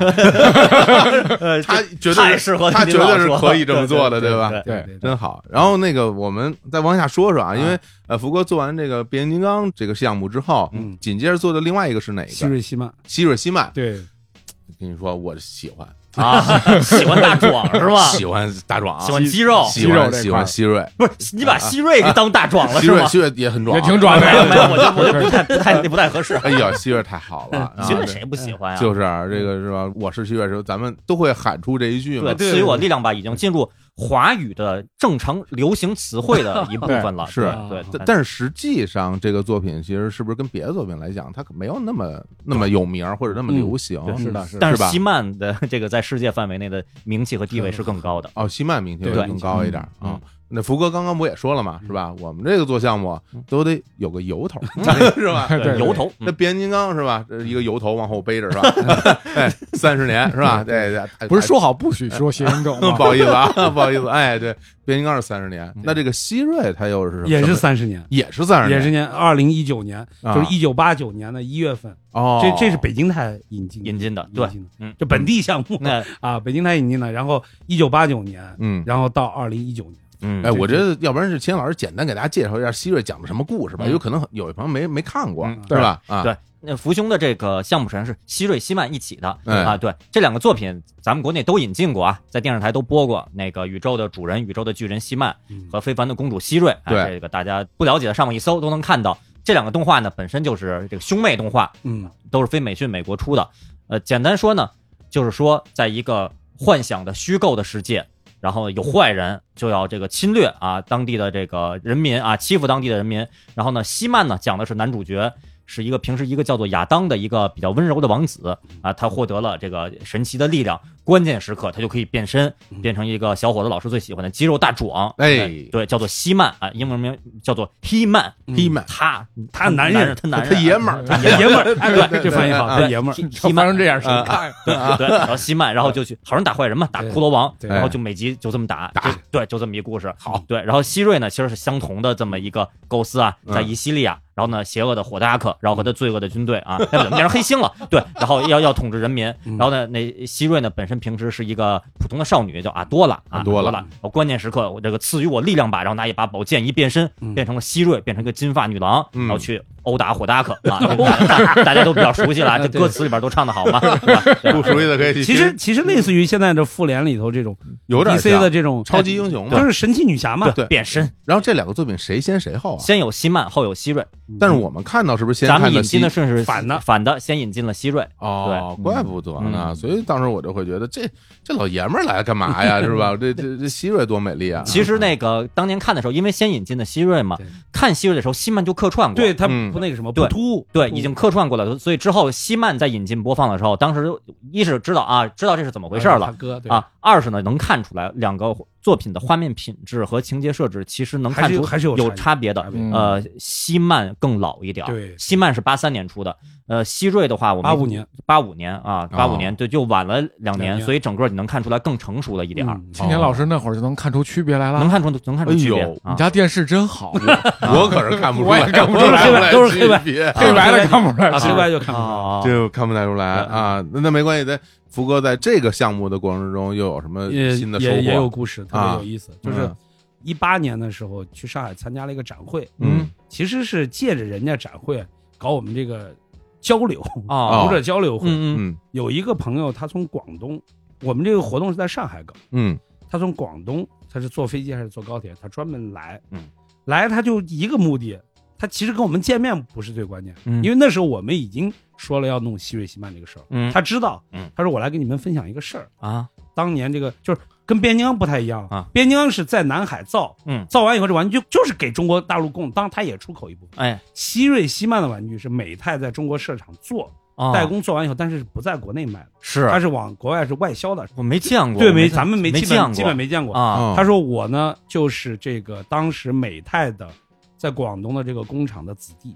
Speaker 2: 呃，
Speaker 1: 他
Speaker 2: 这
Speaker 1: 绝
Speaker 2: 太
Speaker 1: 对
Speaker 2: 适
Speaker 1: 是
Speaker 2: 合
Speaker 1: 他
Speaker 2: 林
Speaker 1: 绝
Speaker 2: 老
Speaker 1: 对是
Speaker 2: 说
Speaker 1: 可以这么做的，
Speaker 2: 对
Speaker 1: 吧？
Speaker 2: 对
Speaker 3: 对
Speaker 4: 对
Speaker 1: 真好。然后那个，我们再往下说说啊，因为
Speaker 4: 啊
Speaker 1: 呃，福哥做完这个变形金刚这个项目之后，
Speaker 4: 嗯
Speaker 1: 紧接着做的另外一个是哪
Speaker 4: 希
Speaker 1: 个？
Speaker 4: 瑞希曼，
Speaker 1: 希瑞希曼。
Speaker 4: 对，
Speaker 1: 跟你说，我喜欢，
Speaker 2: 啊，喜欢大壮是吧？
Speaker 1: 喜欢大壮啊，
Speaker 2: 喜欢肌肉，
Speaker 1: 喜
Speaker 3: 肉
Speaker 1: 欢
Speaker 3: 这
Speaker 1: 喜
Speaker 3: 块
Speaker 1: 欢
Speaker 3: 儿
Speaker 1: 希瑞，
Speaker 2: 不是你把希瑞给当大壮了
Speaker 1: 希
Speaker 2: 是
Speaker 1: 瑞
Speaker 2: 吗？
Speaker 1: 希瑞也很壮，
Speaker 3: 也挺。壮的
Speaker 2: 没有没有，我就我就不 太不太不太合适。
Speaker 1: 哎呀，希瑞太好了，
Speaker 2: 希
Speaker 1: 啊
Speaker 2: 瑞谁不喜欢呀？
Speaker 1: 就是啊这个是吧？我是希瑞的时候，咱们都会喊出这一句嘛
Speaker 2: 对，。赐予我力量吧，已经进入华语的正常流行词汇的一部分了。
Speaker 1: 是
Speaker 2: 对，
Speaker 1: 但但是实际上，这个作品其实是不是跟别的作品来讲，它可没有那么那么有名儿或者那么流行？
Speaker 3: 是的，呃是的。
Speaker 2: 但
Speaker 1: 是吧
Speaker 2: 希曼的这个在世界范围内的名气和地位是更 高的。
Speaker 1: 哦，西曼明确
Speaker 2: 对
Speaker 1: 更高一点
Speaker 2: 嗯
Speaker 1: 啊。那福哥刚刚不也说了嘛，是吧？我们这个做项目啊都得有个由头，是吧？
Speaker 3: 对对
Speaker 2: 由头，嗯
Speaker 1: 那变形金刚是吧？这是一个由头往后背着是吧？哎，三十年是吧？对对，太
Speaker 3: 不是说好不许说谐音梗 吗？
Speaker 1: 不好意思啊，不好意思，哎，对，变形金刚是三十年，那这个希瑞它又是什么
Speaker 4: 也是三十年，
Speaker 1: 也是三十
Speaker 4: 也
Speaker 1: 年，
Speaker 4: 是年二零一九年，
Speaker 1: 啊
Speaker 4: 就是一九八九年的一月份，
Speaker 1: 哦，
Speaker 4: 这这是北京台引进的
Speaker 2: 引进的，
Speaker 4: 引
Speaker 2: 对，
Speaker 4: 进的
Speaker 2: 嗯
Speaker 4: 就本地项目
Speaker 2: 那
Speaker 4: 啊，北京台引进的，然后一九八九年，
Speaker 1: 嗯，
Speaker 4: 然后到二零一九年，
Speaker 2: 嗯
Speaker 1: 哎，我觉得要不然是秦老师简单给大家介绍一下希瑞讲的什么故事吧，
Speaker 2: 嗯
Speaker 1: 有可能有一朋友没没看过，
Speaker 2: 嗯
Speaker 1: 是吧？啊，
Speaker 2: 对，那福兄的这个项目实际上是希瑞希曼一起的、
Speaker 1: 哎
Speaker 2: 啊，对，这两个作品咱们国内都引进过啊，在电视台都播过。那个宇宙的主人、宇宙的巨人希曼
Speaker 4: 嗯
Speaker 2: 和非凡的公主希瑞，啊
Speaker 1: 对
Speaker 2: 这个大家不了解的上网一搜都能看到。这两个动画呢，本身就是这个兄妹动画，
Speaker 4: 嗯
Speaker 2: 都是非美讯美国出的。呃，简单说呢，就是说在一个幻想的虚构的世界，然后有坏人就要这个侵略啊当地的这个人民啊，欺负当地的人民。然后呢，西曼呢讲的是男主角。是一个平时一个叫做亚当的一个比较温柔的王子啊，他获得了这个神奇的力量，关键时刻他就可以变身，变成一个小伙子老师最喜欢的肌肉大壮，
Speaker 1: 哎
Speaker 2: 对，叫做西曼啊，英文名叫做 He Man，
Speaker 1: 黑曼，
Speaker 2: 他
Speaker 4: 他男
Speaker 2: 男
Speaker 4: 人
Speaker 2: 他男人，啊
Speaker 1: 他爷们 儿，
Speaker 4: 爷爷们儿，哎
Speaker 1: 对
Speaker 4: 对，
Speaker 1: 对
Speaker 4: 这翻译好，
Speaker 2: 对
Speaker 4: 他爷们儿，
Speaker 1: 哎
Speaker 2: 西
Speaker 3: 要
Speaker 2: 西
Speaker 3: 发
Speaker 2: 曼
Speaker 3: 生这样谁
Speaker 1: 啊
Speaker 3: 看？
Speaker 2: 对对对，然后西曼，然后就去好人打坏人嘛，打骷髅王，
Speaker 4: 对
Speaker 2: 然后就每集就这么打，
Speaker 1: 打
Speaker 2: 就对，就这么一故事。
Speaker 4: 好，
Speaker 2: 对，然后希瑞呢，其实是相同的这么一个构思啊，
Speaker 1: 嗯
Speaker 2: 在伊西利亚，然后呢，邪恶的火达克，然后和他罪恶的军队啊，哎怎么变成黑星了？ 对，然后要要统治人民，
Speaker 4: 嗯
Speaker 2: 然后呢，那希瑞呢，本身平时是一个普通的少女，叫阿多拉啊，
Speaker 1: 阿多拉
Speaker 2: 拉，我关键时刻我这个赐予我力量吧，然后拿一把宝剑一变身，
Speaker 4: 嗯
Speaker 2: 变成了希瑞，变成一个金发女郎，
Speaker 1: 嗯
Speaker 2: 然后去殴打火达克 啊，这个大大大家都比较熟悉了，这歌词里边都唱 的好嘛，对吧对
Speaker 1: 不熟悉的可以去
Speaker 4: 其实其实类似于现在这复联里头这种
Speaker 1: 嗯有点
Speaker 4: DC
Speaker 1: 像
Speaker 4: 的这种
Speaker 1: 超级英雄嘛
Speaker 4: 就。是神奇女侠嘛，
Speaker 1: 对
Speaker 2: 变身，
Speaker 1: 然后这两个作品谁先谁后啊？
Speaker 2: 先有西曼，后有希瑞。
Speaker 1: 但是我们看到是不是先
Speaker 2: 咱们
Speaker 1: 看
Speaker 2: 引
Speaker 1: 西
Speaker 2: 进的顺序是
Speaker 4: 反的
Speaker 2: 反的，先引进了希瑞。
Speaker 1: 哦，
Speaker 3: 对
Speaker 1: 怪不得呢，
Speaker 2: 嗯
Speaker 1: 所以当时我就会觉得这这老爷们儿来干嘛 呀，是吧？这这这希瑞多美丽啊！
Speaker 2: 其实那个当年看的时候，因为先引进的希瑞嘛
Speaker 4: 对，
Speaker 2: 看希瑞的时候，西曼就客串过。
Speaker 4: 对他
Speaker 1: 嗯
Speaker 4: 不那个什么
Speaker 2: 对
Speaker 4: 不突兀，
Speaker 2: 对，已经客串过了，所以之后西曼在引进播放的时候，当时一是知道啊，知道这是怎么回事儿
Speaker 4: 大
Speaker 2: 了
Speaker 4: 哥，对
Speaker 2: 啊；二是呢，能看出来两个作品的画面品质和情节设置，其实能
Speaker 4: 还
Speaker 2: 看
Speaker 4: 是有
Speaker 2: 出
Speaker 4: 还是有
Speaker 2: 有
Speaker 4: 差异
Speaker 2: 差别的。
Speaker 3: 嗯
Speaker 2: 呃，西曼更老一点儿，
Speaker 4: 对
Speaker 2: 西曼是八三年出的，呃，希瑞的话我们
Speaker 4: 八五年
Speaker 2: 八五年啊，八五年对，就晚了两
Speaker 4: 哦两
Speaker 2: 年，
Speaker 4: 年
Speaker 2: 所以整个你能看出来更成熟了一点儿，
Speaker 4: 嗯
Speaker 3: 青年老师那会儿就能看出区别来了
Speaker 2: 能。看出能看出区别
Speaker 1: 哎呦
Speaker 2: 啊
Speaker 3: 你。家电视真好，
Speaker 1: 我可是看不出
Speaker 3: 我
Speaker 1: 来，
Speaker 3: 也看不出
Speaker 4: 来都是黑白
Speaker 1: 白，别
Speaker 3: 黑白的看不出来
Speaker 4: 啊，。黑白就看不出来。
Speaker 2: 啊，
Speaker 1: 就看不太出来啊。那那没关系，在福哥在这个项目的过程中又有什么
Speaker 4: 也
Speaker 1: 新的收
Speaker 4: 也也有
Speaker 1: 获？
Speaker 4: 故事，特
Speaker 1: 啊
Speaker 4: 别有意思。就是一八年的时候去上海参加了一个展会，
Speaker 1: 嗯
Speaker 4: 其实是借着人家展会搞我们这个交流
Speaker 2: 哦
Speaker 4: 读者交流会。
Speaker 2: 嗯嗯
Speaker 1: 嗯
Speaker 4: 有一个朋友他从广东，我们这个活动是在上海搞，
Speaker 1: 嗯
Speaker 4: 他从广东，他是坐飞机还是坐高铁？他专门来，
Speaker 2: 嗯，
Speaker 4: 来他就一个目的，他其实跟我们见面不是最关键，
Speaker 2: 嗯，
Speaker 4: 因为那时候我们已经说了要弄希瑞希曼这个事儿，
Speaker 2: 嗯
Speaker 4: 他知道，
Speaker 2: 嗯，
Speaker 4: 他说我来给你们分享一个事儿，
Speaker 2: 啊，
Speaker 4: 当年这个就是跟边疆不太一样
Speaker 2: 啊，
Speaker 4: 边疆是在南海造，
Speaker 2: 嗯
Speaker 4: 造完以后这玩具就就是给中国大陆供，当它也出口一部分。
Speaker 2: 哎，
Speaker 4: 希瑞希曼的玩具是美泰在中国市场做
Speaker 2: 哦
Speaker 4: 代工做完以后，但是不在国内卖的，
Speaker 2: 是
Speaker 4: 它是往国外是外销的。
Speaker 2: 我没见过，
Speaker 4: 对，
Speaker 2: 我没
Speaker 4: 没
Speaker 2: 见
Speaker 4: 咱们没
Speaker 2: 没
Speaker 4: 基本
Speaker 2: 见
Speaker 4: 基本
Speaker 2: 过
Speaker 4: 没见过。嗯
Speaker 2: 啊，
Speaker 1: 哦
Speaker 4: 他说我呢就是这个当时美泰的在广东的这个工厂的子弟，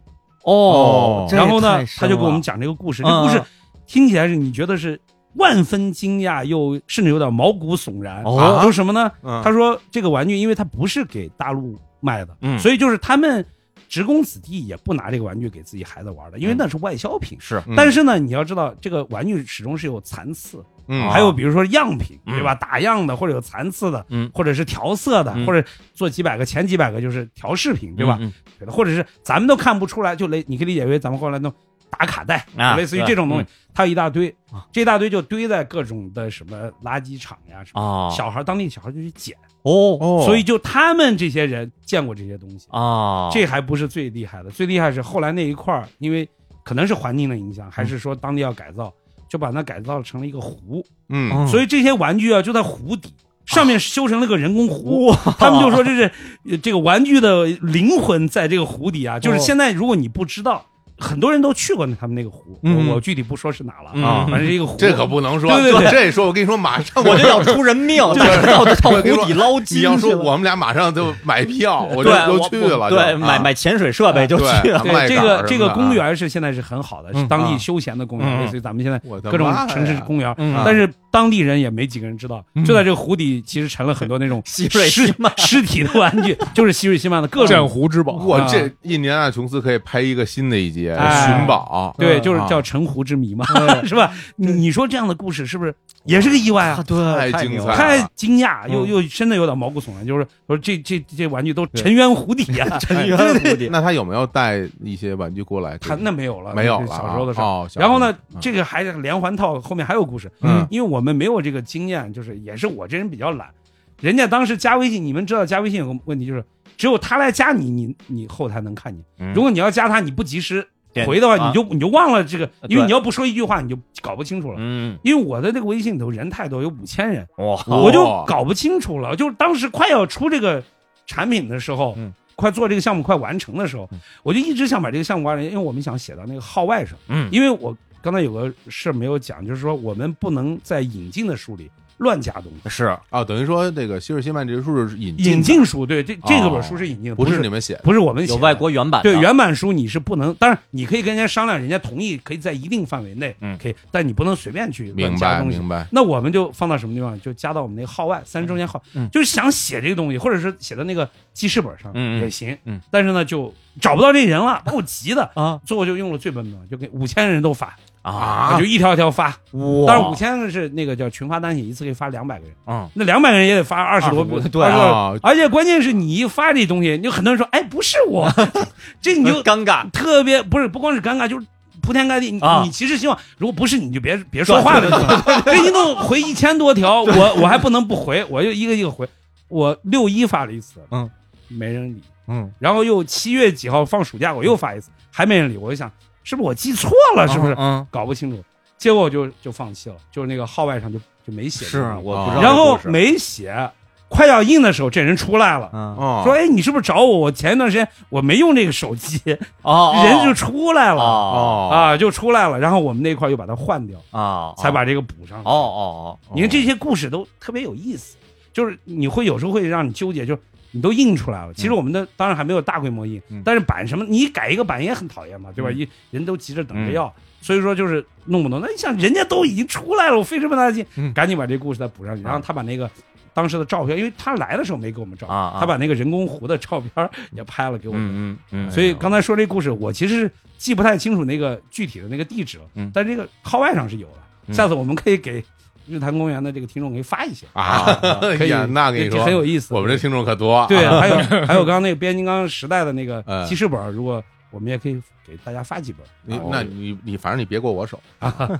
Speaker 1: 哦
Speaker 2: 这
Speaker 4: 然后呢
Speaker 2: 太深
Speaker 4: 他就给我们
Speaker 2: 了
Speaker 4: 讲这个故
Speaker 2: 嗯
Speaker 4: 事，这故事听起来是你觉得是万分惊讶，又甚至有点毛骨悚然。啊
Speaker 2: 哦
Speaker 4: 说什么呢？
Speaker 1: 嗯，
Speaker 4: 他说这个玩具，因为它不是给大陆卖的，
Speaker 2: 嗯
Speaker 4: 所以就是他们职工子弟也不拿这个玩具给自己孩子玩的，因为
Speaker 2: 嗯
Speaker 4: 那是外销品。
Speaker 2: 是
Speaker 1: 嗯
Speaker 4: 但是呢，你要知道，这个玩具始终是有残次，
Speaker 1: 嗯
Speaker 4: 还有比如说样品，
Speaker 2: 啊嗯
Speaker 4: 对吧？打样的或者有残次的，
Speaker 2: 嗯
Speaker 4: 或者是调色的，
Speaker 2: 嗯
Speaker 4: 或者做几百个前几百个就是调饰品，对吧？
Speaker 2: 嗯
Speaker 4: 对的或者是咱们都看不出来，就类你可以理解为咱们后来弄打卡带，
Speaker 2: 啊
Speaker 4: 类似于这种东西
Speaker 2: 对，
Speaker 4: 它有一大堆
Speaker 2: 啊，
Speaker 4: 这一大堆就堆在各种的什么垃圾场呀什么。
Speaker 2: 哦
Speaker 4: 嗯小孩当地小孩就去捡，
Speaker 2: 哦
Speaker 1: 哦，
Speaker 4: 所以就他们这些人见过这些东西。
Speaker 2: 哦，
Speaker 4: 这还不是最厉害的，最厉害是后来那一块儿，因为可能是环境的影响，还
Speaker 2: 嗯
Speaker 4: 是说当地要改造，就把它改造成了一个湖。
Speaker 1: 嗯
Speaker 4: 所
Speaker 2: 以
Speaker 4: 以这些玩具啊就在湖底。上面修成了个人工湖，他们就说这是呃这个玩具的灵魂在这个湖底啊。就是现在，如果你不知道，很多人都去过他们那个湖，
Speaker 2: 嗯
Speaker 4: 我我具体不说是哪了啊，
Speaker 2: 嗯
Speaker 4: 反正是一个湖。
Speaker 1: 这可不能说，
Speaker 4: 对对对
Speaker 1: 这一说我跟你说，马上
Speaker 2: 我就要出人 命，
Speaker 1: 对
Speaker 2: 但是到到湖
Speaker 1: 我跟你说
Speaker 2: 底 捞
Speaker 1: 你
Speaker 2: 金
Speaker 1: 要
Speaker 2: 去
Speaker 1: 说
Speaker 2: 了。
Speaker 1: 我们俩马上就买票，我就
Speaker 2: 对，
Speaker 1: 就
Speaker 2: 我
Speaker 1: 去了就，
Speaker 2: 对，
Speaker 1: 啊
Speaker 2: 买买潜水设备就
Speaker 1: 对
Speaker 2: 去了。
Speaker 1: 麦
Speaker 4: 哎对
Speaker 1: 秆
Speaker 4: 这
Speaker 1: 什么
Speaker 4: 个
Speaker 1: 的
Speaker 4: 这个公园是现在是很好的，是
Speaker 2: 嗯
Speaker 4: 当地
Speaker 1: 啊
Speaker 4: 休闲的公园，
Speaker 2: 嗯
Speaker 4: 类似于咱们现在
Speaker 1: 我的
Speaker 4: 各种
Speaker 1: 妈呀啊
Speaker 4: 城市公园。
Speaker 2: 嗯
Speaker 4: 但是当地人也没几个人知道，就在这个湖底，其实沉了很多那种
Speaker 2: 希瑞希
Speaker 4: 尸尸体的玩具，就是希瑞希曼的各
Speaker 3: 镇
Speaker 4: 种。
Speaker 3: 湖之宝，啊
Speaker 1: 我这印第安纳琼斯可以拍一个新的一集
Speaker 4: 啊哎
Speaker 1: 寻宝，
Speaker 4: 对，就是
Speaker 1: 啊
Speaker 4: 叫沉湖之谜嘛， 是吧？你你说这样的故事是不是也是个意外啊？
Speaker 1: 太
Speaker 2: 对
Speaker 1: 精
Speaker 2: 牛
Speaker 1: 彩
Speaker 2: 了
Speaker 1: 了
Speaker 4: 太惊讶，
Speaker 2: 嗯
Speaker 4: 又又真的有点毛骨悚然，就是说这这这玩具都沉冤湖底啊呀，
Speaker 2: 沉冤湖底。
Speaker 1: 那他有没有带一些玩具过来？
Speaker 4: 他那没有了，
Speaker 1: 没有
Speaker 4: 那
Speaker 1: 了
Speaker 4: 是
Speaker 1: 啊，
Speaker 4: 小时候的事儿。
Speaker 1: 哦。小时
Speaker 4: 然
Speaker 1: 候
Speaker 4: 后呢，
Speaker 1: 嗯
Speaker 4: 这个还是连环套，后面还有故事，
Speaker 1: 嗯
Speaker 4: 因为我们没有这个经验，就是也是我这人比较懒，人家当时加微信，你们知道加微信有个问题就是，只有他来加你，你你后台能看见。
Speaker 2: 嗯
Speaker 4: 如果你要加他，你不及时
Speaker 2: 点
Speaker 4: 回的话，
Speaker 2: 啊
Speaker 4: 你就你就忘了这个，因为
Speaker 2: 对
Speaker 4: 你要不说一句话，你就搞不清楚了。
Speaker 2: 嗯，
Speaker 4: 因为我的那个微信里头人太多，有五千人，
Speaker 2: 哇，
Speaker 4: 我就搞不清楚了。就是当时快要出这个产品的时候，
Speaker 2: 嗯
Speaker 4: 快做这个项目快完成的时候，我就一直想把这个项目完成，因为我们想写到那个号外上。
Speaker 2: 嗯
Speaker 4: 因为我刚才有个事儿没有讲，就是说我们不能在引进的书里乱加东西。
Speaker 2: 是
Speaker 1: 啊，等于说这个《希尔希曼》这个书是引
Speaker 4: 引
Speaker 1: 的，
Speaker 4: 进书，对，这这个本
Speaker 1: 哦
Speaker 4: 书是引进的，
Speaker 1: 不
Speaker 4: 不
Speaker 1: 是
Speaker 4: 是
Speaker 1: 你们写的。
Speaker 4: 不是我们写
Speaker 2: 有
Speaker 4: 的
Speaker 2: 外国原版的，
Speaker 4: 对原版书你是不能，当然你可以跟人家商量，人家同意可以在一定范围内，
Speaker 2: 嗯
Speaker 4: 可以，但你不能随便去乱
Speaker 1: 明
Speaker 4: 加
Speaker 1: 白，
Speaker 4: 东西。
Speaker 1: 明白。
Speaker 4: 那我们就放到什么地方？就加到我们那个号外三十周年号，
Speaker 2: 嗯
Speaker 4: 就是想写这个东西，或者是写到那个记事本上
Speaker 2: 嗯嗯
Speaker 4: 也行。
Speaker 2: 嗯
Speaker 4: 但是呢，就找不到这人 了，把我急的。
Speaker 2: 啊
Speaker 4: 最后就用了最笨的，就给五千人都发，
Speaker 2: 啊
Speaker 4: 我就，一条一条发。
Speaker 2: 哇
Speaker 4: 但是五千个是那个叫群发单写，一次可以发两百个人，
Speaker 2: 嗯
Speaker 4: 那两百个人也得发二十多
Speaker 2: 25
Speaker 4: 部，
Speaker 2: 对
Speaker 4: 20多
Speaker 1: 啊
Speaker 4: 而且关键是你一发这东西，就很多人说，哎，不是我， 这你就
Speaker 2: 尴尬，
Speaker 4: 特别不是不光是尴尬，就是铺天盖地。你、
Speaker 2: 啊
Speaker 4: 你其实希望，如果不是你就别别说话了，这一弄回一千多 条，我我还不能不回，我就一个一个回。我六一发了一次，
Speaker 2: 嗯，
Speaker 4: 没人理，
Speaker 2: 嗯，
Speaker 4: 然后又七月几号放暑假，我又发一次，还没人理，我就想是不是我记错了，是不是？
Speaker 2: 嗯，
Speaker 4: 搞不清楚，结果我就就放弃了，就是那个号外上就就没写这
Speaker 2: 是
Speaker 4: 个东西，
Speaker 2: 我不知
Speaker 1: 啊
Speaker 2: 道这故事，
Speaker 4: 然后没写，快要印的时候，这人出来了。
Speaker 2: 嗯哦
Speaker 1: 哦，
Speaker 4: 说，哎，你是不是找我？我前一段时间我没用这个手机，
Speaker 2: 哦
Speaker 4: 人就出来了、
Speaker 2: 哦
Speaker 1: 哦
Speaker 4: 啊，就出来了。然后我们那块儿又把它换掉，
Speaker 2: 哦，
Speaker 4: 才把这个补上。
Speaker 2: 哦，哦
Speaker 1: 哦
Speaker 4: 你看这些故事都特别有意思，就是你会有时候会让你纠结，就是你都印出
Speaker 2: 嗯
Speaker 4: 来了。其实我们的当然还没有大规模印，
Speaker 1: 嗯
Speaker 4: 但是版什么你改一个版也很讨厌嘛，对吧？
Speaker 2: 嗯
Speaker 4: 一人都急着等着要，所以说就是弄不懂。那你想人家都已经出来了，我费什么大劲？
Speaker 1: 嗯
Speaker 4: 赶紧把这故事再补上去。
Speaker 2: 啊
Speaker 4: 然后他把那个。当时的照片，因为他来的时候没给我们照片，
Speaker 2: 啊啊
Speaker 4: 他把那个人工湖的照片也拍了给
Speaker 2: 哦，
Speaker 4: 我们。
Speaker 2: 嗯嗯嗯，
Speaker 4: 哎
Speaker 1: 哎
Speaker 4: 所以刚才说这故事，我其实是记不太清楚那个具体的那个地址了，
Speaker 2: 嗯
Speaker 4: 但这个号外上是有的。
Speaker 2: 嗯
Speaker 4: 下次我们可以给日坛公园的这个听众给发一些，
Speaker 1: 啊，
Speaker 4: 可以，
Speaker 1: 呀那跟你
Speaker 4: 这
Speaker 1: 说，
Speaker 4: 很有意思。
Speaker 1: 我们这听众可多，
Speaker 4: 对，
Speaker 1: 啊
Speaker 4: 还 有还有刚刚那个变形金刚时代的那个
Speaker 1: 嗯
Speaker 4: 记事本，如果我们也可以给大家发几本。
Speaker 1: 你
Speaker 4: 啊我
Speaker 1: 那你你反正你别过我手，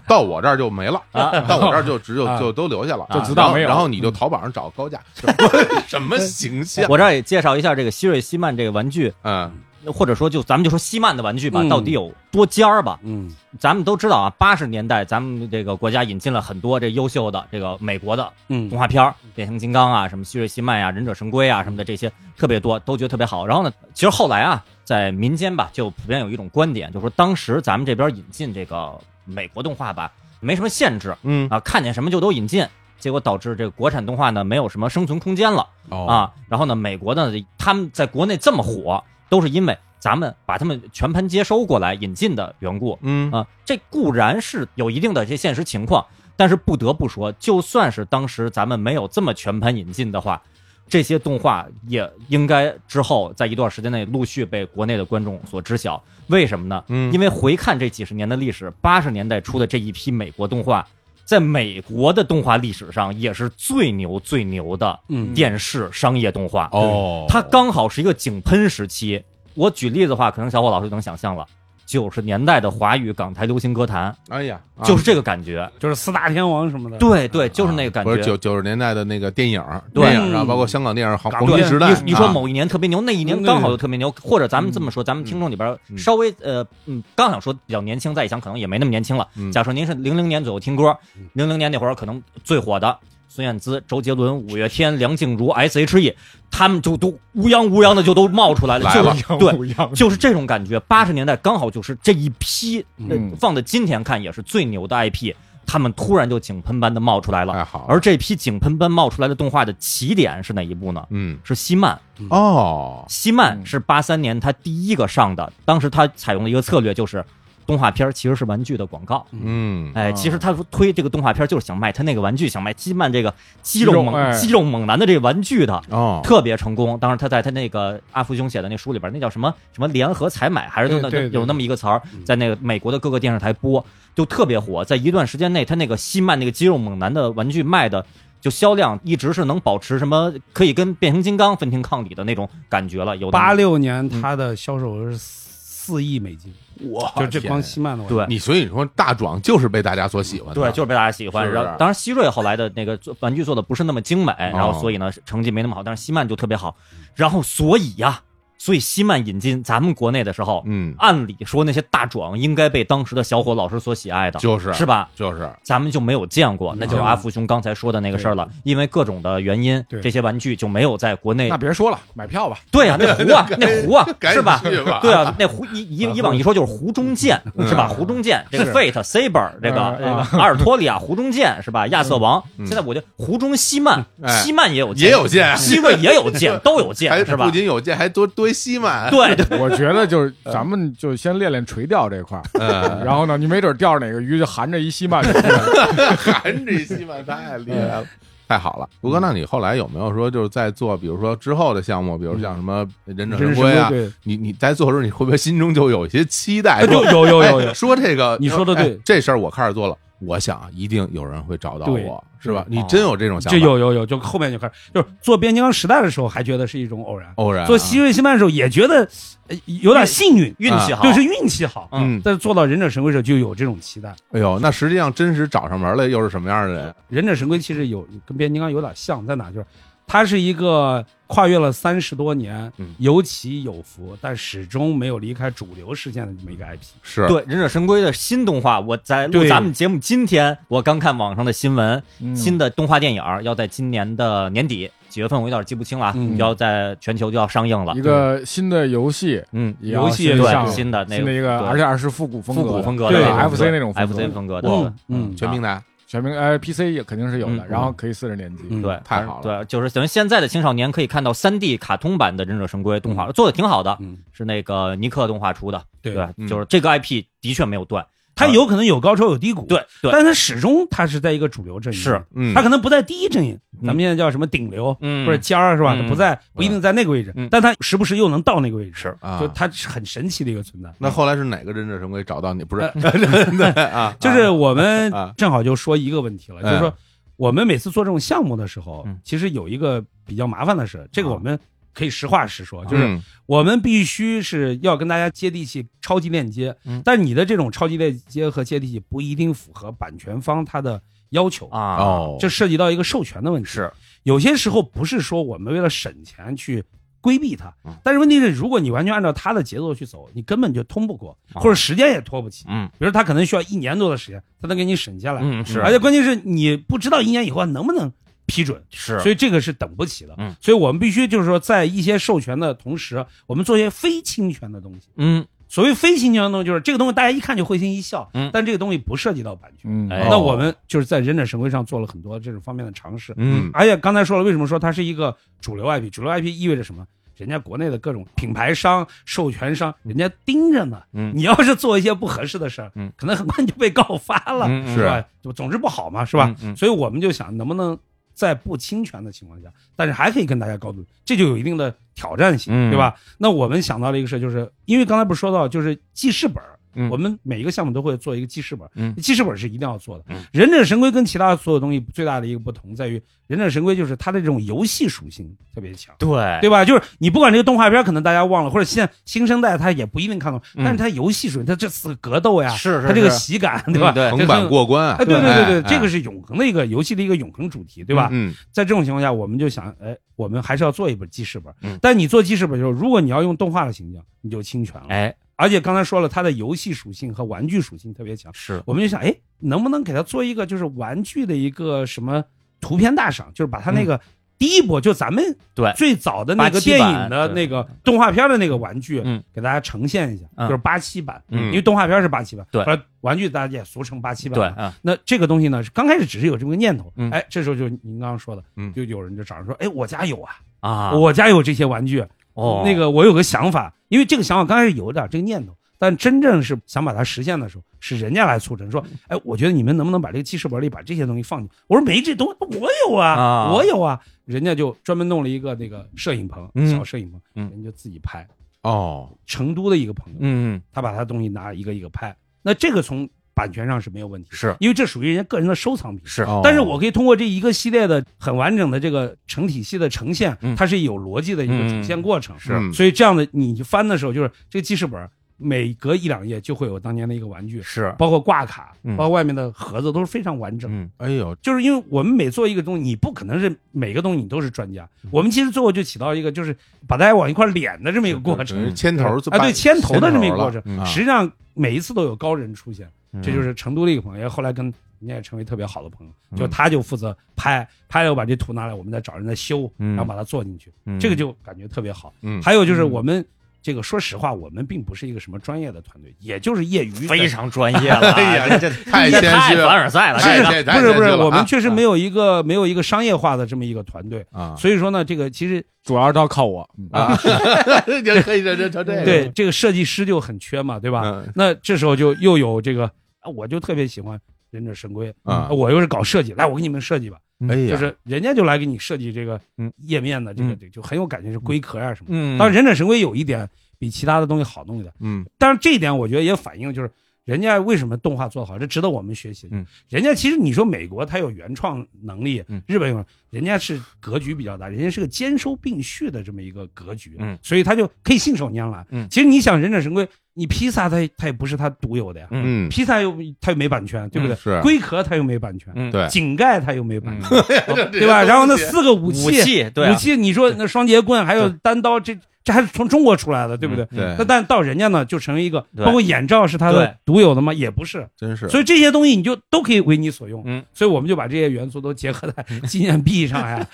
Speaker 1: 到我这儿就没了，到我这儿就只有
Speaker 4: 啊
Speaker 1: 就都留下了，
Speaker 3: 就知道
Speaker 1: 然后
Speaker 3: 没有
Speaker 1: 然后你
Speaker 4: 嗯
Speaker 1: 就淘宝上找高价，什么 什么形象？
Speaker 2: 我这儿也介绍一下这个希瑞希曼这个玩具，
Speaker 1: 嗯，
Speaker 2: 或者说就咱们就说希曼的玩具吧，
Speaker 4: 嗯
Speaker 2: 到底有多尖儿吧？
Speaker 4: 嗯，
Speaker 2: 咱们都知道啊，八十年代咱们这个国家引进了很多这优秀的这个美国的
Speaker 4: 嗯
Speaker 2: 动画片儿，变形金刚啊，什么希瑞希曼呀、忍者神龟
Speaker 1: 嗯
Speaker 2: 啊什么的，这些特别多，都觉得特别好。然后呢，其实后来啊，在民间吧，就普遍有一种观点，就是说当时咱们这边引进这个美国动画吧，没什么限制，
Speaker 1: 嗯
Speaker 2: 啊，看见什么就都引进，结果导致这个国产动画呢没有什么生存空间了
Speaker 1: 哦，
Speaker 2: 啊。然后呢，美国呢，他们在国内这么火，都是因为咱们把他们全盘接收过来引进的缘故。
Speaker 1: 嗯
Speaker 2: 啊，这固然是有一定的这现实情况，但是不得不说，就算是当时咱们没有这么全盘引进的话，这些动画也应该之后在一段时间内陆续被国内的观众所知晓。为什么呢？
Speaker 1: 嗯
Speaker 2: 因为回看这几十年的历史，八十年代初的这一批美国动画。在美国的动画历史上，也是最牛最牛的
Speaker 4: 嗯
Speaker 2: 电视商业动画。
Speaker 1: 哦，
Speaker 2: 它刚好是一个井喷时期。我举例子的话，可能小伙老师就能想象了，九十年代的华语港台流行歌坛
Speaker 1: 哎呀，啊
Speaker 2: 就是这个感觉。
Speaker 4: 就是四大天王什么的。
Speaker 2: 对对，就是那个感
Speaker 1: 啊不是
Speaker 2: 觉。
Speaker 1: 九九十年代的那个电影儿，
Speaker 2: 对
Speaker 1: 电影儿啊，
Speaker 4: 嗯
Speaker 1: 包括香港电影儿黄
Speaker 4: 港
Speaker 1: 黄金
Speaker 4: 片
Speaker 1: 时代，
Speaker 2: 你你说
Speaker 1: 啊
Speaker 2: 某一年特别牛，那一年刚好就特别牛，或者咱们这么说，咱们听众里边
Speaker 1: 嗯
Speaker 2: 稍微呃嗯，刚想说比较年轻，再一想可能也没那么年轻了。
Speaker 1: 嗯
Speaker 2: 假设您是零零年左右听歌，零零年那会儿可能最火的孙燕姿、周杰伦、五月天、梁静茹、S.H.E，他们就都乌泱乌泱的就都冒出来了，
Speaker 1: 来
Speaker 2: 就
Speaker 1: 了
Speaker 2: 对，
Speaker 3: 不一样，
Speaker 2: 就是这种感觉。八十年代刚好就是这一批，呃
Speaker 3: 嗯
Speaker 2: 放到今天看也是最牛的 IP，他们突然就井喷般的冒出来了。
Speaker 3: 啊
Speaker 1: 太好了，
Speaker 2: 而这批井喷般冒出来的动画的起点是哪一部呢？
Speaker 1: 嗯
Speaker 2: 是希曼，
Speaker 1: 哦
Speaker 2: 希曼
Speaker 3: 嗯
Speaker 2: 是八三年他第一个上的，当时他采用了一个策略，就是动画片其实是玩具的广告。
Speaker 1: 嗯
Speaker 2: 哎，
Speaker 3: 啊
Speaker 2: 其实他推这个动画片就是想卖他那个玩具，想卖希曼这个肌
Speaker 3: 肌
Speaker 2: 肉
Speaker 3: 肉
Speaker 2: 猛
Speaker 3: 哎
Speaker 2: 肌肉猛男的这个玩具的。
Speaker 1: 哦
Speaker 2: 特别成功。当时他在他那个阿福兄写的那书里边，那叫什么什么联合采买，还是
Speaker 3: 对
Speaker 2: 那
Speaker 3: 对对嗯
Speaker 2: 有那么一个词儿，在那个美国的各个电视台播，就特别火。在一段时间内，他那个西曼那个肌肉猛男的玩具卖的。就销量一直是能保持什么可以跟变形金刚分庭抗礼的那种感觉了，有那么
Speaker 4: 八六年它的销售额是四四亿美金，
Speaker 1: 哇
Speaker 4: 就这
Speaker 1: 天
Speaker 4: 光
Speaker 1: 啊
Speaker 4: 西曼的，
Speaker 2: 对
Speaker 1: 你所以说大壮就是被大家所喜欢的，
Speaker 2: 对，就是被大家喜欢。
Speaker 1: 是
Speaker 2: 然后，当然希瑞后来的那个做玩具做的不是那么精美，
Speaker 3: 哦
Speaker 2: 然后所以呢成绩没那么好，但是西曼就特别好。然后所以呀、所以西曼引进咱们国内的时候，
Speaker 1: 嗯，
Speaker 2: 按理说那些大壮应该被当时的小伙老师所喜爱的，
Speaker 1: 就是
Speaker 2: 是吧？
Speaker 1: 就是
Speaker 2: 咱们就没有见过，那就是
Speaker 4: 嗯
Speaker 2: 阿福兄刚才说的那个事儿了。因为各种的原因，
Speaker 3: 对
Speaker 2: 这些玩具就没有在国内
Speaker 3: 那。别说了，买票吧。
Speaker 2: 对啊，那壶啊，那壶啊，
Speaker 1: 赶紧
Speaker 2: 是吧？
Speaker 1: 去吧
Speaker 2: 对啊，那壶以以以往一说就是湖中剑，
Speaker 1: 嗯
Speaker 2: 是吧？湖中剑，这个
Speaker 3: 是
Speaker 2: Fate Saber，这个
Speaker 3: 嗯
Speaker 2: 这个阿尔托利亚湖中剑是吧？亚瑟王，现在我觉得湖中西曼，
Speaker 1: 嗯哎
Speaker 2: 西曼也有剑
Speaker 1: 也有剑，
Speaker 2: 西瑞也有剑，都有
Speaker 1: 还
Speaker 2: 剑是
Speaker 1: 不
Speaker 2: 吧？
Speaker 1: 仅有剑，还多堆西满，
Speaker 2: 对对
Speaker 3: 我觉得就是咱们就先练练垂钓这块儿，
Speaker 1: 嗯，
Speaker 3: 然后呢，你没准钓着哪个鱼就含着一西曼就出来了。
Speaker 1: 含着西满太厉害
Speaker 2: 嗯
Speaker 1: 了。太好了，吴哥，那你后来有没有说就是在做，比如说之后的项目，比如像什么忍者神龟啊，
Speaker 4: 对，
Speaker 1: 你你在做的时候，你会不会心中就有一些期 待？
Speaker 4: 有有有哦有
Speaker 1: 哎
Speaker 4: 有，
Speaker 1: 说这个，
Speaker 4: 你说的对
Speaker 1: 哎这事儿我开始做了，我想一定有人会找到
Speaker 4: 对
Speaker 1: 我，是吧？
Speaker 2: 对
Speaker 1: 你真有这种想
Speaker 4: 就
Speaker 1: 法？
Speaker 4: 嗯有有有，就后面就开始，就是做变形金刚时代的时候还觉得是一种偶然，
Speaker 1: 偶然啊
Speaker 4: 做希瑞西曼的时候也觉得呃有点幸运，
Speaker 2: 运气好，
Speaker 4: 啊对，是运气好。
Speaker 1: 嗯，
Speaker 4: 但是做到忍者神龟的时候就有这种期待。
Speaker 1: 哎呦，那实际上真实找上门来又是什么样的人？
Speaker 4: 忍者神龟其实有跟变形金刚有点像，在哪就是它是一个跨越了三十多年
Speaker 1: 嗯，
Speaker 4: 有起有伏，但始终没有离开主流视线的这么一个 IP。
Speaker 1: 是
Speaker 2: 对《忍者神龟》的新动画，我在录
Speaker 4: 对
Speaker 2: 咱们节目今天，我刚看网上的新闻，
Speaker 3: 嗯
Speaker 2: 新的动画电影儿要在今年的年底几月份，我有点记不清了啊，
Speaker 4: 嗯
Speaker 2: 要在全球就要上映了
Speaker 3: 一。个新的游戏，
Speaker 2: 嗯，
Speaker 3: 也要
Speaker 4: 游戏
Speaker 3: 新
Speaker 4: 也
Speaker 3: 上
Speaker 2: 对，
Speaker 3: 了
Speaker 2: 新的那
Speaker 3: 新的一个，
Speaker 2: 对
Speaker 3: 而且还是复古风格
Speaker 2: 复
Speaker 3: 的，
Speaker 2: 古风格
Speaker 4: 对
Speaker 2: 那种
Speaker 3: FC 那种风格
Speaker 2: FC 风格的，啊
Speaker 4: 嗯嗯，
Speaker 1: 全平台，
Speaker 3: 全民哎 PC 也肯定是有的，
Speaker 2: 嗯
Speaker 3: 然后可以四十年级，
Speaker 4: 嗯
Speaker 2: 对，
Speaker 1: 太好了。
Speaker 2: 对，就是等于现在的青少年可以看到三 D 卡通版的《忍者神龟》动画，做的挺好的，
Speaker 4: 嗯，
Speaker 2: 是那个尼克动画出的，
Speaker 4: 对
Speaker 1: 嗯
Speaker 2: 就是这个 IP 的确没有断，
Speaker 4: 它有可能有高潮有低谷，，
Speaker 2: 对对，
Speaker 4: 但它始终它是在一个主流阵营，
Speaker 2: 是，
Speaker 1: 嗯，
Speaker 4: 它可能不在第一阵营，
Speaker 2: 嗯
Speaker 4: 咱们现在叫什么顶流
Speaker 2: 嗯，
Speaker 4: 或者尖儿是吧？
Speaker 2: 嗯
Speaker 4: 它不在，不一定在那个位置
Speaker 2: 嗯，
Speaker 4: 但它时不时又能到那个位置，
Speaker 2: 是
Speaker 1: 啊
Speaker 4: 就它是很神奇的一个存在。
Speaker 1: 那后来是哪个忍者神龟找到你？不是
Speaker 4: 呃，
Speaker 1: 对啊，
Speaker 4: 就是我们
Speaker 1: 啊
Speaker 4: 正好就说一个问题 了，
Speaker 1: 嗯
Speaker 4: 就是说我们每次做这种项目的时候
Speaker 2: 哎嗯，啊
Speaker 4: 其实有一个比较麻烦的事，这个我们可以实话实说，就是
Speaker 1: 嗯
Speaker 4: 我们必须是要跟大家接地气、超级链接
Speaker 2: 嗯，
Speaker 4: 但你的这种超级链接和接地气不一定符合版权方他的要求，
Speaker 2: 啊，
Speaker 1: 哦，
Speaker 4: 这涉及到一个授权的问题。
Speaker 2: 是
Speaker 4: 有些时候不是说我们为了省钱去规避它
Speaker 1: 嗯，
Speaker 4: 但是问题是，如果你完全按照它的节奏去走，你根本就通不过，
Speaker 2: 啊
Speaker 4: 或者时间也拖不起。
Speaker 2: 嗯
Speaker 4: 比如他可能需要一年多的时间，才能给你审下来，
Speaker 2: 嗯是
Speaker 4: 而且关键是你不知道一年以后能不能批准，
Speaker 2: 是，
Speaker 4: 所以这个是等不起的。
Speaker 2: 嗯
Speaker 4: 所以我们必须就是说，在一些授权的同时，我们做一些非侵权的东西。
Speaker 2: 嗯
Speaker 4: 所谓非侵权的东西，就是这个东西大家一看就会心一笑，
Speaker 2: 嗯
Speaker 4: 但这个东西不涉及到版权。
Speaker 3: 嗯，
Speaker 2: 哎
Speaker 4: 那我们就是在忍者神龟上做了很多这种方面的尝试，
Speaker 1: 嗯
Speaker 4: 而且刚才说了，为什么说它是一个主流 IP？主流 IP 意味着什么？人家国内的各种品牌商、授权商，人家盯着呢。
Speaker 2: 嗯
Speaker 4: 你要是做一些不合适的事儿，
Speaker 2: 嗯
Speaker 4: 可能很快就被告发了，
Speaker 2: 嗯嗯
Speaker 4: 是吧？就总之不好嘛，是吧？
Speaker 2: 嗯嗯
Speaker 4: 所以我们就想，能不能在不侵权的情况下，但是还可以跟大家高度，这就有一定的挑战性，
Speaker 2: 嗯
Speaker 4: 对吧？那我们想到了一个事儿，就是因为刚才不是说到，就是记事本儿，
Speaker 2: 嗯
Speaker 4: 我们每一个项目都会做一个记事本儿，
Speaker 2: 嗯
Speaker 4: 记事本儿是一定要做的。
Speaker 2: 嗯
Speaker 4: 忍者神龟跟其他所有东西最大的一个不同在于，忍者神龟就是它的这种游戏属性特别强。
Speaker 2: 对
Speaker 4: 对吧？就是你不管这个动画片，可能大家忘了，或者现在新生代他也不一定看懂，
Speaker 2: 嗯
Speaker 4: 但是他游戏属性，他这次格斗呀，
Speaker 2: 是啊是
Speaker 4: 他这个
Speaker 2: 是
Speaker 4: 喜感，对
Speaker 2: 嗯
Speaker 4: 吧？
Speaker 2: 对
Speaker 1: 嗯横版过关啊，
Speaker 4: 哎，对对对对，
Speaker 1: 哎
Speaker 4: 这个是啊永恒的一个游戏的一个永恒主题，对吧？
Speaker 1: 嗯
Speaker 4: 在这种情况下，我们就想，哎，我们还是要做一本记事本。
Speaker 2: 嗯
Speaker 4: 但你做记事本的时候，如果你要用动画的形象，你就侵权了。
Speaker 2: 哎
Speaker 4: 而且刚才说了，它的游戏属性和玩具属性特别强，
Speaker 2: 是
Speaker 4: 我们就想，哎，能不能给它做一个就是玩具的一个什么图片大赏，就是把它那个第一波，就咱们
Speaker 2: 嗯对
Speaker 4: 最早的那个
Speaker 2: 87
Speaker 4: 电
Speaker 2: 版
Speaker 4: 影的
Speaker 2: 对
Speaker 4: 那个动画片的那个玩具
Speaker 2: 嗯，
Speaker 4: 给大家呈现一下，
Speaker 2: 嗯
Speaker 4: 就是八七版，
Speaker 2: 嗯
Speaker 4: 因为动画片是八七版，
Speaker 2: 对
Speaker 4: 后来玩具大家也俗称八七版，
Speaker 2: 对。啊
Speaker 4: 那这个东西呢，是刚开始只是有这么个念头，
Speaker 2: 嗯
Speaker 4: 哎，这时候就您刚刚说的，
Speaker 1: 嗯
Speaker 4: 就有人就找人说，哎，我家有啊，
Speaker 2: 啊
Speaker 4: 我家有这些玩具，嗯
Speaker 2: 哦
Speaker 4: 那个我有个想法，因为这个想法刚开始有点这个念头，但真正是想把它实现的时候，是人家来促成，说，哎，我觉得你们能不能把这个记事本里把这些东西放进？我说没这东西，我有啊，
Speaker 2: 啊
Speaker 4: 我有啊，人家就专门弄了一个那个摄影棚，
Speaker 2: 嗯
Speaker 4: 小摄影棚，
Speaker 2: 嗯
Speaker 4: 人家自己拍。
Speaker 1: 哦，
Speaker 4: 成都的一个朋友，
Speaker 2: 嗯
Speaker 4: 他把他东西拿一个一个拍，那这个从版权上是没有问题，
Speaker 2: 是
Speaker 4: 因为这属于人家个人的收藏品。
Speaker 2: 是
Speaker 1: 哦
Speaker 4: 但是我可以通过这一个系列的很完整的这个成体系的呈现
Speaker 2: 嗯，
Speaker 4: 它是有逻辑的一个呈现过程。
Speaker 1: 是
Speaker 4: 所以这样的你去翻的时候，就是这个记事本儿每隔一两页就会有当年的一个玩具，
Speaker 2: 是，
Speaker 4: 包括挂卡，
Speaker 2: 嗯
Speaker 4: 包括外面的盒子都是非常完整。
Speaker 2: 嗯
Speaker 1: 哎呦，
Speaker 4: 就是因为我们每做一个东西，你不可能是每个东西你都是专家。我们其实最后就起到一个就是把大家往一块儿敛的这么一个过程，
Speaker 1: 等于牵头
Speaker 4: 啊，对，牵头的这么一个过
Speaker 1: 过
Speaker 4: 程
Speaker 1: 程，。
Speaker 2: 嗯
Speaker 1: 啊
Speaker 4: 实际上每一次都有高人出现，
Speaker 2: 嗯
Speaker 4: 这就是成都的一个朋友，后来跟人家也成为特别好的朋友。
Speaker 2: 嗯
Speaker 4: 就他就负责拍，拍了我把这图拿来，我们再找人再修，
Speaker 2: 嗯
Speaker 4: 然后把它做进去，
Speaker 2: 嗯
Speaker 4: 这个就感觉特别好。
Speaker 1: 嗯，
Speaker 4: 还有就是我们这个，说实话，我们并不是一个什么专业的团队，也就是业余 的，
Speaker 2: 非常专业了，啊
Speaker 1: 哎呀
Speaker 2: 这这
Speaker 1: 太
Speaker 2: 这
Speaker 1: 谦
Speaker 2: 太
Speaker 1: 虚了
Speaker 2: 凡尔赛了，
Speaker 1: 是
Speaker 2: 这
Speaker 1: 是
Speaker 2: 个
Speaker 1: 太
Speaker 4: 不是不
Speaker 1: 谦虚
Speaker 4: 是，
Speaker 1: 了
Speaker 4: 我
Speaker 1: 啊
Speaker 4: 们确实没有一个没有一个商业化的这么一个团队，
Speaker 1: 啊，
Speaker 4: 所以说呢，这个其实
Speaker 3: 主要是要靠我。嗯
Speaker 1: 啊， 就可以认真成这个，
Speaker 4: 对这个设计师就很缺嘛，对吧？
Speaker 1: 嗯
Speaker 4: 那这时候就又有这个，啊我就特别喜欢忍者神龟，
Speaker 1: 啊，
Speaker 4: 我又是搞设计，来我给你们设计吧，
Speaker 1: 哎呀，
Speaker 4: 嗯哦就是人家就来给你设计这个
Speaker 2: 嗯
Speaker 4: 页面的这个，
Speaker 2: 嗯
Speaker 4: 这个就很有感觉，是龟壳啊什么的。
Speaker 2: 嗯，
Speaker 4: 当然，忍者神龟有一点比其他的东西好弄一点，
Speaker 1: 嗯
Speaker 4: 但是这一点我觉得也反映就是人家为什么动画做得好，这值得我们学习。
Speaker 2: 嗯，
Speaker 4: 人家其实你说美国它有原创能力，
Speaker 2: 嗯
Speaker 4: 日本有，人家是格局比较大，人家是个兼收并蓄的这么一个格局，
Speaker 2: 嗯
Speaker 4: 所以他就可以信手拈来。
Speaker 2: 嗯
Speaker 4: 其实你想忍者神龟，你披萨它它也不是它独有的呀，
Speaker 1: 嗯，
Speaker 4: 披萨又它又没版权，对不对？
Speaker 1: 是
Speaker 4: 龟壳它又没版权，
Speaker 2: 啊嗯
Speaker 1: 对
Speaker 4: 井盖它又没版 权，对
Speaker 1: 对
Speaker 4: 吧？然后那四个武
Speaker 2: 武
Speaker 4: 器，
Speaker 2: 器对啊
Speaker 4: 武器，你说那双节棍还有单刀，这这还是从中国出来的，对不对？
Speaker 1: 嗯对
Speaker 4: 那，但到人家呢，就成为一个，
Speaker 2: 嗯对
Speaker 4: 包括眼罩是它
Speaker 2: 对
Speaker 4: 的独有的吗？也不是，
Speaker 1: 真是，
Speaker 4: 所以这些东西你就都可以为你所用。
Speaker 2: 嗯，
Speaker 4: 所以我们就把这些元素都结合在 纪念币上 呀，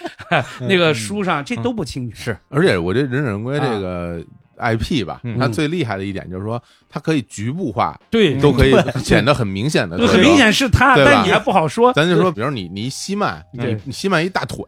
Speaker 4: 那个书上，这都不侵
Speaker 2: 嗯
Speaker 4: 权。
Speaker 2: 是
Speaker 1: 而且我觉得忍者神龟
Speaker 4: 啊
Speaker 1: 这个 IP 吧，
Speaker 2: 嗯
Speaker 1: 它最厉害的一点就是说，它可以局部化，
Speaker 4: 嗯对，
Speaker 2: 嗯
Speaker 1: 都可以显得很明显的，
Speaker 4: 对很明。显是它，
Speaker 1: 对吧
Speaker 4: 但你还不好说。
Speaker 1: 咱就说，比如你你一吸脉，
Speaker 4: 对
Speaker 1: 你你吸脉一大 腿，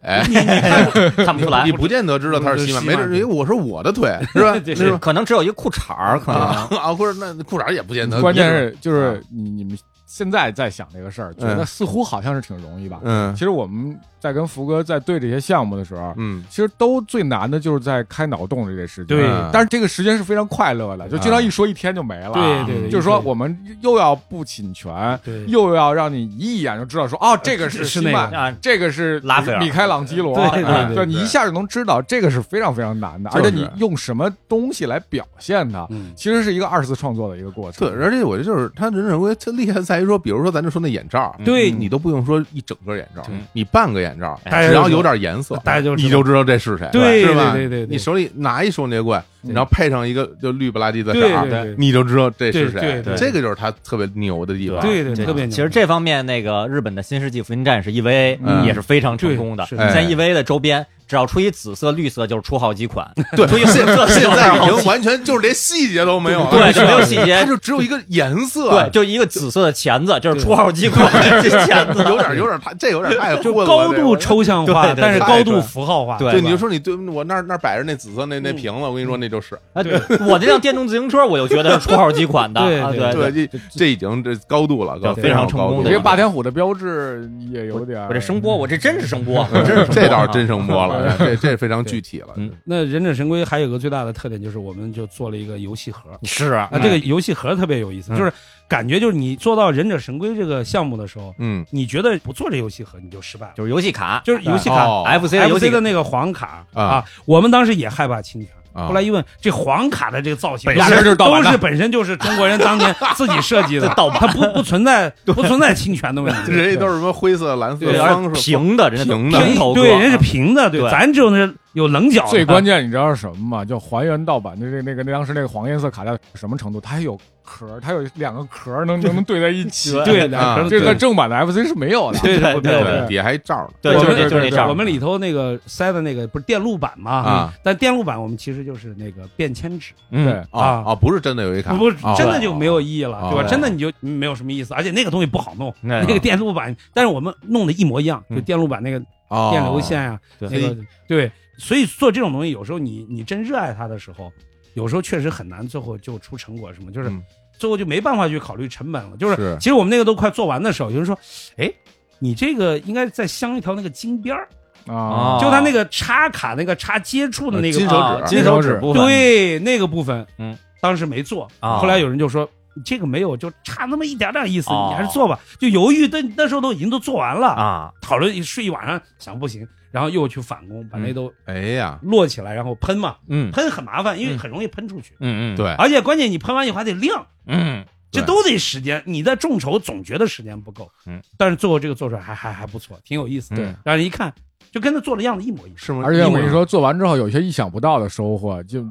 Speaker 2: 看不出来
Speaker 1: 你，不见得知道它是吸脉，
Speaker 4: 嗯
Speaker 1: 没准
Speaker 4: 对
Speaker 1: 哎我是我的腿是吧？
Speaker 4: 对
Speaker 1: 是吧？
Speaker 2: 可能只有一个裤衩儿，可能
Speaker 1: 啊啊，或者那裤衩也不见得，
Speaker 3: 关键
Speaker 1: 也
Speaker 3: 是就
Speaker 1: 啊
Speaker 3: 是你你们现在在想这个事儿，觉得
Speaker 1: 嗯
Speaker 3: 似乎好像是挺容易吧
Speaker 1: 准，？嗯
Speaker 3: 其实我们在跟福哥在对这些项目的时候，
Speaker 1: 嗯，
Speaker 3: 其实都最难的就是在开脑洞这些时间。
Speaker 4: 对
Speaker 1: 嗯
Speaker 3: 但是这个时间是非常快乐的，就经常一说一天就没了。
Speaker 4: 对对对
Speaker 3: 就是说我们又要不侵权，
Speaker 4: 对
Speaker 3: 又要让你一眼就知道说，哦，这个
Speaker 4: 是
Speaker 3: 西
Speaker 4: 那个
Speaker 3: 曼，
Speaker 2: 啊，
Speaker 3: 这个是
Speaker 2: 拉斐尔
Speaker 3: 米开朗基罗，
Speaker 4: 对对
Speaker 3: 哎
Speaker 1: 对对
Speaker 3: 你一下就能知道这个是非常非常难的，
Speaker 1: 就
Speaker 3: 而
Speaker 1: 是
Speaker 3: 且你用什么东西来表现它，
Speaker 4: 嗯，
Speaker 3: 其实是一个二次创作的一个过
Speaker 1: 对，
Speaker 3: 程。
Speaker 1: 而且我觉得就是它忍者神龟，它厉害在于说，比如说咱就说那眼罩，
Speaker 4: 对
Speaker 1: 你都不用说一整个眼罩
Speaker 2: 对，
Speaker 1: 你半个眼罩，
Speaker 4: 嗯大家就
Speaker 1: 只要有点颜色，
Speaker 4: 大家就知道
Speaker 1: 你就知道这是谁，
Speaker 4: 对
Speaker 1: 是吧？
Speaker 4: 对对对对
Speaker 1: 你手里拿一手捏棍，
Speaker 3: 嗯
Speaker 1: 然后配上一个就绿不拉几的
Speaker 4: 对
Speaker 1: 色，
Speaker 4: 对
Speaker 1: 你就知道这是谁
Speaker 4: 对。对对
Speaker 1: 这个就是他特别牛的地方。
Speaker 4: 对对，
Speaker 2: 这
Speaker 4: 特别牛。
Speaker 2: 其实这方面，那个日本的新世纪福音战士 E EVA、
Speaker 1: 嗯
Speaker 2: 也是非常成功的。
Speaker 4: 对是
Speaker 2: 你像
Speaker 1: 哎
Speaker 2: EVA 的周边，只要出一紫色、绿色，就是出好几款。
Speaker 1: 对
Speaker 2: 出一
Speaker 1: 现
Speaker 2: 红色，
Speaker 1: 现在已
Speaker 2: 就是好
Speaker 1: 经
Speaker 2: 几
Speaker 1: 完全就是连细节都没有了，
Speaker 2: 对
Speaker 1: 是吧
Speaker 2: 就没有细节
Speaker 1: 它就只有一个颜色，
Speaker 2: 对，，就一个紫色的钳子，就是出好几款这钳子，
Speaker 1: 有点有点太这有点太
Speaker 4: 就
Speaker 1: 混了
Speaker 4: 高
Speaker 1: 这
Speaker 4: 度
Speaker 1: 个
Speaker 4: 抽象
Speaker 2: 对
Speaker 4: 化，
Speaker 2: 对对
Speaker 4: 但是
Speaker 1: 对
Speaker 4: 高
Speaker 1: 对
Speaker 4: 度符号化。
Speaker 2: 对
Speaker 1: 对，
Speaker 4: 吧
Speaker 1: 你就说你对我那儿那儿摆着那紫色那那
Speaker 4: 嗯
Speaker 1: 瓶子，我跟你说那就是
Speaker 2: 啊我这辆电动自行车，我就觉得是出好几款的。
Speaker 4: 对
Speaker 2: 啊，
Speaker 4: 对
Speaker 2: 对
Speaker 1: 对，这这已经这高度了，高
Speaker 2: 对非常成功的
Speaker 3: 你这
Speaker 1: 别
Speaker 3: 个霸
Speaker 1: 把
Speaker 3: 天虎的标志也有点儿，
Speaker 2: 我这声 波，我这真是声波，我真是声波
Speaker 1: 这倒
Speaker 2: 啊
Speaker 1: 是真声波了，这这非常具体了。
Speaker 2: 嗯
Speaker 4: 那忍者神龟还有个最大的特点就是，我们就做了一个游戏盒。
Speaker 2: 是啊
Speaker 4: 啊，这个游戏盒特别有意思，
Speaker 2: 嗯
Speaker 4: 就是感觉就是你做到忍者神龟这个项目的时候，
Speaker 1: 嗯，
Speaker 4: 你觉得不做这游戏盒你就失败了，
Speaker 2: 就是游戏卡，
Speaker 4: 就是游戏卡
Speaker 1: 哦
Speaker 2: FC 的游
Speaker 4: FC
Speaker 2: 戏
Speaker 4: 的那个黄卡
Speaker 1: 啊
Speaker 4: 啊，我们当时也害怕侵权。
Speaker 1: 啊
Speaker 4: 后来一问，这黄卡的这个造型
Speaker 3: 本身就是盗版
Speaker 4: 都
Speaker 3: 的
Speaker 4: 是本身就是中国人当年自己设计的
Speaker 2: 盗版
Speaker 4: 它不不存在不存在侵权的问 题。
Speaker 1: 人家都是什么灰色、蓝色、
Speaker 2: 对而
Speaker 1: 方
Speaker 2: 且
Speaker 1: 是吧
Speaker 2: 平的，人家
Speaker 1: 平的
Speaker 2: 平头哥啊
Speaker 4: 对，人是平的，对，
Speaker 2: 对
Speaker 4: 咱只有那有棱角的。
Speaker 3: 最关键，你知道是什么吗？叫还原盗版的这那个那当时那个黄颜色卡带什么程度？它还有壳儿，它有两个壳 儿能能能对在一起。
Speaker 4: 对，
Speaker 1: 啊
Speaker 4: 两个
Speaker 3: 这个在
Speaker 4: 对
Speaker 3: 正版的 FC 是没有的。
Speaker 4: 对
Speaker 2: 对
Speaker 4: 对
Speaker 2: 对
Speaker 4: 对
Speaker 1: 对，底下还罩呢。
Speaker 2: 对，
Speaker 3: 我
Speaker 2: 就
Speaker 3: 们
Speaker 2: 是那
Speaker 3: 对
Speaker 2: 就是那
Speaker 3: 对对
Speaker 2: 照。
Speaker 4: 我们里头那个塞的那个不是电路板嘛
Speaker 1: 啊
Speaker 4: 但电路板我们其实就是那个便签纸，
Speaker 3: 对，
Speaker 1: 哦
Speaker 4: 啊
Speaker 1: 哦，不是真的有一卡，
Speaker 4: 不
Speaker 1: 哦
Speaker 4: 真的就没有意义了，
Speaker 1: 哦
Speaker 4: 对吧？
Speaker 1: 哦哎
Speaker 4: 真的你就没有什么意思，而且那个东西不好弄，
Speaker 2: 那
Speaker 4: 那个电路板，但是我们弄的一模一样，
Speaker 2: 嗯
Speaker 4: 就电路板那个
Speaker 1: 哦
Speaker 4: 电流线呀，
Speaker 2: 对
Speaker 4: 那个对，所以做这种东西，有时候你你真热爱它的时候，有时候确实很难，最后就出成果什么，就是
Speaker 1: 嗯
Speaker 4: 最后就没办法去考虑成本了。就是
Speaker 1: 是
Speaker 4: 其实我们那个都快做完的时候，有人说，哎，你这个应该再镶一条那个金边儿，
Speaker 3: 啊
Speaker 2: 哦，
Speaker 4: 就它那个插卡那个插接触的那个
Speaker 1: 金
Speaker 4: 啊
Speaker 1: 手指
Speaker 2: 啊金手指部分，
Speaker 4: 对那个部分，
Speaker 2: 嗯，
Speaker 4: 当时没做。
Speaker 2: 啊
Speaker 4: 后来有人就说你这个没有，就差那么一点点意思，
Speaker 2: 哦
Speaker 4: 你还是做吧。就犹豫，但那时候都已经都做完了，
Speaker 2: 啊，
Speaker 4: 讨论一睡一晚上，想不行，然后又去反攻，把那都
Speaker 1: 哎呀，
Speaker 4: 摞起来，然后喷嘛，
Speaker 2: 嗯
Speaker 4: 喷很麻烦，因为
Speaker 2: 嗯
Speaker 4: 很容易喷出去，
Speaker 2: 嗯嗯，
Speaker 1: 对，
Speaker 4: 而且关键你喷完以后还得晾，
Speaker 2: 嗯
Speaker 1: 对
Speaker 4: 这都得时间。你在众筹总觉得时间不够，
Speaker 2: 嗯，
Speaker 4: 但是最后这个做出来还还还不错，挺有意思的，
Speaker 2: 对
Speaker 4: 让人一看就跟他做的样子一模一样。
Speaker 1: 嗯是吗？
Speaker 3: 而且我
Speaker 1: 一模
Speaker 3: 跟
Speaker 1: 一
Speaker 3: 你
Speaker 1: 样，
Speaker 3: 说，做完之后有些意想不到的收获，就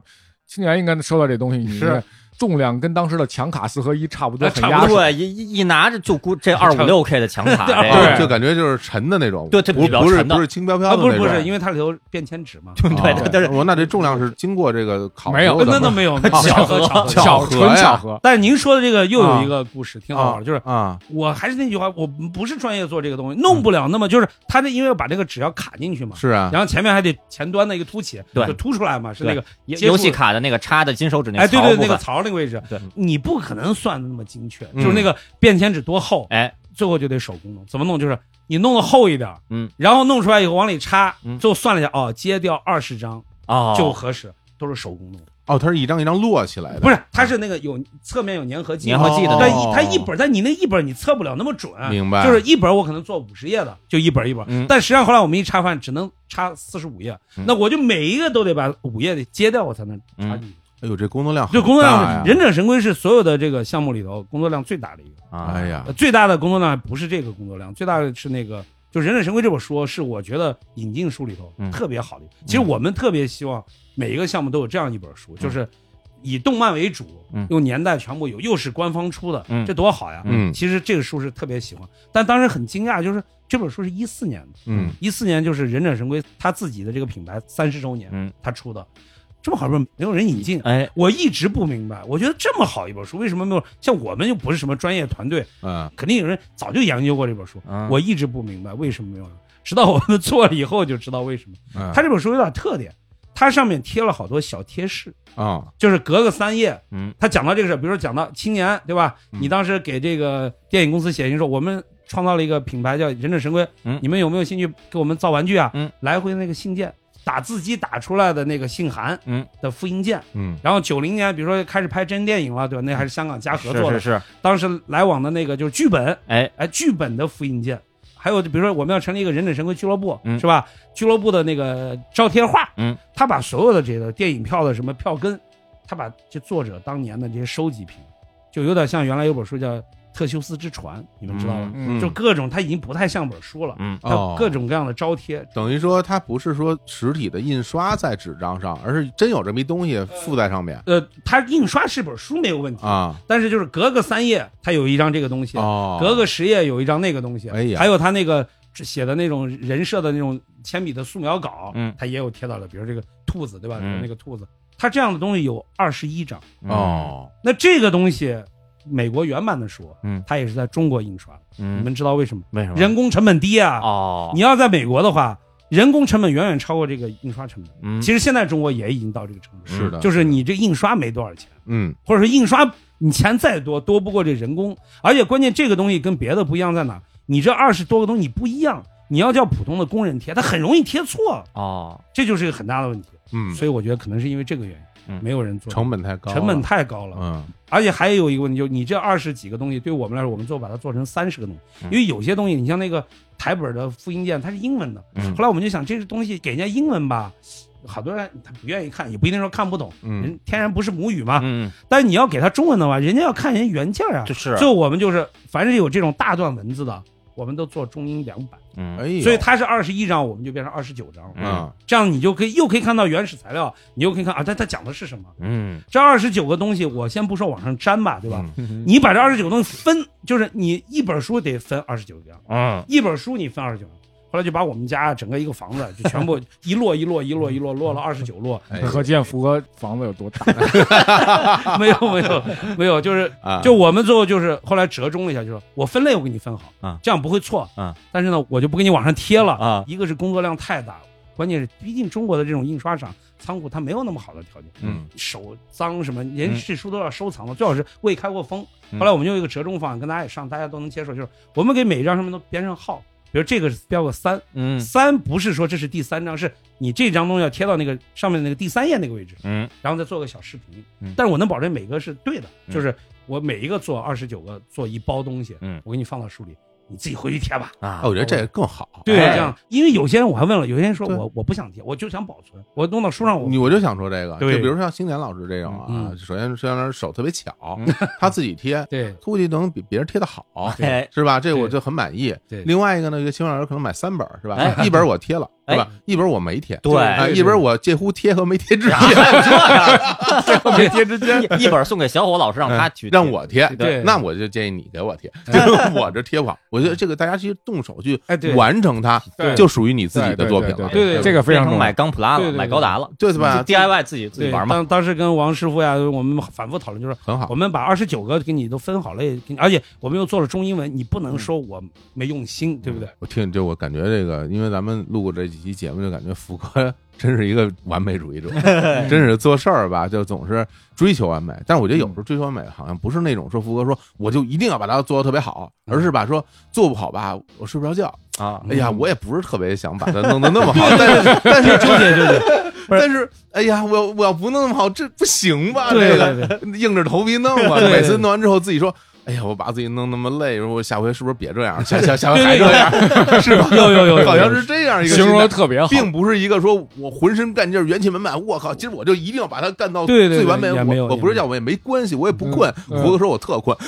Speaker 3: 青年应该收到这东西，你
Speaker 1: 是
Speaker 3: 的重量跟当时的强卡四合一差不多，
Speaker 4: 哎
Speaker 3: 很
Speaker 4: 差不
Speaker 3: 压
Speaker 4: 多
Speaker 3: 实。
Speaker 2: 对，一一一拿着就估这二五六 K 的强 卡，这
Speaker 4: 对
Speaker 2: 个
Speaker 1: 哎就感觉就是沉的那种，
Speaker 2: 对这
Speaker 1: 不
Speaker 2: 比较
Speaker 1: 不是
Speaker 2: 沉的
Speaker 1: 不是轻飘
Speaker 4: 啊，
Speaker 1: 飘的
Speaker 4: 不
Speaker 1: 那
Speaker 4: 是
Speaker 1: 种，
Speaker 4: 不是，因为它里头便签纸嘛，
Speaker 2: 对对，但是
Speaker 1: 我、那这重量是经过这个考
Speaker 3: 没有
Speaker 1: 究的
Speaker 4: 那都
Speaker 1: 吗
Speaker 4: 没有，
Speaker 1: 巧
Speaker 4: 巧合
Speaker 2: 合
Speaker 4: 巧合。
Speaker 1: 巧
Speaker 3: 巧
Speaker 1: 合
Speaker 3: 纯
Speaker 1: 呀
Speaker 3: 巧合。
Speaker 4: 但是您说的这个又有一个故事挺好玩
Speaker 1: 啊
Speaker 4: 的，就是
Speaker 1: 啊，
Speaker 4: 我还是那句话，我不是专业做这个东西，弄不了那么就是他这因为要把这个纸要卡进去嘛，
Speaker 1: 是啊，
Speaker 4: 然后前面还得前端的一个凸起，
Speaker 2: 嗯对
Speaker 4: 就凸出来嘛，是那
Speaker 2: 对
Speaker 4: 个也
Speaker 2: 游戏，卡的那个插的金手指
Speaker 4: 接
Speaker 2: 那
Speaker 4: 触
Speaker 2: 槽
Speaker 4: 哎，对对，
Speaker 2: 部
Speaker 4: 那个
Speaker 2: 分
Speaker 4: 槽那个位置，
Speaker 2: 对，
Speaker 4: 你不可能算的那么精确，
Speaker 1: 嗯
Speaker 4: 就是那个便签纸多厚，
Speaker 2: 哎，
Speaker 4: 最后就得手工弄，怎么弄就是你弄的厚一点，
Speaker 2: 嗯，
Speaker 4: 然后弄出来以后往里插，
Speaker 2: 嗯
Speaker 4: 最后算了一下，哦，揭掉二十张
Speaker 2: 哦，
Speaker 4: 就合适，都是手工弄的。
Speaker 1: 哦，它是一张一张摞起来的，
Speaker 4: 不是，它是那个有侧面有粘合剂嘛，
Speaker 2: 粘合剂的
Speaker 4: 但
Speaker 1: 哦
Speaker 4: 一它一本，但你那一本你测不了那么准，
Speaker 1: 明白
Speaker 4: 哎就是一本我可能做五十页的，就一本一本，
Speaker 1: 嗯
Speaker 4: 但实际上后来我们一插饭只能插四十五页，
Speaker 1: 嗯
Speaker 4: 那我就每一个都得把五页得揭掉，我才能插进去。
Speaker 1: 哎呦，这工作量
Speaker 4: 就
Speaker 1: 很
Speaker 4: 工作
Speaker 1: 大呀
Speaker 4: 量，忍者神龟是所有的这个项目里头工作量最大的一个，
Speaker 2: 啊
Speaker 1: 哎，呀
Speaker 4: 呃，最大的工作量不是这个工作量，最大的是那个。就《忍者神龟》这本书是我觉得引进书里头
Speaker 2: 嗯
Speaker 4: 特别好的一个。其实我们特别希望每一个项目都有这样一本书，就是以动漫为主，
Speaker 2: 嗯
Speaker 4: 用年代全部有，又是官方出的，
Speaker 2: 嗯
Speaker 4: 这多好呀！
Speaker 1: 嗯
Speaker 4: 其实这个书是特别喜欢，但当时很惊讶，就是这本书是一四年的，
Speaker 1: 嗯，
Speaker 4: 一四年就是忍者神龟他自己的这个品牌三十周年，
Speaker 2: 嗯，
Speaker 4: 他出的，这么好本没有人引进。
Speaker 2: 哎，
Speaker 4: 我一直不明白，我觉得这么好一本书，为什么没有？像我们又不是什么专业团队，
Speaker 1: 嗯，
Speaker 4: 肯定有人早就研究过这本书。
Speaker 2: 嗯
Speaker 4: 我一直不明白为什么没有人，直到我们做了以后就知道为什么。
Speaker 1: 它
Speaker 2: 啊
Speaker 4: 它这本书有点特点，它上面贴了好多小贴士，
Speaker 1: 啊，
Speaker 4: 就是隔个三页，
Speaker 2: 嗯，
Speaker 4: 他讲到这个事儿，比如说讲到青年，对吧？
Speaker 1: 嗯
Speaker 4: 你当时给这个电影公司写信说，我们创造了一个品牌叫忍者神龟，
Speaker 2: 嗯
Speaker 4: 你们有没有兴趣给我们造玩具啊？
Speaker 2: 嗯，
Speaker 4: 来回那个信件，打字机打出来的那个信函，
Speaker 2: 嗯，
Speaker 4: 的复印件。
Speaker 1: 嗯
Speaker 4: 然后九零年，比如说开始拍真电影了，对吧？那还是香港嘉禾
Speaker 2: 是
Speaker 4: 做的，
Speaker 2: 是是，
Speaker 4: 当时来往的那个就是剧本，
Speaker 2: 哎，
Speaker 4: 哎，剧本的复印件。还有，就比如说我们要成立一个忍者神龟俱乐部，
Speaker 2: 嗯
Speaker 4: 是吧？俱乐部的那个招贴画，
Speaker 2: 嗯，
Speaker 4: 他把所有的这个电影票的什么票根，他把这作者当年的这些收集品，就有点像原来有本书叫《特修斯之船》，你们知道吗？
Speaker 1: 嗯，
Speaker 4: 就各种，它已经不太像本书了，
Speaker 2: 嗯，
Speaker 1: 哦
Speaker 4: 它各种各样的招贴，
Speaker 1: 等于说它不是说实体的印刷在纸张上，而是真有这么一东西附在上面
Speaker 4: 呃，它印刷是本书没有
Speaker 2: 哦
Speaker 4: 问题，
Speaker 1: 啊，
Speaker 4: 但是就是隔个三页，它有一张这个东西，
Speaker 1: 哦，
Speaker 4: 隔个十页有一张那个东西，
Speaker 1: 哎呀
Speaker 4: 还有他那个写的那种人设的那种铅笔的素描稿，
Speaker 2: 嗯
Speaker 4: 他也有贴到了，比如这个兔子，对吧？
Speaker 2: 嗯
Speaker 4: 那个兔子，他这样的东西有二十一张。
Speaker 1: 哦，
Speaker 4: 那这个东西，美国原版的书，啊
Speaker 2: 嗯
Speaker 4: 它也是在中国印刷，
Speaker 2: 嗯，
Speaker 4: 你们知道为什么？
Speaker 2: 为什么
Speaker 4: 人工成本低啊！
Speaker 2: 哦，
Speaker 4: 你要在美国的话，人工成本远远超过这个印刷成本。
Speaker 2: 嗯，啊
Speaker 4: 其实现在中国也已经到这个程度，
Speaker 1: 是的，
Speaker 4: 嗯就是你这印刷没多少钱。
Speaker 1: 嗯
Speaker 4: 或者说印刷你钱再多，多不过这人工。而且关键这个东西跟别的不一样在哪？你这二十多个东西你不一样，你要叫普通的工人贴，它很容易贴错，
Speaker 2: 哦，
Speaker 4: 这就是一个很大的问题。
Speaker 1: 嗯，
Speaker 4: 所以我觉得可能是因为这个原因，
Speaker 2: 嗯
Speaker 4: 没有人做
Speaker 1: 成本太高了，
Speaker 4: 成本太高了。
Speaker 1: 嗯
Speaker 4: 而且还有一个问题，就是你这二十几个东西，对我们来说，我们最后把它做成三十个东西，
Speaker 2: 嗯
Speaker 4: 因为有些东西，你像那个台本的复印件，它是英文的。
Speaker 2: 嗯
Speaker 4: 后来我们就想，这个东西给人家英文吧，好多人他不愿意看，也不一定说看不懂，
Speaker 1: 嗯
Speaker 4: 人天然不是母语嘛。
Speaker 2: 嗯，
Speaker 4: 但你要给他中文的话，人家要看人原件啊。
Speaker 2: 就是，
Speaker 4: 所以我们就是凡是有这种大段文字的，我们都做中英两版。
Speaker 1: 哎
Speaker 2: 嗯，
Speaker 1: 呦，
Speaker 4: 所以它是二十一章，我们就变成二十九章。
Speaker 2: 嗯
Speaker 1: 啊
Speaker 4: 这样你就可以又可以看到原始材料，你又可以看啊，它它讲的是什么？
Speaker 2: 嗯，
Speaker 4: 这二十九个东西，我先不说往上粘吧，对吧？
Speaker 1: 嗯
Speaker 4: 你把这二十九东西分，就是你一本书得分二十九章，
Speaker 2: 嗯，
Speaker 4: 一本书你分二十九。后来就把我们家整个一个房子就全部一摞一摞一摞一摞摞了二十九摞，
Speaker 1: 哎
Speaker 3: 可见福哥房子有多大。
Speaker 4: 没有没有没有，就是
Speaker 1: 啊，
Speaker 4: 就我们最后就是后来折中了一下，就是我分类我给你分好，
Speaker 2: 啊
Speaker 4: 这样不会错，
Speaker 2: 啊
Speaker 4: 但是呢，我就不给你往上贴了
Speaker 2: 啊
Speaker 4: 一个是工作量太大了，关键是毕竟中国的这种印刷厂仓库它没有那么好的条件，
Speaker 1: 嗯
Speaker 4: 手脏什么，连
Speaker 2: 嗯
Speaker 4: 这书都要收藏的，最好是未开过封。
Speaker 2: 嗯
Speaker 4: 后来我们用一个折中方案跟大家也上，大家都能接受，就是我们给每一张上面都编上号，比如这个是标个三，
Speaker 2: 嗯，
Speaker 4: 三不是说这是第三张，是你这张东西要贴到那个上面那个第三页那个位置，
Speaker 2: 嗯，
Speaker 4: 然后再做个小视频
Speaker 2: 嗯。
Speaker 4: 但是我能保证每个是对的，
Speaker 2: 嗯
Speaker 4: 就是我每一个做二十九个做一包东西，
Speaker 2: 嗯
Speaker 4: 我给你放到书里，你自己回去贴吧。
Speaker 2: 啊
Speaker 1: 哎，我觉得这个更好。
Speaker 4: 对，
Speaker 2: 哎
Speaker 4: 这样，因为有些人我还问了，有些人说
Speaker 1: 对
Speaker 4: 我我不想贴，我就想保存，我弄到书上我
Speaker 1: 你我就想说这个，
Speaker 4: 对
Speaker 1: 就比如像星年老师这种啊
Speaker 4: 嗯，嗯
Speaker 1: 首先虽然手特别巧，
Speaker 2: 嗯
Speaker 1: 他自己贴，
Speaker 4: 对
Speaker 1: 估计能比别人贴的好，
Speaker 2: 哎
Speaker 1: 是吧？这我
Speaker 4: 对
Speaker 1: 就很满意。
Speaker 4: 对
Speaker 1: 另外一个呢，一个青少年可能买三本儿，是吧？
Speaker 2: 哎
Speaker 1: 一本儿我贴了，
Speaker 2: 哎
Speaker 1: 是吧？一本儿我没贴，
Speaker 2: 对
Speaker 1: 哎
Speaker 4: 对
Speaker 1: 一本儿我介乎贴和没 贴之间，
Speaker 4: 没贴之间，
Speaker 2: 一一本送给小伙老师，让他去，
Speaker 1: 哎让我贴。
Speaker 4: 对
Speaker 1: 那我就建议你给 我贴，就我这贴不好。我觉得这个大家去动手去
Speaker 4: 哎对
Speaker 1: 完成它，
Speaker 3: 对
Speaker 1: 就属于你自己的作品了，
Speaker 4: 对对对
Speaker 3: 这个非
Speaker 2: 变
Speaker 3: 常
Speaker 2: 成
Speaker 3: 重
Speaker 2: 买
Speaker 3: 要。
Speaker 2: 钢普拉
Speaker 4: 对
Speaker 2: 了，
Speaker 4: 对对
Speaker 2: 买高达了，
Speaker 1: 对吧
Speaker 2: 就？DIY 自己自己
Speaker 4: 对
Speaker 2: 玩嘛，
Speaker 4: 当当时跟王师傅呀，我们反复讨论，就是
Speaker 1: 很好
Speaker 4: 我，们把二十九个给你都分好了，也给你，而且我们又做了中英文，你不
Speaker 2: 嗯
Speaker 4: 能说我没用心，对不对？
Speaker 1: 嗯我听就我感觉这个，因为咱们录过这几期节目，就感觉福哥 真是一个完美主义 者，真是做事儿吧，就总是追求完美。但是我觉得有时
Speaker 4: 嗯
Speaker 1: 候追求完美好像不是那种说福哥说我就一定要把它做的特别好，而
Speaker 4: 嗯
Speaker 1: 是吧说做不好吧我睡不着觉，
Speaker 2: 啊，
Speaker 1: 哎呀我也不是特别想把它弄得那么好，但是但是
Speaker 4: 纠结纠结，不 是
Speaker 1: 但是哎呀我我要不弄那么好这不行吧？
Speaker 4: 对
Speaker 1: 这
Speaker 4: 对
Speaker 1: 个
Speaker 4: 对，
Speaker 1: 硬着头皮弄吧，
Speaker 4: 对对
Speaker 1: 每次弄完之后自己说。哎呀，我把自己弄那么累，我下回是不是别这样？下下下回还这样， 是吧？
Speaker 4: 有有有有
Speaker 1: 好像是这样一个
Speaker 3: 形容
Speaker 1: 心
Speaker 3: 的
Speaker 1: 态
Speaker 3: 特别好，
Speaker 1: 并不是一个说我浑身干劲儿、元气满满，我靠，今儿我就一定要把它干到
Speaker 4: 对对对
Speaker 1: 最完美。
Speaker 4: 也没有
Speaker 1: 我我不是叫我也没关系，我也不困。
Speaker 3: 嗯嗯
Speaker 1: 胡哥说我特困，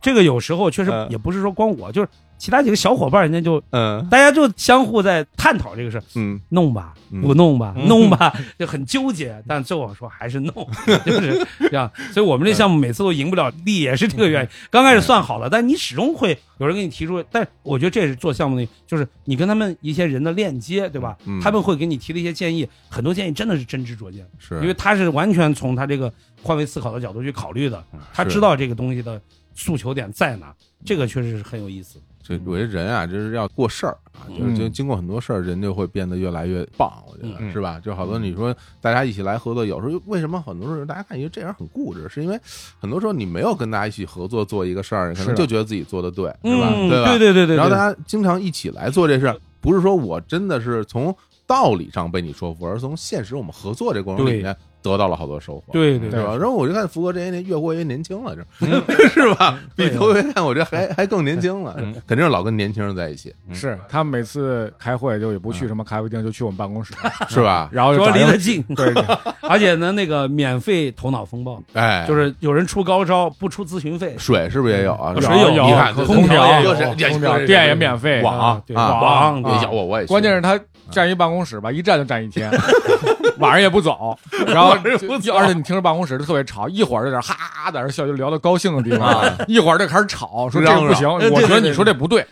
Speaker 4: 这个有时候确实
Speaker 1: 嗯
Speaker 4: 也不是说光我，就是其他几个小伙伴，人家就
Speaker 1: 嗯
Speaker 4: 大家就相互在探讨这个事儿，
Speaker 1: 嗯，
Speaker 4: 弄吧，
Speaker 1: 嗯
Speaker 4: 不弄吧，
Speaker 2: 嗯
Speaker 4: 弄吧，就很纠结。但最后说还是弄， 就是这样。所以我们这项目每次都赢不了利，也是这个
Speaker 1: 嗯
Speaker 4: 原因。刚开始算好了，但你始终会有人给你提出。但我觉得这也是做项目的，就是你跟他们一些人的链接，对吧
Speaker 1: 嗯？
Speaker 4: 他们会给你提的一些建议，很多建议真的是真知灼见，
Speaker 1: 是
Speaker 4: 因为他是完全从他这个换位思考的角度去考虑的，他知道这个东西的诉求点在哪。这个确实是很有意思。
Speaker 1: 这我觉得人啊，就是要过事儿啊，就是
Speaker 3: 嗯
Speaker 1: 经经过很多事儿，人就会变得越来越棒，我觉得、
Speaker 2: 嗯
Speaker 1: 是吧？就好多你说大家一起来合作，有时候为什么很多时候大家感觉这人很固执，是因为很多时候你没有跟大家一起合作做一个事儿，可
Speaker 3: 是
Speaker 1: 能
Speaker 3: 的
Speaker 1: 就觉得自己做的对，是吧？
Speaker 4: 嗯，
Speaker 1: 吧？
Speaker 4: 对对对对。
Speaker 1: 然后
Speaker 4: 对
Speaker 1: 大家经常一起来做这事，儿，不是说我真的是从道理上被你说服，而是从现实我们合作这过程里面得到了好多收获。。
Speaker 4: 对对
Speaker 1: 是
Speaker 4: 对，
Speaker 1: 吧？然后我就看福哥这些年越活越年轻了，这 是吧？比头回看我这还还更年轻了
Speaker 2: 嗯，
Speaker 1: 肯定是老跟年轻人在一起，
Speaker 3: 是他们每次开会就也不去什么咖啡厅，就去我们办公室，
Speaker 1: 是 吧？
Speaker 3: 然后就
Speaker 4: 说
Speaker 3: 找
Speaker 4: 离
Speaker 3: 人
Speaker 4: 得近，
Speaker 3: 对，
Speaker 4: 而且呢，那个免费头脑风暴，
Speaker 1: 哎，
Speaker 4: 就是有人出高招不出咨询费，
Speaker 1: 水是不是也有啊？
Speaker 4: 有
Speaker 1: 是吧
Speaker 4: 水有
Speaker 1: 你看
Speaker 4: 空调也有
Speaker 1: 又是
Speaker 3: 空调电也免费，
Speaker 1: 网
Speaker 4: 对
Speaker 1: 啊
Speaker 4: 网
Speaker 1: 也有
Speaker 4: 对
Speaker 1: 我我也去
Speaker 3: 关键是他站一办公室吧，一站就站一天， 晚上也不走，然后就而且你听着办公室特别吵，一会儿在那儿哈哈在那儿笑，就聊到高兴的地
Speaker 2: 啊
Speaker 3: 方，一会儿就开始吵，说这
Speaker 1: 嚷
Speaker 3: 个
Speaker 1: 嚷
Speaker 3: 不行，
Speaker 4: 对
Speaker 3: 我觉
Speaker 4: 对
Speaker 3: 得
Speaker 4: 对
Speaker 3: 你说这不对，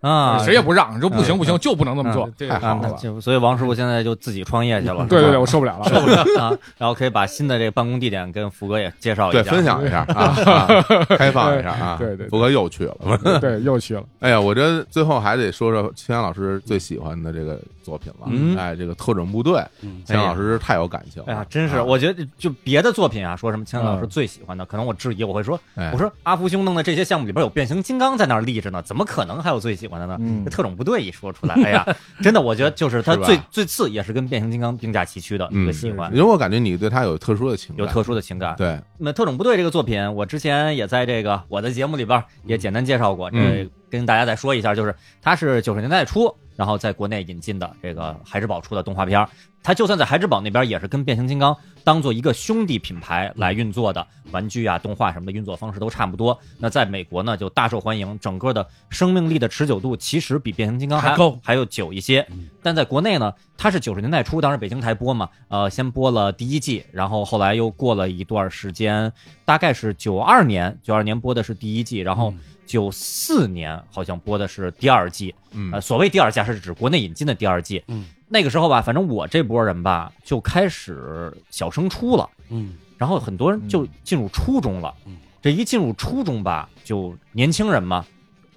Speaker 2: 啊，
Speaker 3: 谁也不让，说不行
Speaker 1: 嗯
Speaker 3: 不行，就不能这么做，
Speaker 4: 对
Speaker 1: 太好
Speaker 2: 那
Speaker 1: 了，
Speaker 2: 就所以王师傅现在就自己创业去了，
Speaker 3: 对对对，
Speaker 2: 是吧
Speaker 3: 我受不了了。
Speaker 2: 受不了啊，然后可以把新的这个办公地点跟福哥也介绍一下，
Speaker 1: 对，分享一下啊，啊开放一下啊，
Speaker 3: 对对对
Speaker 1: 福哥又去了，
Speaker 3: 对，又去了。
Speaker 1: 哎呀，我这最后还得说说青阳老师最喜欢的这个作品了。
Speaker 2: 嗯
Speaker 1: 哎，这个特种部队，
Speaker 4: 嗯
Speaker 1: 青阳老师太有感情了。
Speaker 2: 哎呀，真是，
Speaker 1: 啊
Speaker 2: 我觉得就别的作品啊，说什么青年老师最喜欢的，可能我质疑，我会说，
Speaker 1: 哎
Speaker 2: 我说阿福兄弄的这些项目里边有变形金刚在那儿立着呢，怎么可能还有最喜欢的呢？
Speaker 3: 嗯
Speaker 2: 这特种部队一说出来，哎呀，真的，我觉得就是他
Speaker 1: 是吧
Speaker 2: 最最次也是跟变形金刚并驾齐驱的一
Speaker 1: 嗯
Speaker 2: 个喜欢，
Speaker 1: 因为我感觉你对他有特殊的情感，
Speaker 2: 有特殊的情感。
Speaker 1: 对，
Speaker 2: 那特种部队这个作品，我之前也在这个我的节目里边也简单介绍过，
Speaker 1: 嗯
Speaker 2: 这跟大家再说一下，就是它是九十年代初，然后在国内引进的这个孩之宝出的动画片儿。它就算在孩之宝那边，也是跟变形金刚当做一个兄弟品牌来运作的，玩具啊、动画什么的运作方式都差不多。那在美国呢，就大受欢迎，整个的生命力的持久度其实比变形金刚还
Speaker 4: 还高
Speaker 2: 还有久一些。但在国内呢，它是九十年代初，当时北京台播嘛，呃，先播了第一季，然后后来又过了一段时间，大概是九二年，九二年播的是第一季，然后九四年好像播的是第二季，
Speaker 1: 嗯
Speaker 2: 呃，所谓第二季啊是指国内引进的第二季，
Speaker 4: 嗯，
Speaker 2: 那个时候吧，反正我这波人吧就开始小升初了，
Speaker 4: 嗯
Speaker 2: 然后很多人就进入初中了，
Speaker 4: 嗯
Speaker 2: 这一进入初中吧，就年轻人嘛，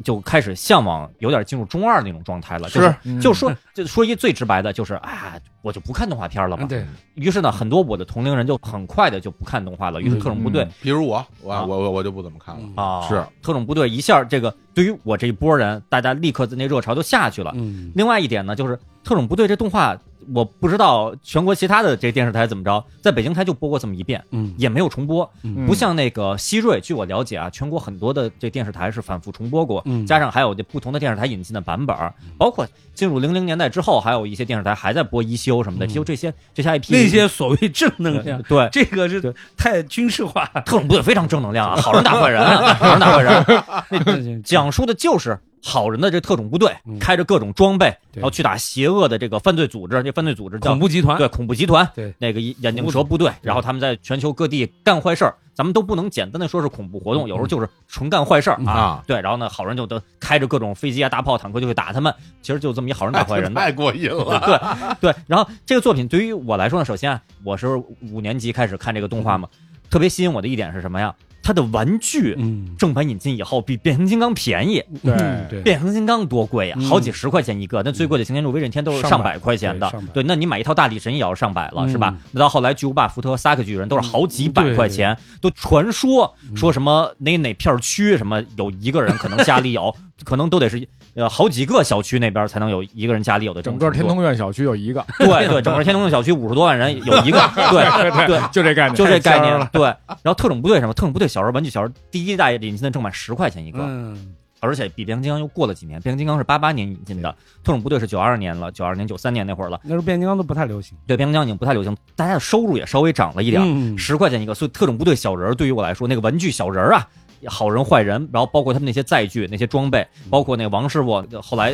Speaker 2: 就开始向往有点进入中二那种状态了，就是
Speaker 3: 嗯
Speaker 2: 就说就说一最直白的，就是啊，我就不看动画片了嘛。
Speaker 4: 嗯对，
Speaker 2: 于是呢，很多我的同龄人就很快的就不看动画了。于是特种部队
Speaker 1: 比如我，我
Speaker 2: 啊
Speaker 1: 我我我就不怎么看了。
Speaker 4: 嗯
Speaker 2: 啊，
Speaker 1: 是
Speaker 2: 特种部队一下这个对于我这一波人，大家立刻那热潮就下去了。
Speaker 4: 嗯
Speaker 2: 另外一点呢，就是特种部队这动画我不知道全国其他的这个电视台怎么着，在北京台就播过这么一遍，
Speaker 4: 嗯，
Speaker 2: 也没有重播。
Speaker 3: 嗯
Speaker 2: 不像那个希瑞，据我了解啊，全国很多的这电视台是反复重播过，
Speaker 4: 嗯
Speaker 2: 加上还有这不同的电视台引进的版本儿，包括进入零零年代之后，还有一些电视台还在播一休什么的，
Speaker 4: 嗯
Speaker 2: 就这些这些 IP
Speaker 4: 那些所谓正能量
Speaker 2: 对，对
Speaker 4: 这个
Speaker 2: 对
Speaker 4: 是太军事化。
Speaker 2: 特种部队非常正能 量啊，好人打坏人啊，好人打坏人，哎讲述的就是。好人的这特种部队
Speaker 4: 嗯
Speaker 2: 开着各种装备，
Speaker 4: 对
Speaker 2: 然后去打邪恶的这个犯罪组织，这犯罪组织叫
Speaker 4: 恐怖集团，
Speaker 2: 对恐怖集团，
Speaker 4: 啊对
Speaker 2: 那个眼镜蛇部队，然后他们在全球各地干坏事儿，咱们都不能简单的说是恐怖活动，有时候就是纯干坏事儿
Speaker 4: 嗯
Speaker 2: 啊。
Speaker 1: 啊，
Speaker 2: 对，然后呢，好人就都开着各种飞机啊、大炮、坦克就去打他们，其实就这么一好人打 坏人 的。
Speaker 1: 太过瘾了。
Speaker 2: 对对，然后这个作品对于我来说呢，首先啊我是五年级开始看这个动画嘛，特别吸引我的一点是什么呀？它的玩具
Speaker 4: 嗯，
Speaker 2: 正版引进以后比变形金刚便宜，
Speaker 3: 对
Speaker 4: 对，
Speaker 2: 变形金刚多贵呀、啊
Speaker 4: 嗯
Speaker 2: 好几十块钱一个，那最贵的擎天柱、威震天都是上
Speaker 4: 上
Speaker 2: 百
Speaker 4: 百
Speaker 2: 块钱的
Speaker 4: 对上百。
Speaker 2: 对，那你买一套大力神也要上百了，
Speaker 4: 嗯
Speaker 2: 是吧？那到后来巨无霸、福特、萨克巨人都是好几百
Speaker 4: 嗯对
Speaker 2: 块钱，都传说说什么哪哪片区什么有一个人可能家里有，可能都得是呃好几个小区那边才能有一个人家里有的这
Speaker 3: 整
Speaker 2: 种
Speaker 3: 个
Speaker 2: 程
Speaker 3: 天
Speaker 2: 度
Speaker 3: 通苑小区有一个，
Speaker 2: 对对，整个天通苑小区五十多万人有一个， 对对。
Speaker 3: 就这概念，
Speaker 2: 就这概
Speaker 3: 太尖儿
Speaker 2: 念
Speaker 3: 了，
Speaker 2: 对。然后特种部队什么，特种部队小时候玩具小时候第一代引进的正版十块钱一个，
Speaker 4: 嗯，
Speaker 2: 而且比变形金刚又过了几年，变形金刚是八八年引进的，特种部队是九二年了，九二年九三年那会儿了，
Speaker 4: 那时候变形金刚都不太流行嗯
Speaker 2: 对变形金刚已经不太流行，大家的收入也稍微涨了一
Speaker 4: 一
Speaker 2: 点，
Speaker 4: 点
Speaker 2: 十、块钱一个，所以特种部队小人儿对于我来说，那个玩具小人儿啊。好人坏人，然后包括他们那些载具、那些装备，包括那个王师傅后来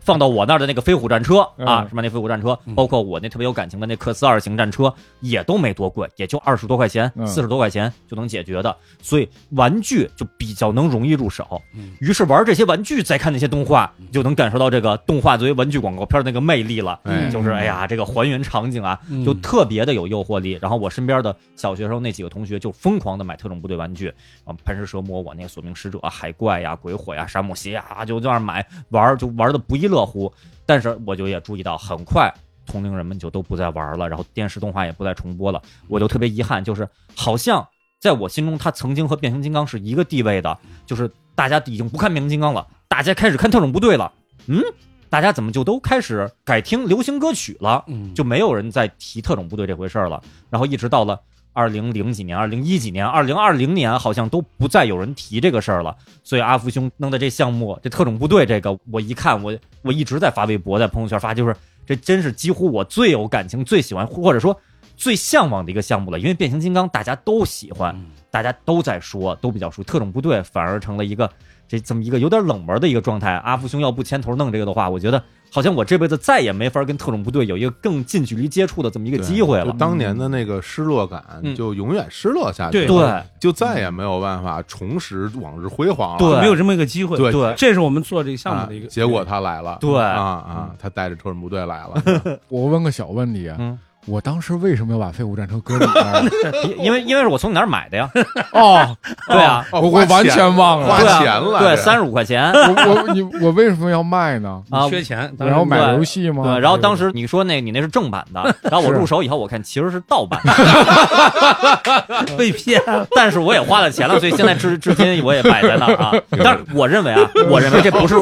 Speaker 2: 放到我那儿的那个飞虎战车啊，
Speaker 3: 嗯
Speaker 2: 什么那飞虎战车，
Speaker 4: 嗯
Speaker 2: 包括我那特别有感情的那克斯二型战车，也都没多贵，也就二十多块钱、
Speaker 3: 嗯
Speaker 2: 四十多块钱就能解决的，所以玩具就比较能容易入手。
Speaker 4: 嗯
Speaker 2: 于是玩这些玩具，再看那些动画，你就能感受到这个动画作为文具广告片的那个魅力了。
Speaker 1: 哎
Speaker 4: 嗯
Speaker 2: 就是哎呀，这个还原场景啊，
Speaker 4: 嗯
Speaker 2: 就特别的有诱惑力。然后我身边的小学时候那几个同学就疯狂的买特种部队玩具，啊，喷射蛇魔，我那个索命使者、啊、海怪呀、鬼火呀、沙漠鞋呀，就这样买玩儿，就玩的不亦乐乎。但是我就也注意到，很快同龄人们就都不再玩了，然后电视动画也不再重播了，我就特别遗憾，就是好像在我心中，它曾经和变形金刚是一个地位的，就是大家已经不看变形金刚了，大家开始看特种部队了，嗯。大家怎么就都开始改听流行歌曲了？
Speaker 4: 嗯
Speaker 2: 就没有人再提特种部队这回事儿了。然后一直到了二零零几年、二零一几年、二零二零年，好像都不再有人提这个事儿了。所以阿福兄弄的这项目，这特种部队这个，我一看，我我一直在发微博，在朋友圈发，就是这真是几乎我最有感情、最喜欢，或者说。最向往的一个项目了，因为变形金刚大家都喜欢，
Speaker 4: 嗯
Speaker 2: 大家都在说，都比较熟。特种部队反而成了一个这这么一个有点冷门的一个状态。阿福兄要不牵头弄这个的话，我觉得好像我这辈子再也没法跟特种部队有一个更近距离接触的这么一个机会
Speaker 1: 就
Speaker 2: 了。
Speaker 1: 当年的那个失落感
Speaker 2: 嗯，
Speaker 1: 就永远失落下去，
Speaker 4: 对
Speaker 2: 对，
Speaker 1: 就再也没有办法重拾往日辉煌了。
Speaker 2: 对
Speaker 4: 没有这么一个机会，
Speaker 1: 对
Speaker 2: 对
Speaker 4: 这是我们做这个项
Speaker 1: 啊
Speaker 4: 目的一个
Speaker 1: 结果，他来了，
Speaker 2: 对嗯
Speaker 1: 啊啊，他带着特种部队来 了，
Speaker 3: 我问个小问题啊，
Speaker 2: 嗯，
Speaker 3: 我当时为什么要把飞虎战车搁里边儿？啊
Speaker 2: 因因为因为是我从你那儿买的呀，
Speaker 3: 哦，
Speaker 2: 对啊，
Speaker 1: 哦
Speaker 3: 我我完全忘了
Speaker 1: 花
Speaker 2: 对啊
Speaker 1: 钱了，这
Speaker 2: 对，三十五块钱
Speaker 3: 我我你我为什么要卖呢？
Speaker 2: 啊
Speaker 4: 你。嗯缺钱，当
Speaker 3: 我要买
Speaker 2: 对
Speaker 3: 游戏吗？
Speaker 2: 对，然后当时你说那你那是正版的， 然后我入手以后我看其实是盗版的，
Speaker 4: 被骗，
Speaker 2: 但是我也花了钱了，所以现在至至今我也摆在那儿 啊。但是我认为啊，我认为这不是，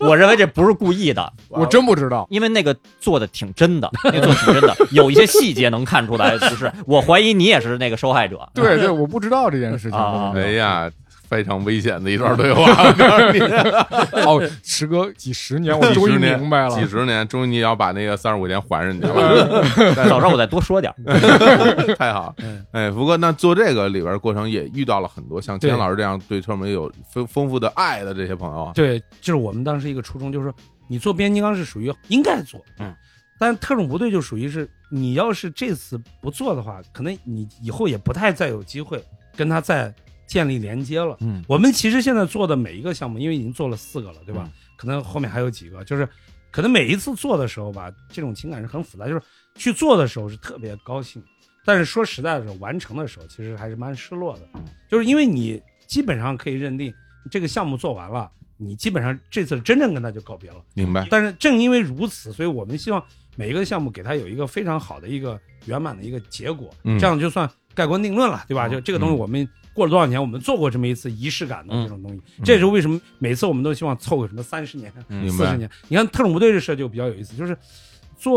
Speaker 2: 我认为这不是故意的，
Speaker 3: 我真不知道。
Speaker 2: 因为那个做的挺真的，那个做的挺真的，有一些细节能看出来，就是我怀疑你也是那个受害者。
Speaker 3: 对对，我不知道这件事情。
Speaker 2: 啊
Speaker 1: 哎呀，非常危险的一段对话，我告诉你，
Speaker 3: 哦，时隔几十年，我终于明白了
Speaker 1: 几。十年，终于你要把那个三十五年还人家了，
Speaker 3: 呃
Speaker 2: 早知道我再多说点儿。
Speaker 1: 太好
Speaker 4: 嗯。
Speaker 1: 哎，福哥，那做这个里边过程也遇到了很多像
Speaker 4: 对
Speaker 1: 钱老师这样对特种有丰丰富的爱的这些朋友啊，
Speaker 4: 对，就是我们当时一个初衷，就是说你做变形金刚是属于应该做，
Speaker 2: 嗯，
Speaker 4: 但特种部队就属于是你要是这次不做的话，可能你以后也不太再有机会跟他再建立连接了。
Speaker 2: 嗯
Speaker 4: 我们其实现在做的每一个项目，因为已经做了四个了，对吧？可能后面还有几个，就是可能每一次做的时候吧，这种情感是很复杂，就是去做的时候是特别高兴，但是说实在的，完成的时候其实还是蛮失落的，
Speaker 2: 嗯
Speaker 4: 就是因为你基本上可以认定这个项目做完了，你基本上这次真正跟他就告别了。
Speaker 1: 明白？
Speaker 4: 但是正因为如此，所以我们希望每一个项目给它有一个非常好的一个圆满的一个结果，
Speaker 1: 嗯
Speaker 4: 这样就算盖棺定论了，对吧？就这个东西，我们过了多少年，我们做过这么一次仪式感
Speaker 1: 嗯
Speaker 4: 的这种东西，这也是为什么每次我们都希望凑个什么三十年、
Speaker 1: 嗯明
Speaker 4: 四十
Speaker 1: 白？
Speaker 4: 年。你看特种部队这事儿就比较有意思，就是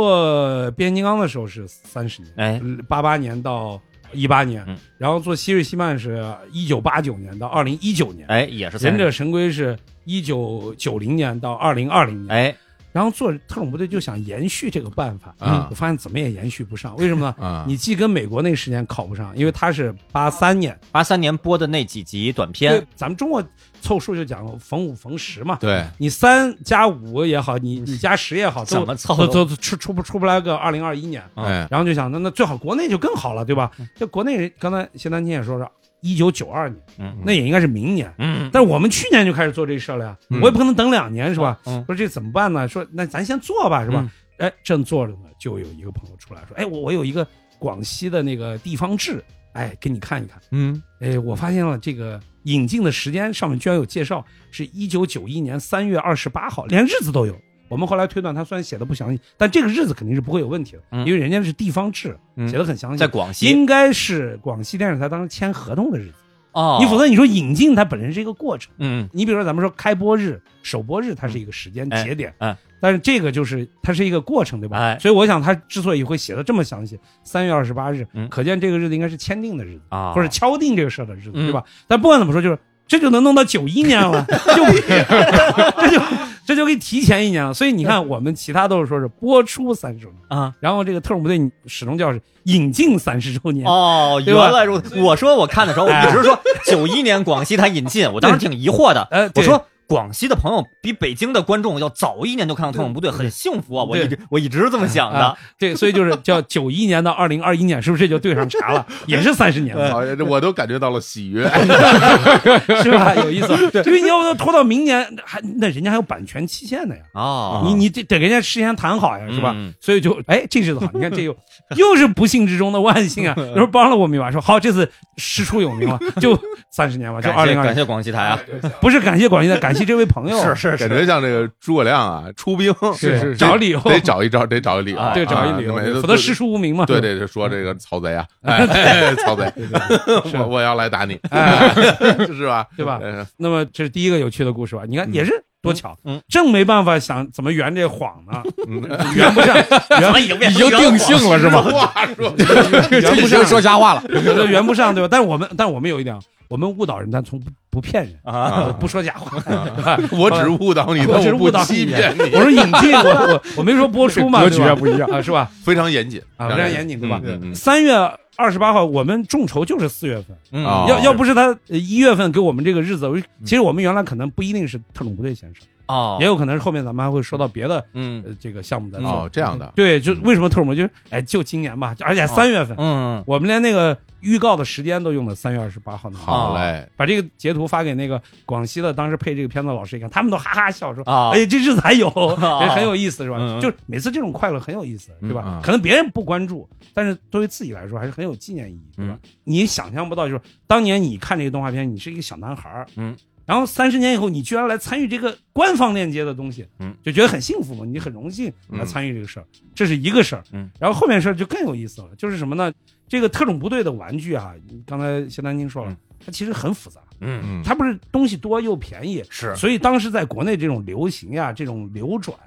Speaker 4: 做变形金刚的时候是三十年，
Speaker 2: 哎，
Speaker 1: 嗯
Speaker 4: 八八年到一八年，
Speaker 2: 嗯
Speaker 4: 然后做希瑞希曼是一九八九年到二零一九年，
Speaker 2: 哎，也是三
Speaker 4: 忍
Speaker 2: 十
Speaker 4: 者神龟是一九九零年到二零二零年，
Speaker 2: 哎，
Speaker 4: 然后做特种部队就想延续这个办法，嗯
Speaker 1: 啊
Speaker 4: 我发现怎么也延续不上，为什么呢？
Speaker 1: 啊，
Speaker 4: 你既跟美国那时间考不上，因为它是八三年，
Speaker 2: 八三年播的那几集短
Speaker 4: 对
Speaker 2: 片，，
Speaker 4: 咱们中国凑数就讲逢五逢十嘛，
Speaker 1: 对
Speaker 4: 你三加五也好，你你加十也好，
Speaker 2: 怎
Speaker 4: 都
Speaker 2: 么凑
Speaker 4: 都
Speaker 2: 都
Speaker 4: 都都出出不出不来个二零二一年，
Speaker 2: 啊
Speaker 1: 哎
Speaker 4: 然后就想那那最好国内就更好了，对吧？这国内人刚才谢丹青也说了，一九九二年，
Speaker 2: 嗯
Speaker 4: 那也应该是明年。
Speaker 2: 嗯，
Speaker 4: 但是我们去年就开始做这事儿了呀，
Speaker 1: 嗯
Speaker 4: 我也不可能等两年是吧？
Speaker 2: 嗯
Speaker 4: 说这怎么办呢？说那咱先做吧，是吧
Speaker 2: 嗯？
Speaker 4: 哎，正做着呢，就有一个朋友出来说，哎，我我有一个广西的那个地方志，哎，给你看一看。
Speaker 1: 嗯
Speaker 4: 哎，我发现了这个引进的时间上面居然有介绍，是一九九一年三月二十八号，连日子都有。我们后来推断，他虽然写的不详细，但这个日子肯定是不会有问题的，
Speaker 2: 嗯
Speaker 4: 因为人家是地方志，
Speaker 2: 嗯
Speaker 4: 写的很详细
Speaker 2: 在。广西
Speaker 4: 应该是广西电视台当时签合同的日子，
Speaker 2: 哦，
Speaker 4: 你否则你说引进它本身是一个过程。
Speaker 2: 嗯
Speaker 4: 你比如说咱们说开播日、首播日，它是一个时间
Speaker 2: 嗯哎
Speaker 4: 节点，
Speaker 2: 哎
Speaker 4: 但是这个就是它是一个过程，对吧？
Speaker 2: 哎
Speaker 4: 所以我想他之所以会写的这么详细，三月二十八日，
Speaker 2: 嗯
Speaker 4: 可见这个日子应该是签订的日子。
Speaker 2: 啊，
Speaker 4: 或者敲定这个事儿的日子，
Speaker 2: 嗯
Speaker 4: 对吧？但不管怎么说，就是这就能弄到九一年了， 就这就这就给提前一年了。所以你看，我们其他都是说是播出三十周年，
Speaker 2: 啊。
Speaker 4: 然后这个特种部队始终叫是引进三十周年。
Speaker 2: 哦，
Speaker 4: 对
Speaker 2: 原
Speaker 4: 吧哎
Speaker 2: 来如此。我说我看的时候，我一直说九一年广西它引进，我当时挺疑惑的。
Speaker 4: 呃，
Speaker 2: 我
Speaker 4: 对
Speaker 2: 说广西的朋友比北京的观众要早一年就看到特种部队，很幸福啊！我一直我一直这么想的
Speaker 4: 啊。对，所以就是叫九一年到二零二一年，是不是这就对上茬 了？也是三十年了，
Speaker 1: 嗯好，这我都感觉到了喜悦。
Speaker 4: 哎 是吧？有意思，因为你要不拖到明年，还那人家还有版权期限的呀。
Speaker 2: 哦，
Speaker 4: 啊你你得得跟人家事先谈好呀，是吧？
Speaker 2: 嗯
Speaker 4: 所以就哎，这是好，你看这又又是不幸之中的 万幸啊！有时候帮了我们一把，说好这次师出有名了，就三十年吧，就二
Speaker 2: 感谢
Speaker 4: 零
Speaker 2: 感
Speaker 4: 二，
Speaker 2: 谢广西台啊，
Speaker 4: 不是感谢广西的，感谢这位朋友，
Speaker 2: 是是
Speaker 1: 感
Speaker 2: 是，
Speaker 1: 觉像这个诸葛亮啊，出兵
Speaker 3: 是是
Speaker 4: 找理由，
Speaker 1: 得找一招，得找一理由
Speaker 2: 啊，
Speaker 4: 对，找
Speaker 1: 啊
Speaker 4: 一理由
Speaker 1: 每次，都
Speaker 4: 否则师出无名嘛。
Speaker 1: 对，对，就说这 个曹贼啊，哎，曹贼，
Speaker 4: 是
Speaker 1: 我我要来打你，
Speaker 4: 哎，
Speaker 1: 是吧？
Speaker 4: 对吧？
Speaker 1: 嗯
Speaker 4: 那么这是第一个有趣的故事吧？你看也是多巧，
Speaker 2: 嗯嗯
Speaker 4: 正没办法想怎么圆这谎呢，
Speaker 1: 嗯，
Speaker 4: 圆 不上，
Speaker 2: 怎么已经变
Speaker 3: 已
Speaker 2: 成
Speaker 3: 经
Speaker 2: 圆
Speaker 3: 定性了是吗？
Speaker 1: 话说，
Speaker 3: 已经说瞎话了，
Speaker 4: 有的圆不上，对吧？但是我们，但我们有一点，我们误导人，但从不不骗人，
Speaker 2: 啊？
Speaker 1: 啊
Speaker 4: 不说假话。
Speaker 1: 我只是误导你，
Speaker 4: 我
Speaker 1: 但
Speaker 4: 只是
Speaker 1: 不
Speaker 4: 误导
Speaker 1: 欺
Speaker 4: 你
Speaker 1: 骗你，
Speaker 4: 我说引进，我我我没说播出嘛，
Speaker 3: 格局
Speaker 4: 对
Speaker 3: 也
Speaker 4: 吧？
Speaker 3: 不一样。
Speaker 4: 啊，是吧？
Speaker 1: 非常严谨
Speaker 4: 啊，非常严谨，对吧？
Speaker 1: 嗯嗯
Speaker 4: 三月二十八号，我们众筹就是四月份，
Speaker 2: 嗯
Speaker 1: 哦
Speaker 4: 要要不是他呃一月份给我们这个日子，我其实我们原来可能不一定是特种部队先生，
Speaker 2: 哦
Speaker 4: 也，有可能是后面咱们还会说到别的
Speaker 2: 嗯
Speaker 4: 呃这个项目在
Speaker 1: 嗯
Speaker 4: 做。
Speaker 1: 哦，这样的，
Speaker 4: 对，就为什么特种部队就是哎，就今年吧，而且三月份，
Speaker 2: 嗯，
Speaker 4: 我们连那个预告的时间都用了三月二十八号那天。
Speaker 1: 好嘞，
Speaker 4: 把这个截图发给那个广西的当时配这个片子的老师一看，他们都哈哈笑说：“
Speaker 2: 啊哦
Speaker 4: 哎，这日子还有，这很有意思，是吧？
Speaker 2: 嗯嗯
Speaker 4: 就是每次这种快乐很有意思，对吧？
Speaker 1: 嗯啊
Speaker 4: 可能别人不关注，但是对于自己来说还是很有纪念意义，对吧？
Speaker 2: 嗯
Speaker 4: 你想象不到，就是当年你看这个动画片，你是一个小男孩儿
Speaker 2: 嗯。
Speaker 4: 然后三十年以后，你居然来参与这个官方链接的东西，
Speaker 2: 嗯，
Speaker 4: 就觉得很幸福嘛，你很荣幸来
Speaker 1: 嗯
Speaker 4: 参与这个事儿，这是一个事儿，
Speaker 2: 嗯，
Speaker 4: 然后后面事儿就更有意思了，就是什么呢？这个特种部队的玩具啊，你刚才谢丹青说了
Speaker 2: 嗯，
Speaker 4: 它其实很复杂，
Speaker 2: 嗯
Speaker 1: 嗯，
Speaker 4: 它不是东西多又便宜，
Speaker 2: 是
Speaker 4: 所以当时在国内这种流行呀、这种流转，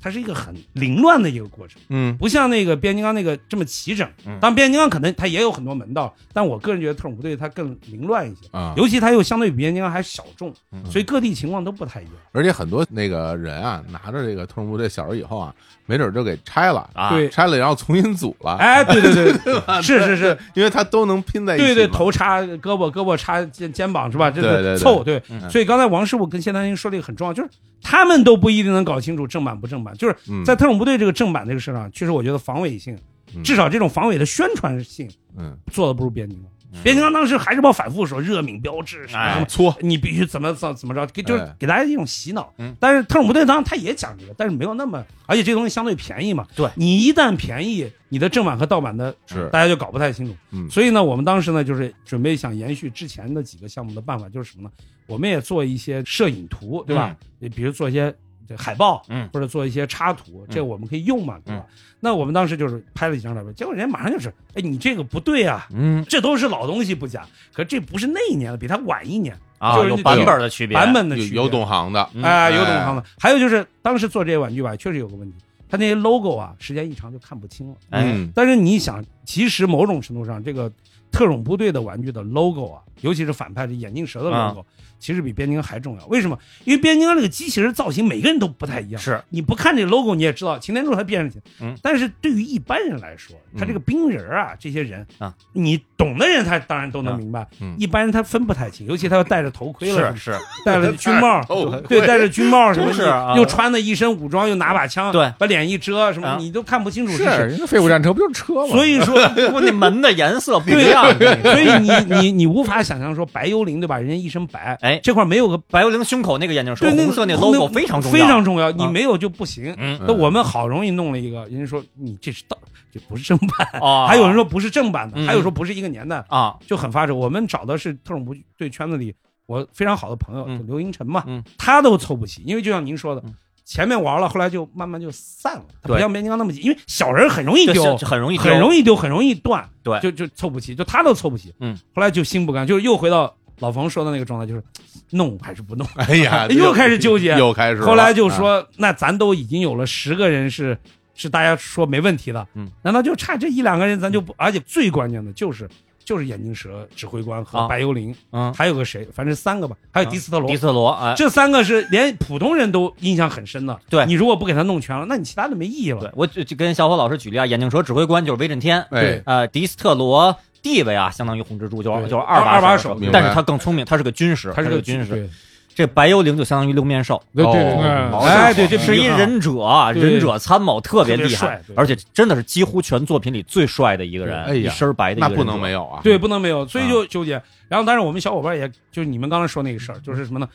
Speaker 4: 它是一个很凌乱的一个过程，
Speaker 1: 嗯
Speaker 4: 不像那个变形金刚那个这么齐整
Speaker 2: 嗯。
Speaker 4: 当然，变形金刚可能它也有很多门道，但我个人觉得特种部队它更凌乱一些，
Speaker 1: 啊，
Speaker 4: 尤其它又相对比变形金刚还小众，
Speaker 2: 嗯
Speaker 4: 所以各地情况都不太一样。
Speaker 1: 而且很多那个人啊，拿着这个特种部队小时以后啊，没准就给拆了，
Speaker 2: 啊，
Speaker 4: 对
Speaker 1: 拆了然后重新组了，
Speaker 4: 哎，对对 对，是是是，
Speaker 1: 因为它都能拼在一起
Speaker 4: 对
Speaker 1: 嘛，
Speaker 4: 对，头插胳膊，胳膊插肩肩膀是吧？这
Speaker 1: 对对
Speaker 4: 个
Speaker 1: 对
Speaker 4: 凑对
Speaker 2: 嗯
Speaker 4: 所以刚才王师傅跟谢丹青说了一个很重要，就是他们都不一定能搞清楚正版不正版。就是
Speaker 1: 嗯
Speaker 4: 在特种部队这个正版这个事上，确实我觉得防伪性
Speaker 1: 嗯，
Speaker 4: 至少这种防伪的宣传性
Speaker 1: 嗯，
Speaker 4: 做的不如变形金刚。变形金刚当时还是要反复说热敏标志什么什
Speaker 2: 哎
Speaker 4: 么。
Speaker 1: 搓，
Speaker 4: 你必须怎么怎么怎么着，给就是
Speaker 1: 哎
Speaker 4: 给大家一种洗脑。
Speaker 2: 嗯
Speaker 4: 但是特种部队当然他也讲这个，但是没有那么，而且这东西相对便宜嘛。
Speaker 2: 对
Speaker 4: 你一旦便宜，你的正版和盗版的
Speaker 1: 是
Speaker 4: 大家就搞不太清楚。
Speaker 1: 嗯
Speaker 4: 所以呢，我们当时呢就是准备想延续之前的几个项目的办法，就是什么呢？我们也做一些摄影图，对吧？比如做一些这海报，
Speaker 2: 嗯
Speaker 4: 或者做一些插图，这我们可以用嘛，对吧？那我们当时就是拍了几张照片，结果人家马上就是，哎，你这个不对啊，
Speaker 2: 嗯
Speaker 4: 这都是老东西不假，可这不是那一年的，比它晚一年，
Speaker 2: 啊，
Speaker 4: 就是
Speaker 2: 有
Speaker 4: 你
Speaker 2: 版本的区别，
Speaker 4: 版本的
Speaker 1: 有
Speaker 4: 区别
Speaker 1: 有懂行的，
Speaker 2: 嗯
Speaker 4: 哎，有懂
Speaker 1: 哎
Speaker 4: 行的。还有就是当时做这些玩具吧，确实有个问题，它它那些 logo 啊，时间一长就看不清了。
Speaker 2: 哎，
Speaker 1: 嗯
Speaker 4: 但是你想，其实某种程度上，这个特种部队的玩具的 logo 啊，尤其是反派这眼镜蛇的 logo，、其实比变形金刚还重要。为什么？因为变形金刚这个机器人造型每个人都不太一样。
Speaker 2: 是，
Speaker 4: 你不看这 logo 你也知道擎天柱它变上去。
Speaker 2: 嗯，
Speaker 4: 但是对于一般人来说，他这个冰人儿啊，这些人
Speaker 2: 啊，
Speaker 4: 你懂的人他当然都能
Speaker 2: 啊
Speaker 4: 明白，
Speaker 1: 嗯。
Speaker 4: 一般人他分不太清，尤其他要戴着头盔了，
Speaker 2: 是是，
Speaker 4: 戴了军帽
Speaker 1: 哦
Speaker 4: 哎 对，戴着军帽什么，
Speaker 2: 真是啊
Speaker 4: 又穿的一身武装，又拿把枪，
Speaker 2: 对
Speaker 4: 把脸一遮，什么、
Speaker 2: 啊
Speaker 4: 你都看不清楚
Speaker 3: 是
Speaker 4: 谁。
Speaker 3: 人家废物战车不就是车吗？
Speaker 4: 所以 说，
Speaker 2: 不，那门的颜色不一
Speaker 4: 对
Speaker 2: 样。
Speaker 4: 所以你你你无法想象说白幽灵对吧？人家一身白，
Speaker 2: 哎
Speaker 4: 这块没有个
Speaker 2: 白幽灵胸口那个眼镜蛇
Speaker 4: 对那个
Speaker 2: 红色那 logo 非常重要，
Speaker 4: 非常重要，你
Speaker 2: 啊
Speaker 4: 没有就不行。
Speaker 2: 嗯
Speaker 4: 那我们好容易弄了一个，人家说你这是盗，这不是正版。
Speaker 2: 哦，
Speaker 4: 还有人说不是正版的，
Speaker 2: 嗯
Speaker 4: 还有说不是一个年代，
Speaker 2: 啊，
Speaker 4: 就很发愁。我们找的是特种部队圈子里我非常好的朋友
Speaker 2: 嗯
Speaker 4: 就刘英辰嘛
Speaker 2: 嗯，
Speaker 4: 他都凑不齐，因为就像您说的
Speaker 2: 嗯。
Speaker 4: 前面玩了，后来就慢慢就散了，它不
Speaker 2: 对
Speaker 4: 像变形金刚那么紧，因为小人很容易
Speaker 2: 这
Speaker 4: 丢，
Speaker 2: 是很容易
Speaker 4: 很
Speaker 2: 易
Speaker 4: 容易丢，很容易断，
Speaker 2: 对
Speaker 4: 就就凑不齐，就他都凑不齐。
Speaker 2: 嗯，
Speaker 4: 后来就心不甘，就是又回到老冯说的那个状态，就是弄还是不弄。
Speaker 1: 哎呀，
Speaker 4: 又开始纠结
Speaker 1: 又开始了。
Speaker 4: 后来就
Speaker 1: 啊，
Speaker 4: 说，那咱都已经有了十个人是是大家说没问题的，
Speaker 2: 嗯，
Speaker 4: 难道就差这一两个人咱就不？而且最关键的就是就是眼镜蛇指挥官和
Speaker 2: 啊
Speaker 4: 白幽灵，
Speaker 2: 嗯，
Speaker 4: 还有个谁，反正三个吧，还有迪斯特罗
Speaker 2: 迪。斯特罗哎，
Speaker 4: 这三个是连普通人都印象很深的，
Speaker 2: 对
Speaker 4: 你如果不给他弄全了，那你其他的没意义了。
Speaker 2: 对我就就跟小伙老师举例啊，眼镜蛇指挥官就是威震天，
Speaker 1: 哎，
Speaker 2: 呃，迪斯特罗地位啊，相当于红蜘蛛，就是
Speaker 4: 对
Speaker 2: 就是
Speaker 4: 二把
Speaker 2: 把
Speaker 4: 手
Speaker 1: 明白
Speaker 2: 但是他更聪明，他是个军师，
Speaker 4: 他是
Speaker 2: 是
Speaker 4: 个
Speaker 2: 军
Speaker 4: 对
Speaker 2: 师。这白幽灵就相当于六面兽，
Speaker 3: 对对对
Speaker 1: 哦
Speaker 3: 对
Speaker 1: 毛
Speaker 3: 对，
Speaker 4: 哎对这
Speaker 2: 是一忍者啊，
Speaker 4: 对
Speaker 2: 忍者参谋特别厉
Speaker 4: 特别
Speaker 2: 害
Speaker 4: 帅对，
Speaker 2: 而且真的是几乎全作品里最帅的一个
Speaker 1: 哎
Speaker 2: 人，
Speaker 1: 呀
Speaker 2: 一身白的一
Speaker 1: 那
Speaker 2: 个人。
Speaker 1: 不能没有啊。
Speaker 4: 对，，不能没有，所以
Speaker 2: 啊
Speaker 4: 就纠结。然后，但是我们小伙伴也就是你们刚才说那个事儿，就是什么呢？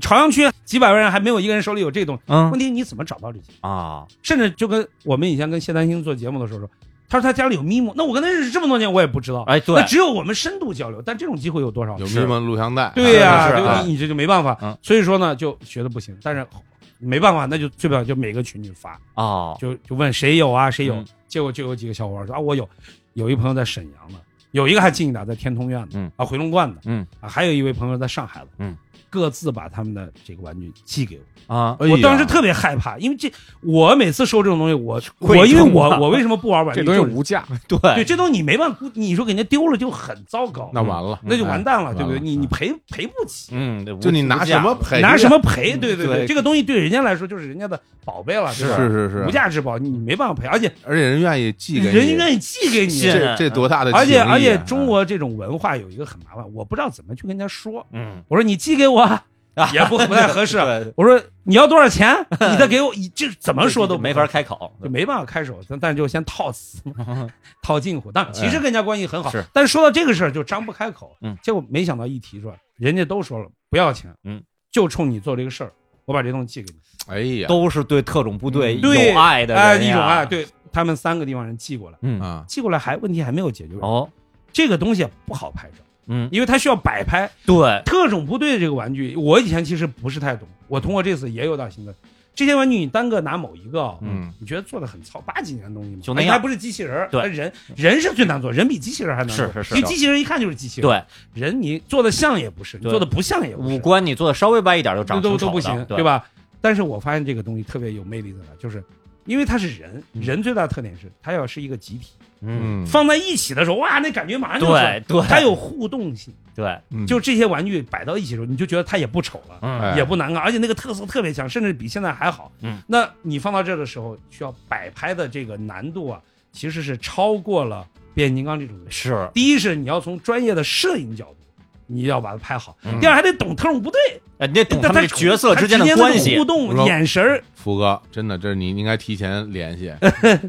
Speaker 4: 朝阳区几百万人还没有一个人手里有这东西，
Speaker 2: 嗯
Speaker 4: 问题你怎么找到这些？
Speaker 2: 啊，
Speaker 4: 甚至就跟我们以前跟谢丹青做节目的时候说，他说他家里有咪姆，那我跟他认识这么多年，我也不知道，
Speaker 2: 哎，
Speaker 4: 那
Speaker 2: 对，
Speaker 4: 只有我们深度交流，但这种机会有多少
Speaker 1: 有？
Speaker 4: 是
Speaker 1: 密门录像带。
Speaker 4: 对呀、
Speaker 2: 是是
Speaker 4: 就
Speaker 2: 啊
Speaker 4: 你你这就没
Speaker 2: 嗯
Speaker 4: 办法。所以说呢，就觉得不行，但是没办法，那就最不了就每个群里发，
Speaker 2: 哦，
Speaker 4: 就就问谁有啊，谁有？
Speaker 2: 嗯
Speaker 4: 结果就有几个小伙伴说啊，我有，有一朋友在沈阳的，有一个还近一点，在天通苑的，
Speaker 2: 嗯
Speaker 4: 啊，回龙观的，
Speaker 2: 嗯
Speaker 4: 啊，还有一位朋友在上海的，
Speaker 2: 嗯，
Speaker 4: 各自把他们的这个玩具寄给我。
Speaker 2: 啊，
Speaker 1: 哎呀
Speaker 4: 我当时特别害怕，因为这我每次收这种东西，我
Speaker 2: 贵
Speaker 4: 我因为
Speaker 2: 重
Speaker 4: 我
Speaker 2: 啊
Speaker 4: 我为什么不玩玩具？
Speaker 3: 这东西
Speaker 4: 就是
Speaker 3: 无价，
Speaker 2: 对，
Speaker 4: 对这东西你没办法估，你说给人家丢了就很糟糕，
Speaker 1: 那完了，
Speaker 4: 那就完蛋了，
Speaker 1: 哎
Speaker 4: 对不
Speaker 1: 完
Speaker 4: 对？
Speaker 1: 了
Speaker 4: 你你赔赔不起。
Speaker 2: 嗯，对
Speaker 1: 就你拿什么？
Speaker 2: 无价
Speaker 1: 赔？
Speaker 4: 拿什？么赔？对对
Speaker 2: 对
Speaker 4: 这个东西对人家来说就是人家的宝贝了，对吧
Speaker 1: 是是是
Speaker 4: 无价之宝，你没办法赔，而且
Speaker 1: 而且人愿意寄给你，
Speaker 4: 人愿意寄给你，
Speaker 2: 信任
Speaker 1: 这这多大的情谊啊！
Speaker 4: 而且而且中国这种文化有一个很麻烦，我不知道怎么去跟人家说。
Speaker 2: 嗯，
Speaker 4: 我说你寄给我 啊
Speaker 2: 啊
Speaker 4: 也不不太合适。
Speaker 2: 对
Speaker 4: 我说你要多少钱？你再给我，你这怎么说都不
Speaker 2: 没法，开口，
Speaker 4: 就没办法开手，但但就先套死，套近乎。但其实跟人家关系很好，
Speaker 2: 哎是
Speaker 4: 但是说到这个事儿就张不开口。
Speaker 2: 嗯，
Speaker 4: 结果没想到一提出来，人家都说了不要钱，
Speaker 2: 嗯，
Speaker 4: 就冲你做这个事儿，我把这东西寄给你。
Speaker 1: 哎呀，
Speaker 2: 都是对特种部队
Speaker 4: 嗯对
Speaker 2: 有爱的
Speaker 4: 哎，
Speaker 2: 人
Speaker 4: 一
Speaker 2: 呀
Speaker 4: 种爱，，对他们三个地方人寄过来，
Speaker 2: 嗯，
Speaker 1: 啊，
Speaker 4: 寄过来还问题还没有解决，
Speaker 2: 哦，
Speaker 4: 这个东西不好拍照，
Speaker 2: 嗯，
Speaker 4: 因为它需要摆拍。
Speaker 2: 对，
Speaker 4: 特种部队的这个玩具，我以前其实不是太懂，我通过这次也有点心得。这些玩具你单个拿某一个啊，
Speaker 1: 嗯
Speaker 4: 你觉得做的很糙，八几年的东西嘛，
Speaker 2: 就那样
Speaker 4: 而且还不是机器人儿，
Speaker 2: 对
Speaker 4: 它人人是最难做，人比机器人还难做，
Speaker 2: 是是是
Speaker 4: 因为机器人一看就是机器人，
Speaker 2: 对，
Speaker 4: 对，人你做的像也不是，你
Speaker 2: 对
Speaker 4: 做的不像也不是，
Speaker 2: 五官你做的稍微歪一点就长
Speaker 4: 都
Speaker 2: 挺
Speaker 4: 都
Speaker 2: 丑的
Speaker 4: 都不行，
Speaker 2: 对
Speaker 4: 对？吧？但是我发现这个东西特别有魅力在哪，就是因为它是人，
Speaker 2: 嗯
Speaker 4: 人最大的特点是它要是一个集体，
Speaker 2: 嗯，
Speaker 4: 放在一起的时候，哇，那感觉马上就
Speaker 2: 对对，
Speaker 4: 它有互动性，
Speaker 2: 对，
Speaker 1: 嗯
Speaker 4: 就这些玩具摆到一起的时候，你就觉得它也不丑了。
Speaker 2: 嗯，
Speaker 1: 哎
Speaker 4: 也不难看，而且那个特色特别强，甚至比现在还好。
Speaker 2: 嗯，
Speaker 4: 那你放到这儿的时候，需要摆拍的这个难度啊，其实是超过了变形金刚这种类型。
Speaker 2: 是，
Speaker 4: 第一是你要从专业的摄影角度，你要把它拍好；
Speaker 2: 嗯
Speaker 4: 第二还得懂特种部队，
Speaker 2: 哎，你得懂
Speaker 4: 但
Speaker 2: 他
Speaker 4: 它
Speaker 2: 们这角色之间
Speaker 4: 它
Speaker 2: 的
Speaker 4: 的
Speaker 2: 关系
Speaker 4: 互，动、
Speaker 1: 嗯
Speaker 4: 眼神儿
Speaker 1: 福哥，真的，这是你应该提前联 系。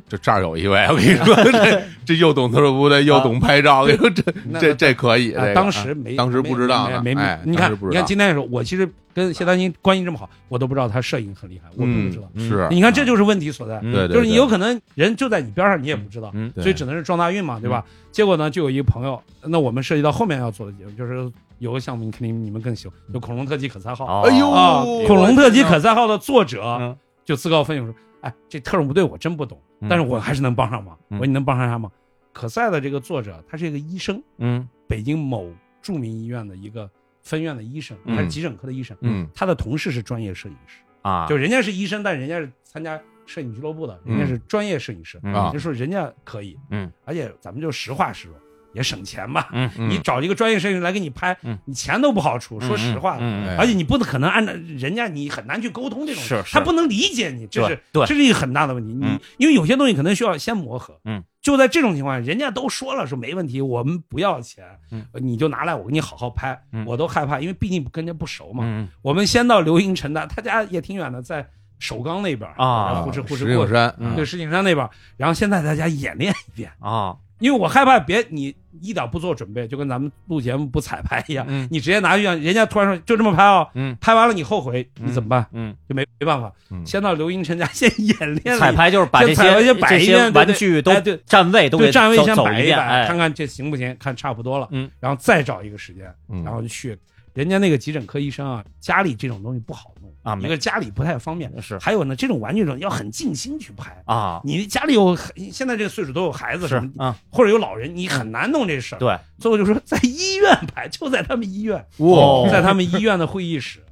Speaker 1: 就这儿有一位，我跟你说，这这又懂特种部队，又懂拍照，我跟你说 这
Speaker 4: 那
Speaker 1: 这这可以。这
Speaker 4: 啊
Speaker 1: 个，
Speaker 4: 当时没，
Speaker 1: 当时不知道
Speaker 4: 没
Speaker 1: 呢
Speaker 4: 没，没
Speaker 1: 哎
Speaker 4: 你
Speaker 1: 当
Speaker 4: 看
Speaker 1: 时，不知
Speaker 4: 你
Speaker 1: 道
Speaker 4: 看今天的时候，我其实跟谢丹青关系这么好，我都不知道他摄影很厉害，我都不
Speaker 1: 嗯
Speaker 4: 知道。
Speaker 1: 是，
Speaker 4: 你看，这就是问题所在，
Speaker 2: 嗯
Speaker 1: 对，对，
Speaker 4: 就是你
Speaker 1: 对
Speaker 4: 有可能人就在你边上，你也不知道。
Speaker 2: 嗯，
Speaker 1: 对嗯
Speaker 4: 所以只能是撞大运嘛，对吧？结果呢，就有一个朋友，那我们涉及到后面要做的节目，就是有个项目，肯定你们更喜欢，就《恐龙特技可赛号》
Speaker 2: 哦
Speaker 1: 哎呦
Speaker 4: 啊，《恐龙特技可赛号》的作
Speaker 2: 嗯
Speaker 4: 者就自告奋勇说：“哎，这特种部队我真不懂，
Speaker 2: 嗯
Speaker 4: 但是我还是能帮上忙。”
Speaker 2: 嗯
Speaker 4: 我说：“你能帮上啥忙？”可赛的这个作者，他是一个医生，
Speaker 2: 嗯
Speaker 4: 北京某著名医院的一个分院的医生，
Speaker 2: 嗯
Speaker 4: 他是急诊科的医生。
Speaker 1: 嗯
Speaker 4: 他的同事是专业摄影师，
Speaker 2: 啊，
Speaker 4: 就人家是医生，但人家是参加摄影俱乐部的，人家是专业摄影师，
Speaker 1: 啊
Speaker 4: 嗯就说人家可以，
Speaker 2: 嗯，
Speaker 4: 而且咱们就实话实说，也省钱吧。
Speaker 2: 嗯
Speaker 1: 嗯
Speaker 4: 你找一个专业摄影师来给你拍，
Speaker 2: 嗯
Speaker 4: 你钱都不好出，说实话，
Speaker 2: 嗯
Speaker 1: 哎
Speaker 4: 而且你不可能按照人家，你很难去沟通这种，
Speaker 2: 是是
Speaker 4: 他不能理解你，这是
Speaker 2: 对对
Speaker 4: 这是一个很大的问题。你、
Speaker 2: 嗯
Speaker 4: 因为有些东西可能需要先磨合，
Speaker 2: 嗯，
Speaker 4: 就在这种情况下，人家都说了说没问题，我们不要钱，
Speaker 2: 嗯
Speaker 4: 呃你就拿来我给你好好拍，
Speaker 2: 嗯
Speaker 4: 我都害怕，因为毕竟跟人家不熟嘛。
Speaker 2: 嗯
Speaker 4: 我们先到刘英晨的，他家也挺远的，在首钢那边
Speaker 2: 啊
Speaker 4: 然后呼哧呼
Speaker 1: 石
Speaker 4: 哧过
Speaker 1: 景
Speaker 4: 去，
Speaker 1: 山，
Speaker 2: 嗯
Speaker 1: 嗯
Speaker 4: 对石景山那边，然后现在大家演练一遍。
Speaker 2: 啊，
Speaker 4: 因为我害怕别你一点不做准备，就跟咱们录节目不彩排一样，
Speaker 2: 嗯
Speaker 4: 你直接拿去，人家突然说就这么拍哦，
Speaker 2: 嗯
Speaker 4: 拍完了你后悔，
Speaker 2: 嗯
Speaker 4: 你怎么办？
Speaker 2: 嗯，
Speaker 4: 就没没办法，
Speaker 1: 嗯
Speaker 4: 先到刘英晨家先演练
Speaker 2: 彩
Speaker 4: 了一
Speaker 2: 排就是把这
Speaker 4: 先彩排
Speaker 2: 些这
Speaker 4: 先摆一
Speaker 2: 些
Speaker 4: 遍对
Speaker 2: 玩
Speaker 4: 对
Speaker 2: 具都
Speaker 4: 哎对
Speaker 2: 站位都
Speaker 4: 对
Speaker 2: 给
Speaker 4: 站位
Speaker 2: 走
Speaker 4: 先
Speaker 2: 走
Speaker 4: 摆
Speaker 2: 一
Speaker 4: 一
Speaker 2: 遍，
Speaker 4: 摆，看
Speaker 2: 哎，
Speaker 4: 看这行不行，看差不多了，
Speaker 2: 嗯，
Speaker 4: 然后再找一个时间，
Speaker 1: 嗯
Speaker 4: 然后就去人家那个急诊科医生啊，家里这种东西不好弄
Speaker 2: 啊没
Speaker 4: 一个家里不太方便，
Speaker 2: 是
Speaker 4: 还有呢，这种玩具这种要很尽心去拍。
Speaker 2: 啊，
Speaker 4: 你家里有现在这个岁数都有孩子
Speaker 2: 是
Speaker 4: 什么，
Speaker 2: 啊，
Speaker 4: 或者有老人，你很难弄这事儿。
Speaker 2: 对，
Speaker 4: 所以我就说在医院拍，就在他们医院，
Speaker 2: 哦
Speaker 4: 在他们医院的会 议室。
Speaker 1: 哦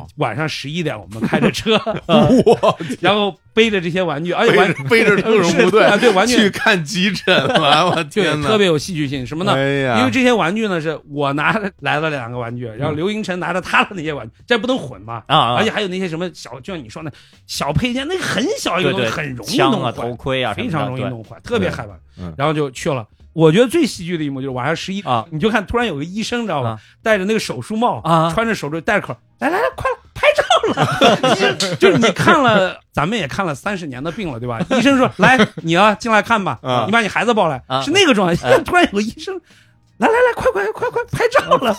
Speaker 4: 呃，晚上十一点，我们开着车，啊
Speaker 1: 哇，
Speaker 4: 然后背着这些玩具，而
Speaker 1: 背
Speaker 4: 且玩
Speaker 1: 着背 着特种部队
Speaker 4: 啊，对玩
Speaker 1: 去
Speaker 4: 具
Speaker 1: 看急诊 了，我
Speaker 4: 对
Speaker 1: 天哪，
Speaker 4: 特别有戏剧性。什么呢？
Speaker 1: 哎呀，
Speaker 4: 因为这些玩具呢，是我拿着来了两个玩具，然后刘英晨拿着他的那些玩具，这不能混嘛。
Speaker 2: 啊嗯啊，
Speaker 4: 而且还有那些什么小，就像你说的小配件，那个很小一个
Speaker 2: 对
Speaker 4: 东
Speaker 2: 对，
Speaker 4: 西，很容易
Speaker 2: 枪
Speaker 4: 弄
Speaker 2: 啊、
Speaker 4: 坏，
Speaker 2: 头盔啊什么
Speaker 4: 非
Speaker 2: 的，
Speaker 4: 常容易
Speaker 2: 对
Speaker 4: 弄坏，特别害怕
Speaker 1: 嗯。
Speaker 4: 然后就去了。我觉得最戏剧的一幕就是晚上十一
Speaker 2: 啊
Speaker 4: 你就看突然有个医生，知道吧
Speaker 2: 啊？
Speaker 4: 戴着那个手术帽
Speaker 2: 啊
Speaker 4: 穿着手术戴着口，来来来，快了，拍照 了。就是就是你看了，咱们也看了三十年的病 了，对吧？医生说来，你啊进来看吧
Speaker 1: 啊，
Speaker 4: 你把你孩子抱来
Speaker 2: 啊，
Speaker 4: 是那个状态
Speaker 2: 啊。
Speaker 4: 突然有个医生。来来来，快快快快拍 照了，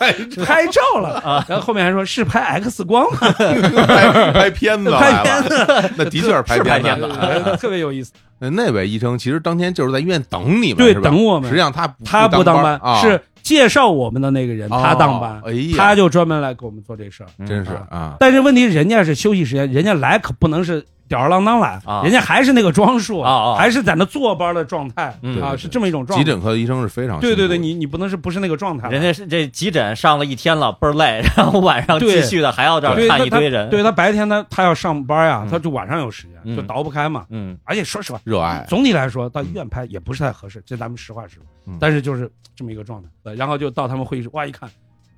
Speaker 4: 拍照了
Speaker 2: 啊！
Speaker 4: 然后后面还说是拍 X 光 吗？
Speaker 1: 拍 拍片子
Speaker 4: 拍
Speaker 1: 来
Speaker 4: 片
Speaker 1: 了，
Speaker 4: 子，
Speaker 1: 那的确是拍
Speaker 2: 是拍
Speaker 1: 片
Speaker 2: 片
Speaker 1: 子
Speaker 2: 子
Speaker 1: 啊。
Speaker 4: 呃特别有意思。
Speaker 1: 那那位医生其实当天就是在医院等你们，
Speaker 4: 对，
Speaker 1: 是吧
Speaker 4: 等我
Speaker 1: 实际
Speaker 4: 们，
Speaker 1: 上他不
Speaker 4: 他
Speaker 1: 不
Speaker 4: 不当
Speaker 1: 班啊
Speaker 4: 是介绍我们的那个人，他当班
Speaker 1: 哦，哎呀，
Speaker 4: 他就专门来给我们做这事儿。
Speaker 1: 真是啊，
Speaker 4: 但是问题是，人家是休息时间，人家来可不能是吊儿郎当来，
Speaker 2: 啊
Speaker 4: 人家还是那个装束，
Speaker 2: 啊啊
Speaker 4: 还是在那坐班的状态、
Speaker 2: 嗯
Speaker 1: 对
Speaker 4: 啊，
Speaker 1: 对
Speaker 4: 是这么一种状
Speaker 1: 急
Speaker 4: 态。
Speaker 1: 诊科的医生是非常
Speaker 4: 对对对，
Speaker 1: 辛苦
Speaker 4: 你你不能是不是那个状态，
Speaker 2: 人家是这急诊上了一天了，倍儿累， 然后晚上
Speaker 4: 对
Speaker 2: 继续的还要这
Speaker 4: 对
Speaker 2: 儿
Speaker 4: 他
Speaker 2: 看一堆人，
Speaker 4: 对他白天他他要上班呀、
Speaker 2: 嗯
Speaker 4: 他就晚上有时间，
Speaker 2: 嗯
Speaker 4: 就倒不开嘛。
Speaker 2: 嗯
Speaker 4: 而且说实话，
Speaker 1: 热爱，
Speaker 4: 总体来说到医院拍也不是太合适，这咱们实话实说。
Speaker 1: 嗯
Speaker 4: 但是就是这么一个状态，呃然后就到他们会议室，哇一看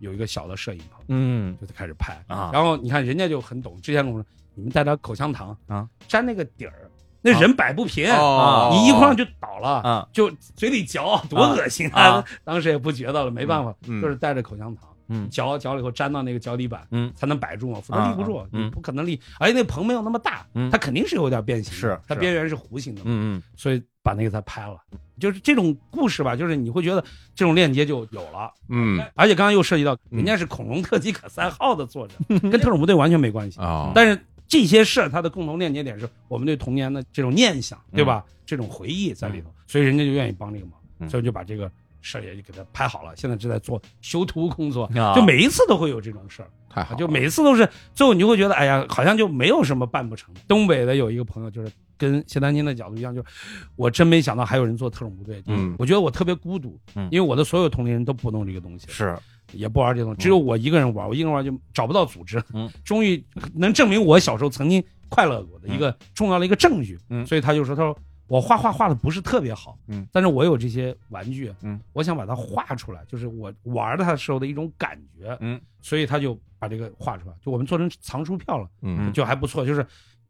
Speaker 4: 有一个小的摄影棚，
Speaker 2: 嗯
Speaker 4: 就开始拍
Speaker 2: 啊
Speaker 4: 然后你看人家就很懂，之前跟我说你们带点口香糖
Speaker 2: 啊，
Speaker 4: 粘那个底儿，那人摆不平，
Speaker 1: 哦
Speaker 4: 啊你一晃就倒了，
Speaker 2: 啊
Speaker 4: 就嘴里嚼，多恶心
Speaker 2: 啊！
Speaker 4: 当时也不觉得了，没办法，
Speaker 1: 嗯嗯
Speaker 4: 就是带着口香糖。
Speaker 2: 嗯
Speaker 4: 嚼嚼了以后粘到那个脚底板，
Speaker 2: 嗯
Speaker 4: 才能摆住嘛，否则立不住
Speaker 2: 啊，
Speaker 4: 你
Speaker 2: 嗯
Speaker 4: 不可能立。而且那棚没有那么大，
Speaker 2: 嗯
Speaker 4: 它肯定是有点变形的，
Speaker 2: 是
Speaker 4: 它
Speaker 2: 是
Speaker 4: 边缘是弧形的嘛，
Speaker 2: 嗯
Speaker 4: 所以把那个才拍了。就是这种故事吧，就是你会觉得这种链接就有了，
Speaker 1: 嗯
Speaker 4: 而且刚刚又涉及到，
Speaker 1: 嗯
Speaker 4: 人家是《恐龙特技可赛号》的作者，跟特种部队完全没关系。
Speaker 1: 啊，
Speaker 4: 但是这些事儿它的共同链接点是我们对童年的这种念想，对吧？这种回忆在里头，所以人家就愿意帮这个忙，
Speaker 2: 嗯
Speaker 4: 所以就把这个事儿也就给它拍好了。现在正在做修图工作，
Speaker 2: 啊
Speaker 4: 就每一次都会有这种事儿，
Speaker 1: 太好了，
Speaker 4: 就每一次都是最后你就会觉得，哎呀，好像就没有什么办不成的。东北的有一个朋友就是。跟谢丹青的角度一样，就是我真没想到还有人做特种部队，
Speaker 1: 嗯
Speaker 4: 我觉得我特别孤独，
Speaker 2: 嗯
Speaker 4: 因为我的所有同龄人都不弄这个东西，
Speaker 2: 是
Speaker 4: 也不玩这东西，只有我一个人玩，我一个人玩就找不到组织。
Speaker 2: 嗯，
Speaker 4: 终于能证明我小时候曾经快乐过的
Speaker 2: 嗯
Speaker 4: 一个重要的一个证据。
Speaker 2: 嗯
Speaker 4: 所以他就说：“他说我画画画的不是特别好，
Speaker 2: 嗯，
Speaker 4: 但是我有这些玩具，
Speaker 2: 嗯，
Speaker 4: 我想把它画出来，就是我玩它的时候的一种感觉。
Speaker 2: 嗯，
Speaker 4: 所以他就把这个画出来，就我们做成藏书票了，
Speaker 1: 嗯
Speaker 4: 就还不错。就是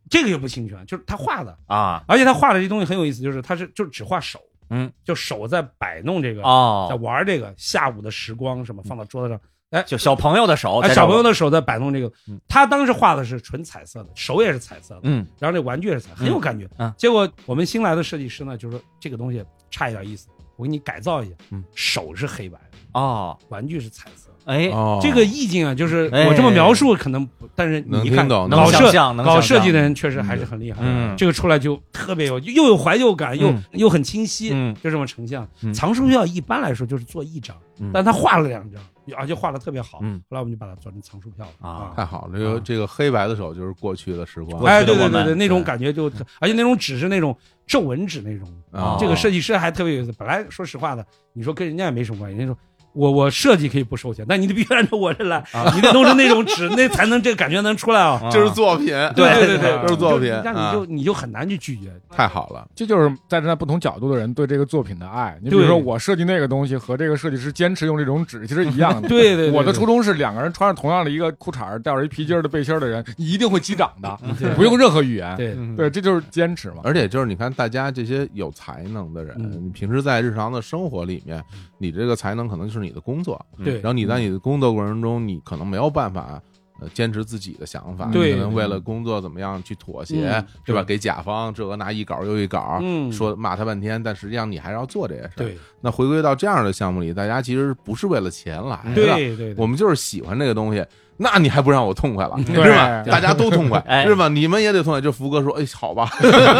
Speaker 4: 这个就不侵权，就是他画的，
Speaker 2: 啊
Speaker 4: 而且他画的这东西很有意思，就是他是就只画手，
Speaker 2: 嗯，
Speaker 4: 就手在摆弄这个在
Speaker 2: 哦，
Speaker 4: 玩这个下午的时光什么，放到桌子上。哎，
Speaker 2: 就小朋友的手，哦
Speaker 4: 哎，
Speaker 2: 在
Speaker 4: 小朋友
Speaker 2: 的
Speaker 4: 的手在摆弄这个
Speaker 2: 嗯，
Speaker 4: 他当时画的是纯彩色的，手也是彩色的，
Speaker 2: 嗯
Speaker 4: 然后这玩具也是彩，很有感觉。
Speaker 2: 嗯
Speaker 4: 结果我们新来的设计师呢，就说这个东西差一点意思，我给你改造一下。
Speaker 2: 嗯
Speaker 4: 手是黑白的，
Speaker 2: 哦
Speaker 4: 玩具是彩色的。
Speaker 2: 哎
Speaker 1: 哦，
Speaker 4: 这个意境啊，就是
Speaker 2: 哎
Speaker 4: 我这么描述可能不，但是
Speaker 1: 能
Speaker 4: 你看
Speaker 1: 听懂能
Speaker 4: 搞
Speaker 2: 想
Speaker 4: 设
Speaker 2: 象能
Speaker 4: 搞
Speaker 2: 想
Speaker 4: 设计
Speaker 2: 象
Speaker 4: 的人确实还是很厉害。
Speaker 2: 嗯
Speaker 4: 这个出来就特别有，又有怀旧感，又
Speaker 2: 嗯
Speaker 4: 又很清晰，
Speaker 2: 嗯
Speaker 4: 就这么成像。
Speaker 2: 嗯
Speaker 4: 藏书票一般来说就是做一张，
Speaker 2: 嗯
Speaker 4: 但他画了两张，而且画的特别好。
Speaker 2: 嗯
Speaker 4: 后来我们就把它做成藏书票了
Speaker 2: 啊
Speaker 1: 太好了，这个这个黑白的手就是过去的时光，
Speaker 2: 过去
Speaker 4: 哎，
Speaker 2: 的
Speaker 4: 对对
Speaker 2: 我
Speaker 4: 对
Speaker 2: 们
Speaker 4: 对，那种
Speaker 1: 对
Speaker 4: 感觉就，而且那种纸是那种皱纹纸那种。
Speaker 1: 啊
Speaker 4: 这个设计师还特别有意思，本来说实话的，你说跟人家也没什么关系，人家说我我设计可以不收钱，但你得必须按照我这来，你得弄成那种纸，那才能这个感觉能出来
Speaker 2: 嗯
Speaker 4: 啊。
Speaker 1: 这是作品，
Speaker 4: 对
Speaker 3: 对
Speaker 4: 对对，
Speaker 1: 这是作品，
Speaker 4: 那
Speaker 1: 啊
Speaker 4: 你就你就很难去拒绝。
Speaker 1: 太好了，
Speaker 3: 这就是站在不同角度的人对这个作品的爱。你比如
Speaker 4: 对
Speaker 3: 说，我设计那个东西和这个设计师坚持用这种纸，其实一样的。
Speaker 4: 对对对
Speaker 3: 我的
Speaker 4: 对
Speaker 3: 初衷是两个人穿着同样的一个裤衩儿，带着一皮筋儿的背心儿的人，你一定会击掌 的，不用任何语言。
Speaker 4: 对，
Speaker 2: 嗯
Speaker 3: 嗯对，这就是坚持嘛。
Speaker 1: 而且就是你看，大家这些有才能的人，
Speaker 4: 嗯
Speaker 1: 你平时在日常的生活里面，你这个才能可能就是你的工作，
Speaker 4: 嗯对
Speaker 1: 然后你在你的工作过程中，你可能没有办法。呃，坚持自己的想法，
Speaker 4: 嗯对
Speaker 1: 你可能为了工作怎么样去妥协，
Speaker 4: 嗯
Speaker 1: 对吧？给甲方这个拿一稿又一稿，
Speaker 4: 嗯
Speaker 1: 说骂他半天，但实际上你还是要做这些事儿。
Speaker 4: 对，
Speaker 1: 那回归到这样的项目里，大家其实不是为了钱来的，
Speaker 4: 嗯对对对
Speaker 1: 我们就是喜欢这个东西。那你还不让我痛快了，
Speaker 4: 嗯
Speaker 3: 对
Speaker 1: 是吧？
Speaker 3: 对
Speaker 1: 大家都痛 快，
Speaker 2: 哎
Speaker 1: 是吧？你们也得痛快。就福哥说：“哎，好吧，
Speaker 4: 对对，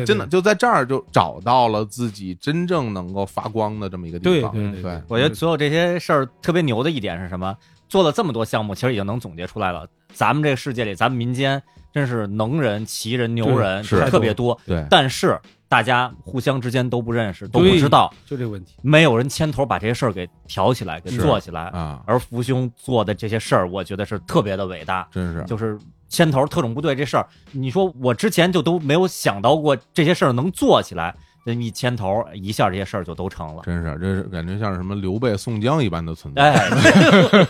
Speaker 1: 哎真的就在这儿就找到了自己真正能够发光的这么一个地
Speaker 4: 对
Speaker 1: 方。
Speaker 4: 对
Speaker 1: 对
Speaker 4: 对
Speaker 2: 我觉得所有这些事儿特别牛的一点是什么？做了这么多项目，其实已经能总结出来了。咱们这个世界里，咱们民间真是能人、奇人、牛人
Speaker 1: 对是
Speaker 2: 特别多，
Speaker 1: 对
Speaker 2: 但是大家互相之间都不认识，都不知道，
Speaker 4: 就这个问题。
Speaker 2: 没有人牵头把这些事儿给挑起来、给
Speaker 1: 是
Speaker 2: 做起来。
Speaker 1: 啊，
Speaker 2: 而福兄做的这些事儿，我觉得是特别的伟大，
Speaker 1: 真是
Speaker 2: 就是。牵头特种部队这事儿，你说我之前就都没有想到过这些事儿能做起来，那一牵头一下这些事儿就都成了。
Speaker 1: 真是，这是感觉像是什么刘备、宋江一般的存在，
Speaker 2: 哎，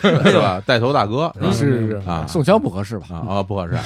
Speaker 4: 哎
Speaker 1: 是吧？带头大哥
Speaker 4: 嗯
Speaker 1: 是吧
Speaker 3: 是是
Speaker 1: 啊
Speaker 3: 宋江不合适吧？
Speaker 1: 啊啊，不合 适。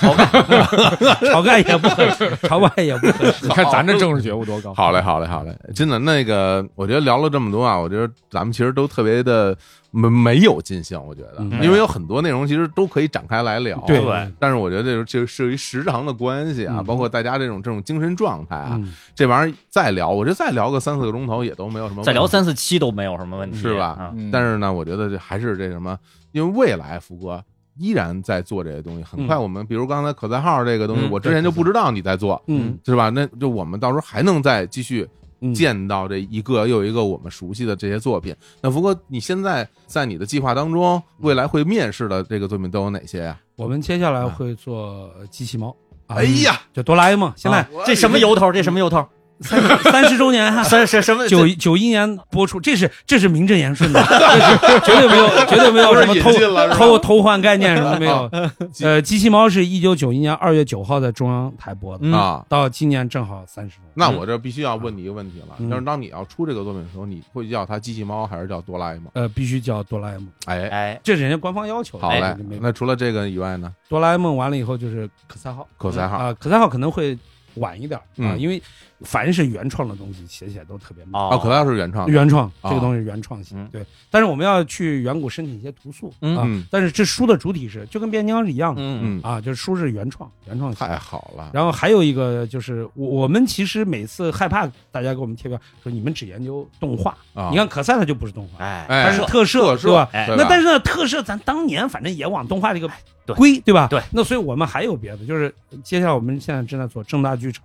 Speaker 4: 炒干也不合适，炒饭也不合 适。
Speaker 3: 你看咱这政治觉悟多高。
Speaker 1: 好嘞，好嘞，好嘞，真的，那个，我觉得聊了这么多啊，我觉得咱们其实都特别的没没有尽兴，我觉得，
Speaker 4: 嗯
Speaker 1: 因为有很多内容其实都可以展开来聊，啊
Speaker 4: 对
Speaker 1: 但是我觉得这这是于时长的关系啊，
Speaker 4: 嗯
Speaker 1: 包括大家这种这种精神状态啊，
Speaker 4: 嗯
Speaker 1: 这玩意儿再聊，我觉得再聊个三四个钟头也都没有什么问题，
Speaker 2: 再聊三四期都没有什么问题，
Speaker 1: 是吧
Speaker 2: 嗯
Speaker 3: 嗯
Speaker 1: 但是呢，我觉得这还是这什么，因为未来福哥依然在做这些东西，很
Speaker 4: 嗯
Speaker 1: 快我们、比如刚才可赛号这个东西，
Speaker 2: 嗯
Speaker 1: 我之前就不知道你在做，
Speaker 4: 嗯
Speaker 1: 是吧？那就我们到时候还能再继续
Speaker 4: 嗯
Speaker 1: 见到这一个又一个我们熟悉的这些作品。那福哥，你现在在你的计划当中，未来会面试的这个作品都有哪些呀、
Speaker 4: 我们接下来会做机器猫。啊
Speaker 1: 啊哎，呀，
Speaker 4: 就哆啦 A 梦，现在
Speaker 2: 啊这什么由头？这什么 由头？
Speaker 4: 三
Speaker 1: 啊
Speaker 4: 三十周年啊哈，
Speaker 2: 三什什么
Speaker 4: 九九一年播出，这是这是名正言顺的，这是绝对没有绝对没有什么
Speaker 1: 不是引进了
Speaker 4: 偷
Speaker 1: 是吧
Speaker 4: 偷偷换概念什么都 没有。
Speaker 1: 机
Speaker 4: 呃，机器猫是一九九一年二月九号在中央台播的，
Speaker 2: 嗯
Speaker 1: 啊！
Speaker 4: 到今年正好三十
Speaker 1: 那我这必须要问你一个问题了，
Speaker 4: 嗯
Speaker 1: 就是当你要出这个作品的时候，你会叫它机器猫还是叫哆啦 A 梦？
Speaker 4: 呃，必须叫哆啦 A 梦，
Speaker 1: 哎，
Speaker 2: 哎，
Speaker 4: 这是人家官方要求的。
Speaker 1: 好嘞
Speaker 4: 这个没，
Speaker 1: 那除了这个以外呢？
Speaker 4: 哆啦 A 梦完了以后就是可赛号，
Speaker 1: 口才号
Speaker 4: 啊，可赛号可能会晚一点儿啊，
Speaker 1: 嗯
Speaker 4: 因为凡是原创的东西写起来都特别慢。
Speaker 1: 哦，
Speaker 2: 哦
Speaker 1: 口才号是原创的，
Speaker 4: 原创
Speaker 1: 哦
Speaker 4: 这个东西原创性
Speaker 2: 嗯，
Speaker 4: 对，但是我们要去远古申请一些图素
Speaker 2: 嗯
Speaker 4: 啊，
Speaker 1: 嗯
Speaker 4: 但是这书的主体是就跟变形金刚是一样的
Speaker 2: 嗯
Speaker 1: 嗯，
Speaker 4: 啊，就是书是原创原创性。
Speaker 1: 太好了，
Speaker 4: 然后还有一个就是我我们其实每次害怕大家给我们贴标说你们只研究动画，
Speaker 1: 啊
Speaker 4: 你看可赛它就不是动画，
Speaker 2: 哎
Speaker 1: 哎
Speaker 4: 它是特
Speaker 1: 特
Speaker 4: 摄，
Speaker 1: 啊
Speaker 4: 是吧？
Speaker 2: 哎
Speaker 1: 对
Speaker 4: 那
Speaker 1: 吧
Speaker 4: 但是呢，特摄咱当年反正也往动画这个
Speaker 1: 哎
Speaker 2: 对
Speaker 4: 归，对吧？
Speaker 2: 对。
Speaker 4: 那所以我们还有别的，就是接下来我们现在正在做正大剧场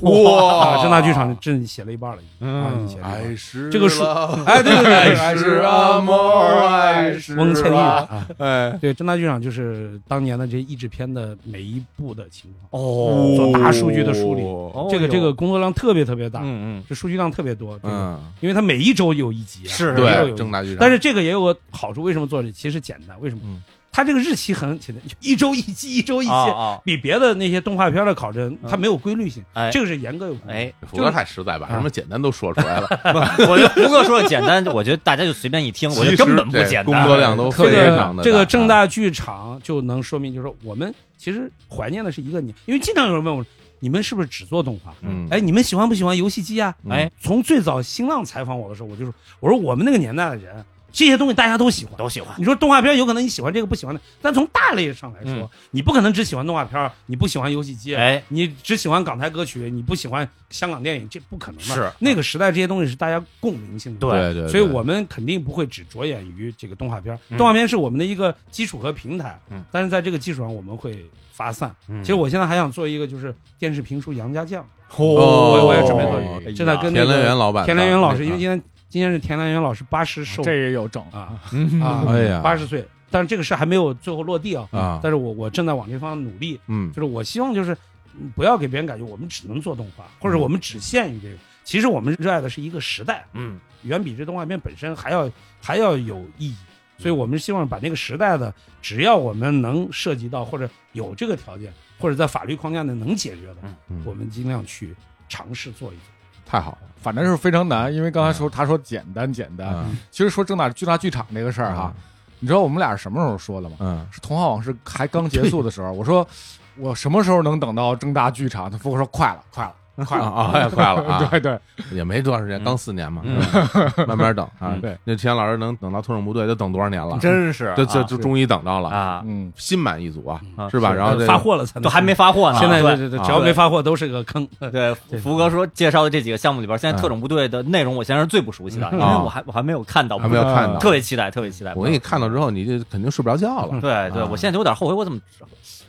Speaker 1: 哇嗯哎
Speaker 4: 啊，正大剧场正写了一半了，已经啊，已经写 了一半了。
Speaker 1: 爱是
Speaker 4: 这个书
Speaker 1: 了
Speaker 4: 哎，对对对，
Speaker 1: 爱是 amor，爱是
Speaker 4: 翁倩玉
Speaker 1: 啊
Speaker 4: 啊，
Speaker 1: 哎，
Speaker 4: 对，正大剧场就是当年的这些译制片的每一部的情况，
Speaker 2: 哦
Speaker 4: 做大数据的梳理
Speaker 1: 哦
Speaker 4: 这个这个工作量特别特别大，
Speaker 2: 嗯嗯，
Speaker 4: 这数据量特别多，这个
Speaker 1: 嗯，
Speaker 4: 因为它每一周有一集啊，
Speaker 2: 是
Speaker 4: 每一周有
Speaker 1: 对，
Speaker 4: 一集
Speaker 1: 正大剧场，
Speaker 4: 但是这个也有个好处，为什么做这？其实简单，为什么
Speaker 1: 嗯？
Speaker 4: 它这个日期很简单，一周一集，一周一集，
Speaker 2: 啊啊，
Speaker 4: 比别的那些动画片的考证，它没有规律性，
Speaker 2: 哎
Speaker 4: 这个是严格有规律。
Speaker 2: 哎，
Speaker 1: 福哥太实在
Speaker 4: 啊
Speaker 1: 吧，什么简单都说出来了，
Speaker 2: 我觉得福哥说的简单， 我觉得大家就随便一听，我觉
Speaker 1: 其
Speaker 2: 得
Speaker 1: 实
Speaker 2: 根本不
Speaker 1: 这
Speaker 2: 简单，
Speaker 1: 工作量都非
Speaker 4: 这
Speaker 1: 常的啊
Speaker 4: 个这个正大剧场就能说明，就是说我们其实怀念的是一个年，因为经常有人问我，你们是不是只做动画？
Speaker 1: 嗯
Speaker 4: 哎，你们喜欢不喜欢游戏机啊？
Speaker 1: 嗯
Speaker 2: 哎，
Speaker 4: 从最早新浪采访我的时候，我就说，我说我们那个年代的人，这些东西大家都喜欢。
Speaker 2: 都喜欢，
Speaker 4: 你说动画片有可能你喜欢这个不喜欢的，但从大类上来说，
Speaker 2: 嗯
Speaker 4: 你不可能只喜欢动画片，你不喜欢游戏机，
Speaker 2: 哎，
Speaker 4: 你只喜欢港台歌曲，你不喜欢香港电影，这不可能的。
Speaker 2: 是
Speaker 4: 那个时代，这些东西是大家共鸣性的。
Speaker 1: 对对，
Speaker 4: 所以
Speaker 1: 对
Speaker 4: 我们肯定不会只着眼于这个动画片儿，
Speaker 2: 嗯
Speaker 4: 动画片是我们的一个基础和平台，
Speaker 2: 嗯
Speaker 4: 但是在这个基础上我们会发散。
Speaker 2: 嗯
Speaker 4: 其实我现在还想做一个就是电视评书《杨家将
Speaker 1: 哦
Speaker 4: 我我也准备做
Speaker 1: 哎》，呀
Speaker 4: 正在跟那
Speaker 1: 田
Speaker 4: 个
Speaker 1: 连元老板，
Speaker 4: 田连元老师，因为今天今天是田连元老师八十 寿
Speaker 3: 这也有整
Speaker 4: 啊啊
Speaker 1: 啊，哎呀，
Speaker 4: 八十岁，但是这个事还没有最后落地啊，
Speaker 1: 啊
Speaker 4: 但是我我正在往这方面努力，
Speaker 1: 嗯
Speaker 4: 就是我希望就是嗯不要给别人感觉我们只能做动画，或者我们只限于这个。其实我们热爱的是一个时代，
Speaker 2: 嗯，
Speaker 4: 远比这动画片本身还要还要有意义。所以我们希望把那个时代的，只要我们能涉及到或者有这个条件，或者在法律框架内能解决的，
Speaker 1: 嗯
Speaker 4: 我们尽量去尝试做一做。
Speaker 1: 太好
Speaker 3: 反正是非常难，因为刚
Speaker 1: 嗯
Speaker 3: 才说他说简单简单，
Speaker 4: 啊
Speaker 1: 了，
Speaker 3: 其实说正大巨大剧场这个事儿哈，你知道我们俩是什么时候说的吗？
Speaker 1: 嗯
Speaker 3: 是《童话往事》还刚结束的时候，我说我什么时候能等到正大剧场？他跟我说快了，快了，快
Speaker 1: 啊
Speaker 3: 了，
Speaker 1: 啊 哎快了啊，
Speaker 3: 对对，
Speaker 1: 也没多长时间，
Speaker 2: 嗯
Speaker 1: 刚四年嘛，
Speaker 2: 嗯
Speaker 1: 是吧慢慢等啊
Speaker 2: 嗯。
Speaker 3: 对，
Speaker 1: 那田老师能等到特种部队，都等多少年了？
Speaker 2: 真是
Speaker 1: 这这
Speaker 2: 啊
Speaker 1: 这终于等到了，
Speaker 2: 啊，
Speaker 3: 嗯，
Speaker 1: 心满意足啊，
Speaker 4: 嗯
Speaker 2: 啊
Speaker 1: 是吧？然后这
Speaker 4: 发货了才能
Speaker 2: 都还没发货呢，
Speaker 4: 现在
Speaker 2: 对
Speaker 4: 这这
Speaker 1: 啊
Speaker 4: 只要没发货都是个坑。
Speaker 2: 对，福哥说介绍的这几个项目里
Speaker 1: 嗯
Speaker 2: 边，现在特种部队的内容我现在是最不熟悉的，因为我还我还没有看到，
Speaker 1: 哦还没有看到，
Speaker 2: 特别期待，特别期待。
Speaker 1: 我给你看到之后，你就肯定睡不着觉
Speaker 4: 嗯
Speaker 1: 了。
Speaker 2: 对对，
Speaker 1: 啊
Speaker 2: 我现在就有点后悔，我怎么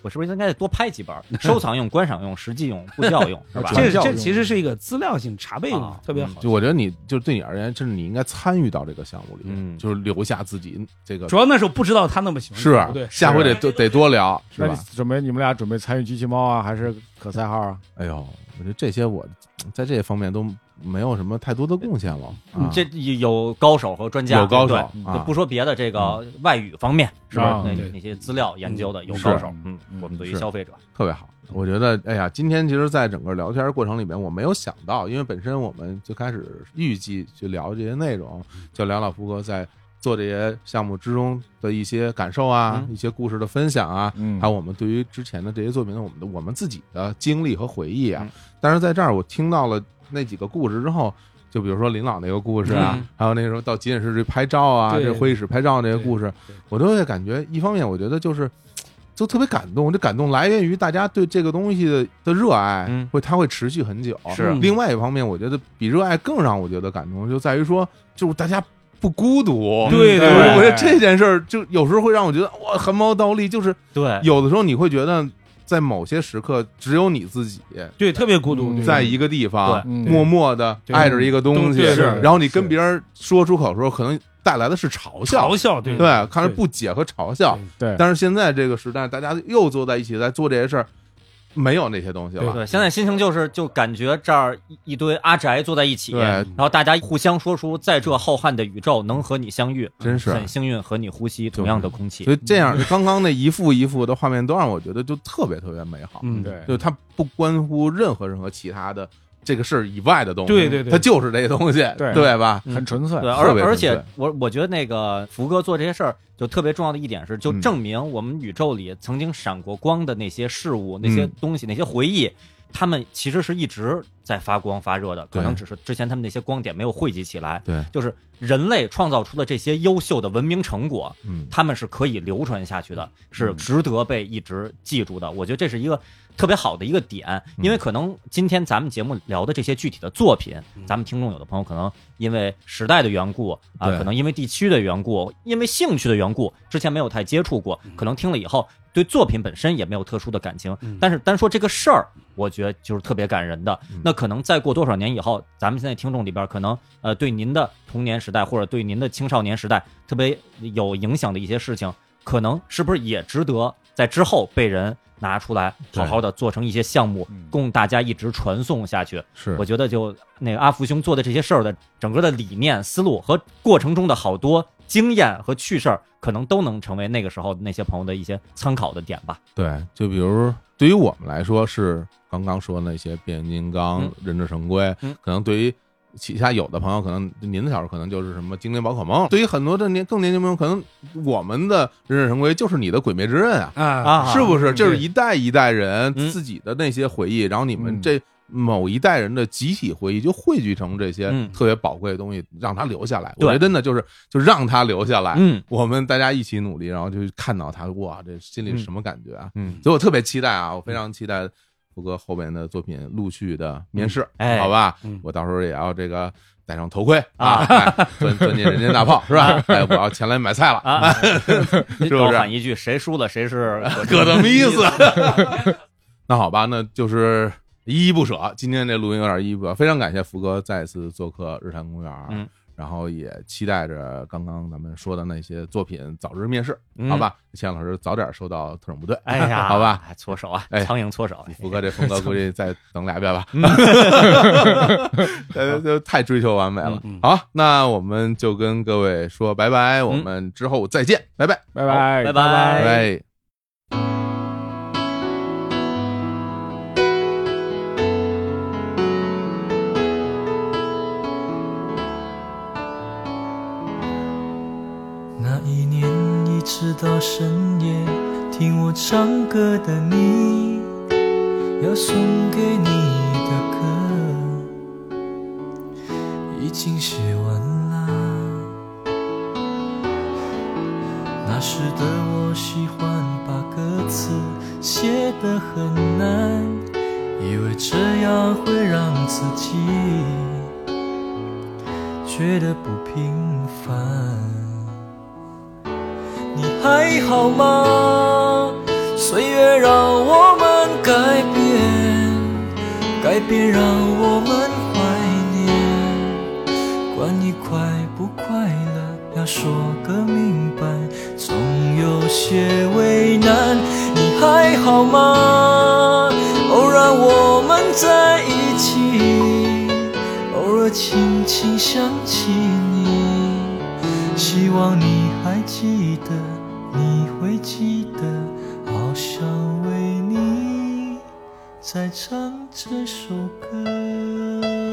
Speaker 2: 我是不是应该多拍几本，收藏用、观赏用、实际用、布教用，是 吧？
Speaker 4: 这
Speaker 3: 传教
Speaker 4: 这
Speaker 3: 用
Speaker 4: 其实是一个资料性查备用
Speaker 2: 啊，
Speaker 4: 特别好。
Speaker 1: 就我觉得你就对你而言，这是你应该参与到这个项目里，
Speaker 2: 嗯
Speaker 1: 就是留下自己这个
Speaker 4: 主要那时候不知道他那么喜欢，
Speaker 1: 是啊
Speaker 4: 不对，
Speaker 1: 下回得多得多聊，是
Speaker 3: 那你
Speaker 1: 吧？
Speaker 3: 准备你们俩准备参与机器猫啊，还是可赛号啊？
Speaker 1: 哎呦，我觉得这些我在这方面都没有什么太多的贡献了
Speaker 2: 嗯
Speaker 1: 啊，
Speaker 2: 这有高手和专家，
Speaker 1: 有高手嗯
Speaker 2: 对嗯
Speaker 1: 啊
Speaker 2: 就不说别的，这个外语方面是吧
Speaker 3: 啊？
Speaker 2: 那
Speaker 4: 对
Speaker 2: 那些资料研究的有高手，嗯，
Speaker 3: 嗯
Speaker 2: 我们对于
Speaker 1: 是
Speaker 2: 消费者，
Speaker 1: 特别好。我觉得，哎呀，今天其实，在整个聊天过程里面，我没有想到，因为本身我们最开始预计去聊这些内容，
Speaker 2: 嗯
Speaker 1: 就聊聊福哥在做这些项目之中的一些感受啊，
Speaker 2: 嗯
Speaker 1: 一些故事的分享啊，
Speaker 3: 嗯
Speaker 1: 还有我们对于之前的这些作品的我们的我们自己的经历和回忆啊
Speaker 2: 嗯。
Speaker 1: 但是在这儿，我听到了那几个故事之后，就比如说林朗那个故事啊，
Speaker 2: 嗯
Speaker 1: 还有那时候到急诊室去拍照啊，
Speaker 4: 对
Speaker 1: 这会议室拍照那些故事
Speaker 4: 对对，
Speaker 1: 我都会感觉，一方面我觉得就是。就特别感动，这感动来源于大家对这个东西的的热爱，
Speaker 2: 嗯
Speaker 1: 会它会持续很久。
Speaker 2: 是
Speaker 1: 另外一方面，我觉得比热爱更让我觉得感动，就在于说，就是大家不孤独。
Speaker 4: 对
Speaker 1: 对
Speaker 4: 对
Speaker 1: 我觉
Speaker 4: 对
Speaker 1: 得这件事儿，就有时候会让我觉得哇，横毛倒立。就是
Speaker 2: 对，
Speaker 4: 哎
Speaker 1: 有的时候你会觉得，在某些时刻，只有你自己
Speaker 4: 对，特别孤独。
Speaker 3: 嗯
Speaker 4: 对
Speaker 1: 在一个地方，
Speaker 3: 嗯
Speaker 1: 默默的
Speaker 4: 对
Speaker 1: 爱着一个东西
Speaker 4: 对，
Speaker 3: 是
Speaker 1: 然后你跟
Speaker 3: 是
Speaker 1: 别人说出口的时候，可能带来的是嘲笑
Speaker 4: 嘲，笑，对
Speaker 1: 对，看着不解和嘲笑。
Speaker 3: 对，
Speaker 1: 但是现在这个时代，大家又坐在一起在做这些事儿，没有那些东西了。
Speaker 2: 对，现在心情就是就感觉这儿一一堆阿宅坐在一起，
Speaker 1: 对
Speaker 4: 嗯
Speaker 2: 然后大家互相说出在这浩瀚的宇宙能和你相遇，
Speaker 1: 真是啊
Speaker 2: 很幸运和你呼吸同样的空气
Speaker 1: 所。以这样，刚刚那一幅一幅的画面都让我觉得就特别特别美好。
Speaker 4: 嗯，
Speaker 3: 对
Speaker 1: 就它不关乎任何任何其他的这个事儿以外的东西，
Speaker 4: 对对对
Speaker 1: 它就是这些东西，
Speaker 3: 对
Speaker 1: 吧？
Speaker 2: 嗯
Speaker 3: 很纯粹，
Speaker 2: 对，
Speaker 1: 特
Speaker 2: 而
Speaker 1: 别
Speaker 2: 而
Speaker 1: 纯粹
Speaker 2: 且我我觉得那个福哥做这些事儿，就特别重要的一点是，就
Speaker 1: 嗯
Speaker 2: 证明我们宇宙里曾经闪过光的那些事物、那些
Speaker 1: 嗯
Speaker 2: 东西、那些回忆，他们其实是一直在发光发热的，可
Speaker 1: 对
Speaker 2: 能只是之前他们那些光点没有汇集起来。
Speaker 1: 对，
Speaker 2: 就是人类创造出的这些优秀的文明成果，
Speaker 1: 嗯，
Speaker 2: 他们是可以流传下去的，是
Speaker 1: 嗯
Speaker 2: 值得被一直记住的。我觉得这是一个特别好的一个点，
Speaker 1: 嗯
Speaker 2: 因为可能今天咱们节目聊的这些具体的作品，
Speaker 4: 嗯
Speaker 2: 咱们听众有的朋友可能因为时代的缘故啊，
Speaker 1: 对
Speaker 2: 可能因为地区的缘故，啊因为兴趣的缘故，之前没有太接触过，
Speaker 1: 嗯
Speaker 2: 可能听了以后对作品本身也没有特殊的感情。
Speaker 4: 嗯
Speaker 2: 但是单说这个事儿，我觉得就是特别感人的
Speaker 1: 嗯。
Speaker 2: 那可能再过多少年以后，咱们现在听众里边可能呃对您的童年时代或者对您的青少年时代特别有影响的一些事情，可能是不是也值得在之后被人拿出来
Speaker 1: 对
Speaker 2: 好好的做成一些项目
Speaker 3: 嗯，
Speaker 2: 供大家一直传颂下去？
Speaker 1: 是
Speaker 2: 我觉得就那个阿福兄做的这些事儿的整个的理念、思路和过程中的好多经验和趣事儿，可能都能成为那个时候那些朋友的一些参考的点吧。
Speaker 1: 对，就比如对于我们来说是刚刚说那些变形金刚、
Speaker 2: 嗯
Speaker 1: 忍者神龟，
Speaker 2: 嗯
Speaker 1: 可能对于旗下有的朋友，可能您的小时候可能就是什么精灵宝可梦，对于很多的年更年轻朋友，可能我们的忍者神龟就是你的鬼灭之刃啊，
Speaker 4: 啊，
Speaker 2: 啊，
Speaker 1: 是不是？
Speaker 4: 嗯
Speaker 1: 这是一代一代人
Speaker 2: 嗯
Speaker 1: 自己的那些回忆，然后你们
Speaker 3: 嗯
Speaker 1: 这某一代人的集体回忆就汇聚成这些
Speaker 2: 嗯
Speaker 1: 特别宝贵的东西，让它留下来。
Speaker 2: 对
Speaker 1: 我觉得真的就是就让它留下来。
Speaker 2: 嗯
Speaker 1: 我们大家一起努力，然后就看到它，哇，这心里是什么感觉啊？
Speaker 2: 嗯，
Speaker 1: 所以我特别期待啊，我非常期待福哥后边的作品陆续的面试，
Speaker 2: 哎
Speaker 1: 好吧
Speaker 4: 嗯？
Speaker 1: 我到时候也要这个戴上头盔啊，哎钻钻进人家大炮是吧？哎，我要前来买 菜了。
Speaker 2: 啊，
Speaker 1: 是
Speaker 2: 高喊一句，谁输了谁是
Speaker 1: 葛德米斯。那好吧，那就是依依不舍。今天这录音有点依依不舍，非常感谢福哥再次做客日坛公园。啊
Speaker 2: 嗯，
Speaker 1: 然后也期待着刚刚咱们说的那些作品早日面世，
Speaker 2: 嗯
Speaker 4: 嗯
Speaker 1: 好吧？钱老师早点收到特种部队，
Speaker 2: 哎呀，
Speaker 1: 好吧，
Speaker 2: 哎，搓手啊
Speaker 1: 哎，
Speaker 2: 苍蝇搓手，
Speaker 1: 福哥这风格估计再等俩月吧，
Speaker 4: 嗯
Speaker 1: 呃，就太追求完美了
Speaker 4: 嗯嗯。
Speaker 1: 好，那我们就跟各位说拜拜，
Speaker 4: 嗯
Speaker 1: 我们之后再见，拜拜，
Speaker 3: 拜拜，
Speaker 2: 拜拜
Speaker 1: 拜拜。
Speaker 5: 那一年一直到深夜，听我唱歌的你，要送给你的歌，已经写完啦。那时的我喜欢把歌词写得很难，以为这样会让自己觉得不平凡。你还好吗？岁月让我们改变，改变让我们怀念。管你快不快乐，要说个明白，总有些为难。你还好吗？偶然我们在一起，偶尔轻轻想起你。希望你还记得，你会记得，好想为你再唱这首歌。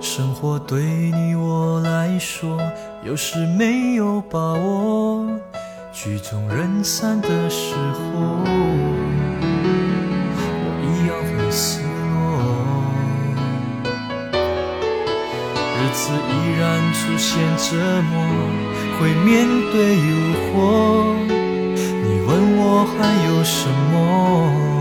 Speaker 5: 生活对你我来说，有时没有把握，曲终人散的时候，我一样会失落。日子依然出现折磨，会面对诱惑，你问我还有什么？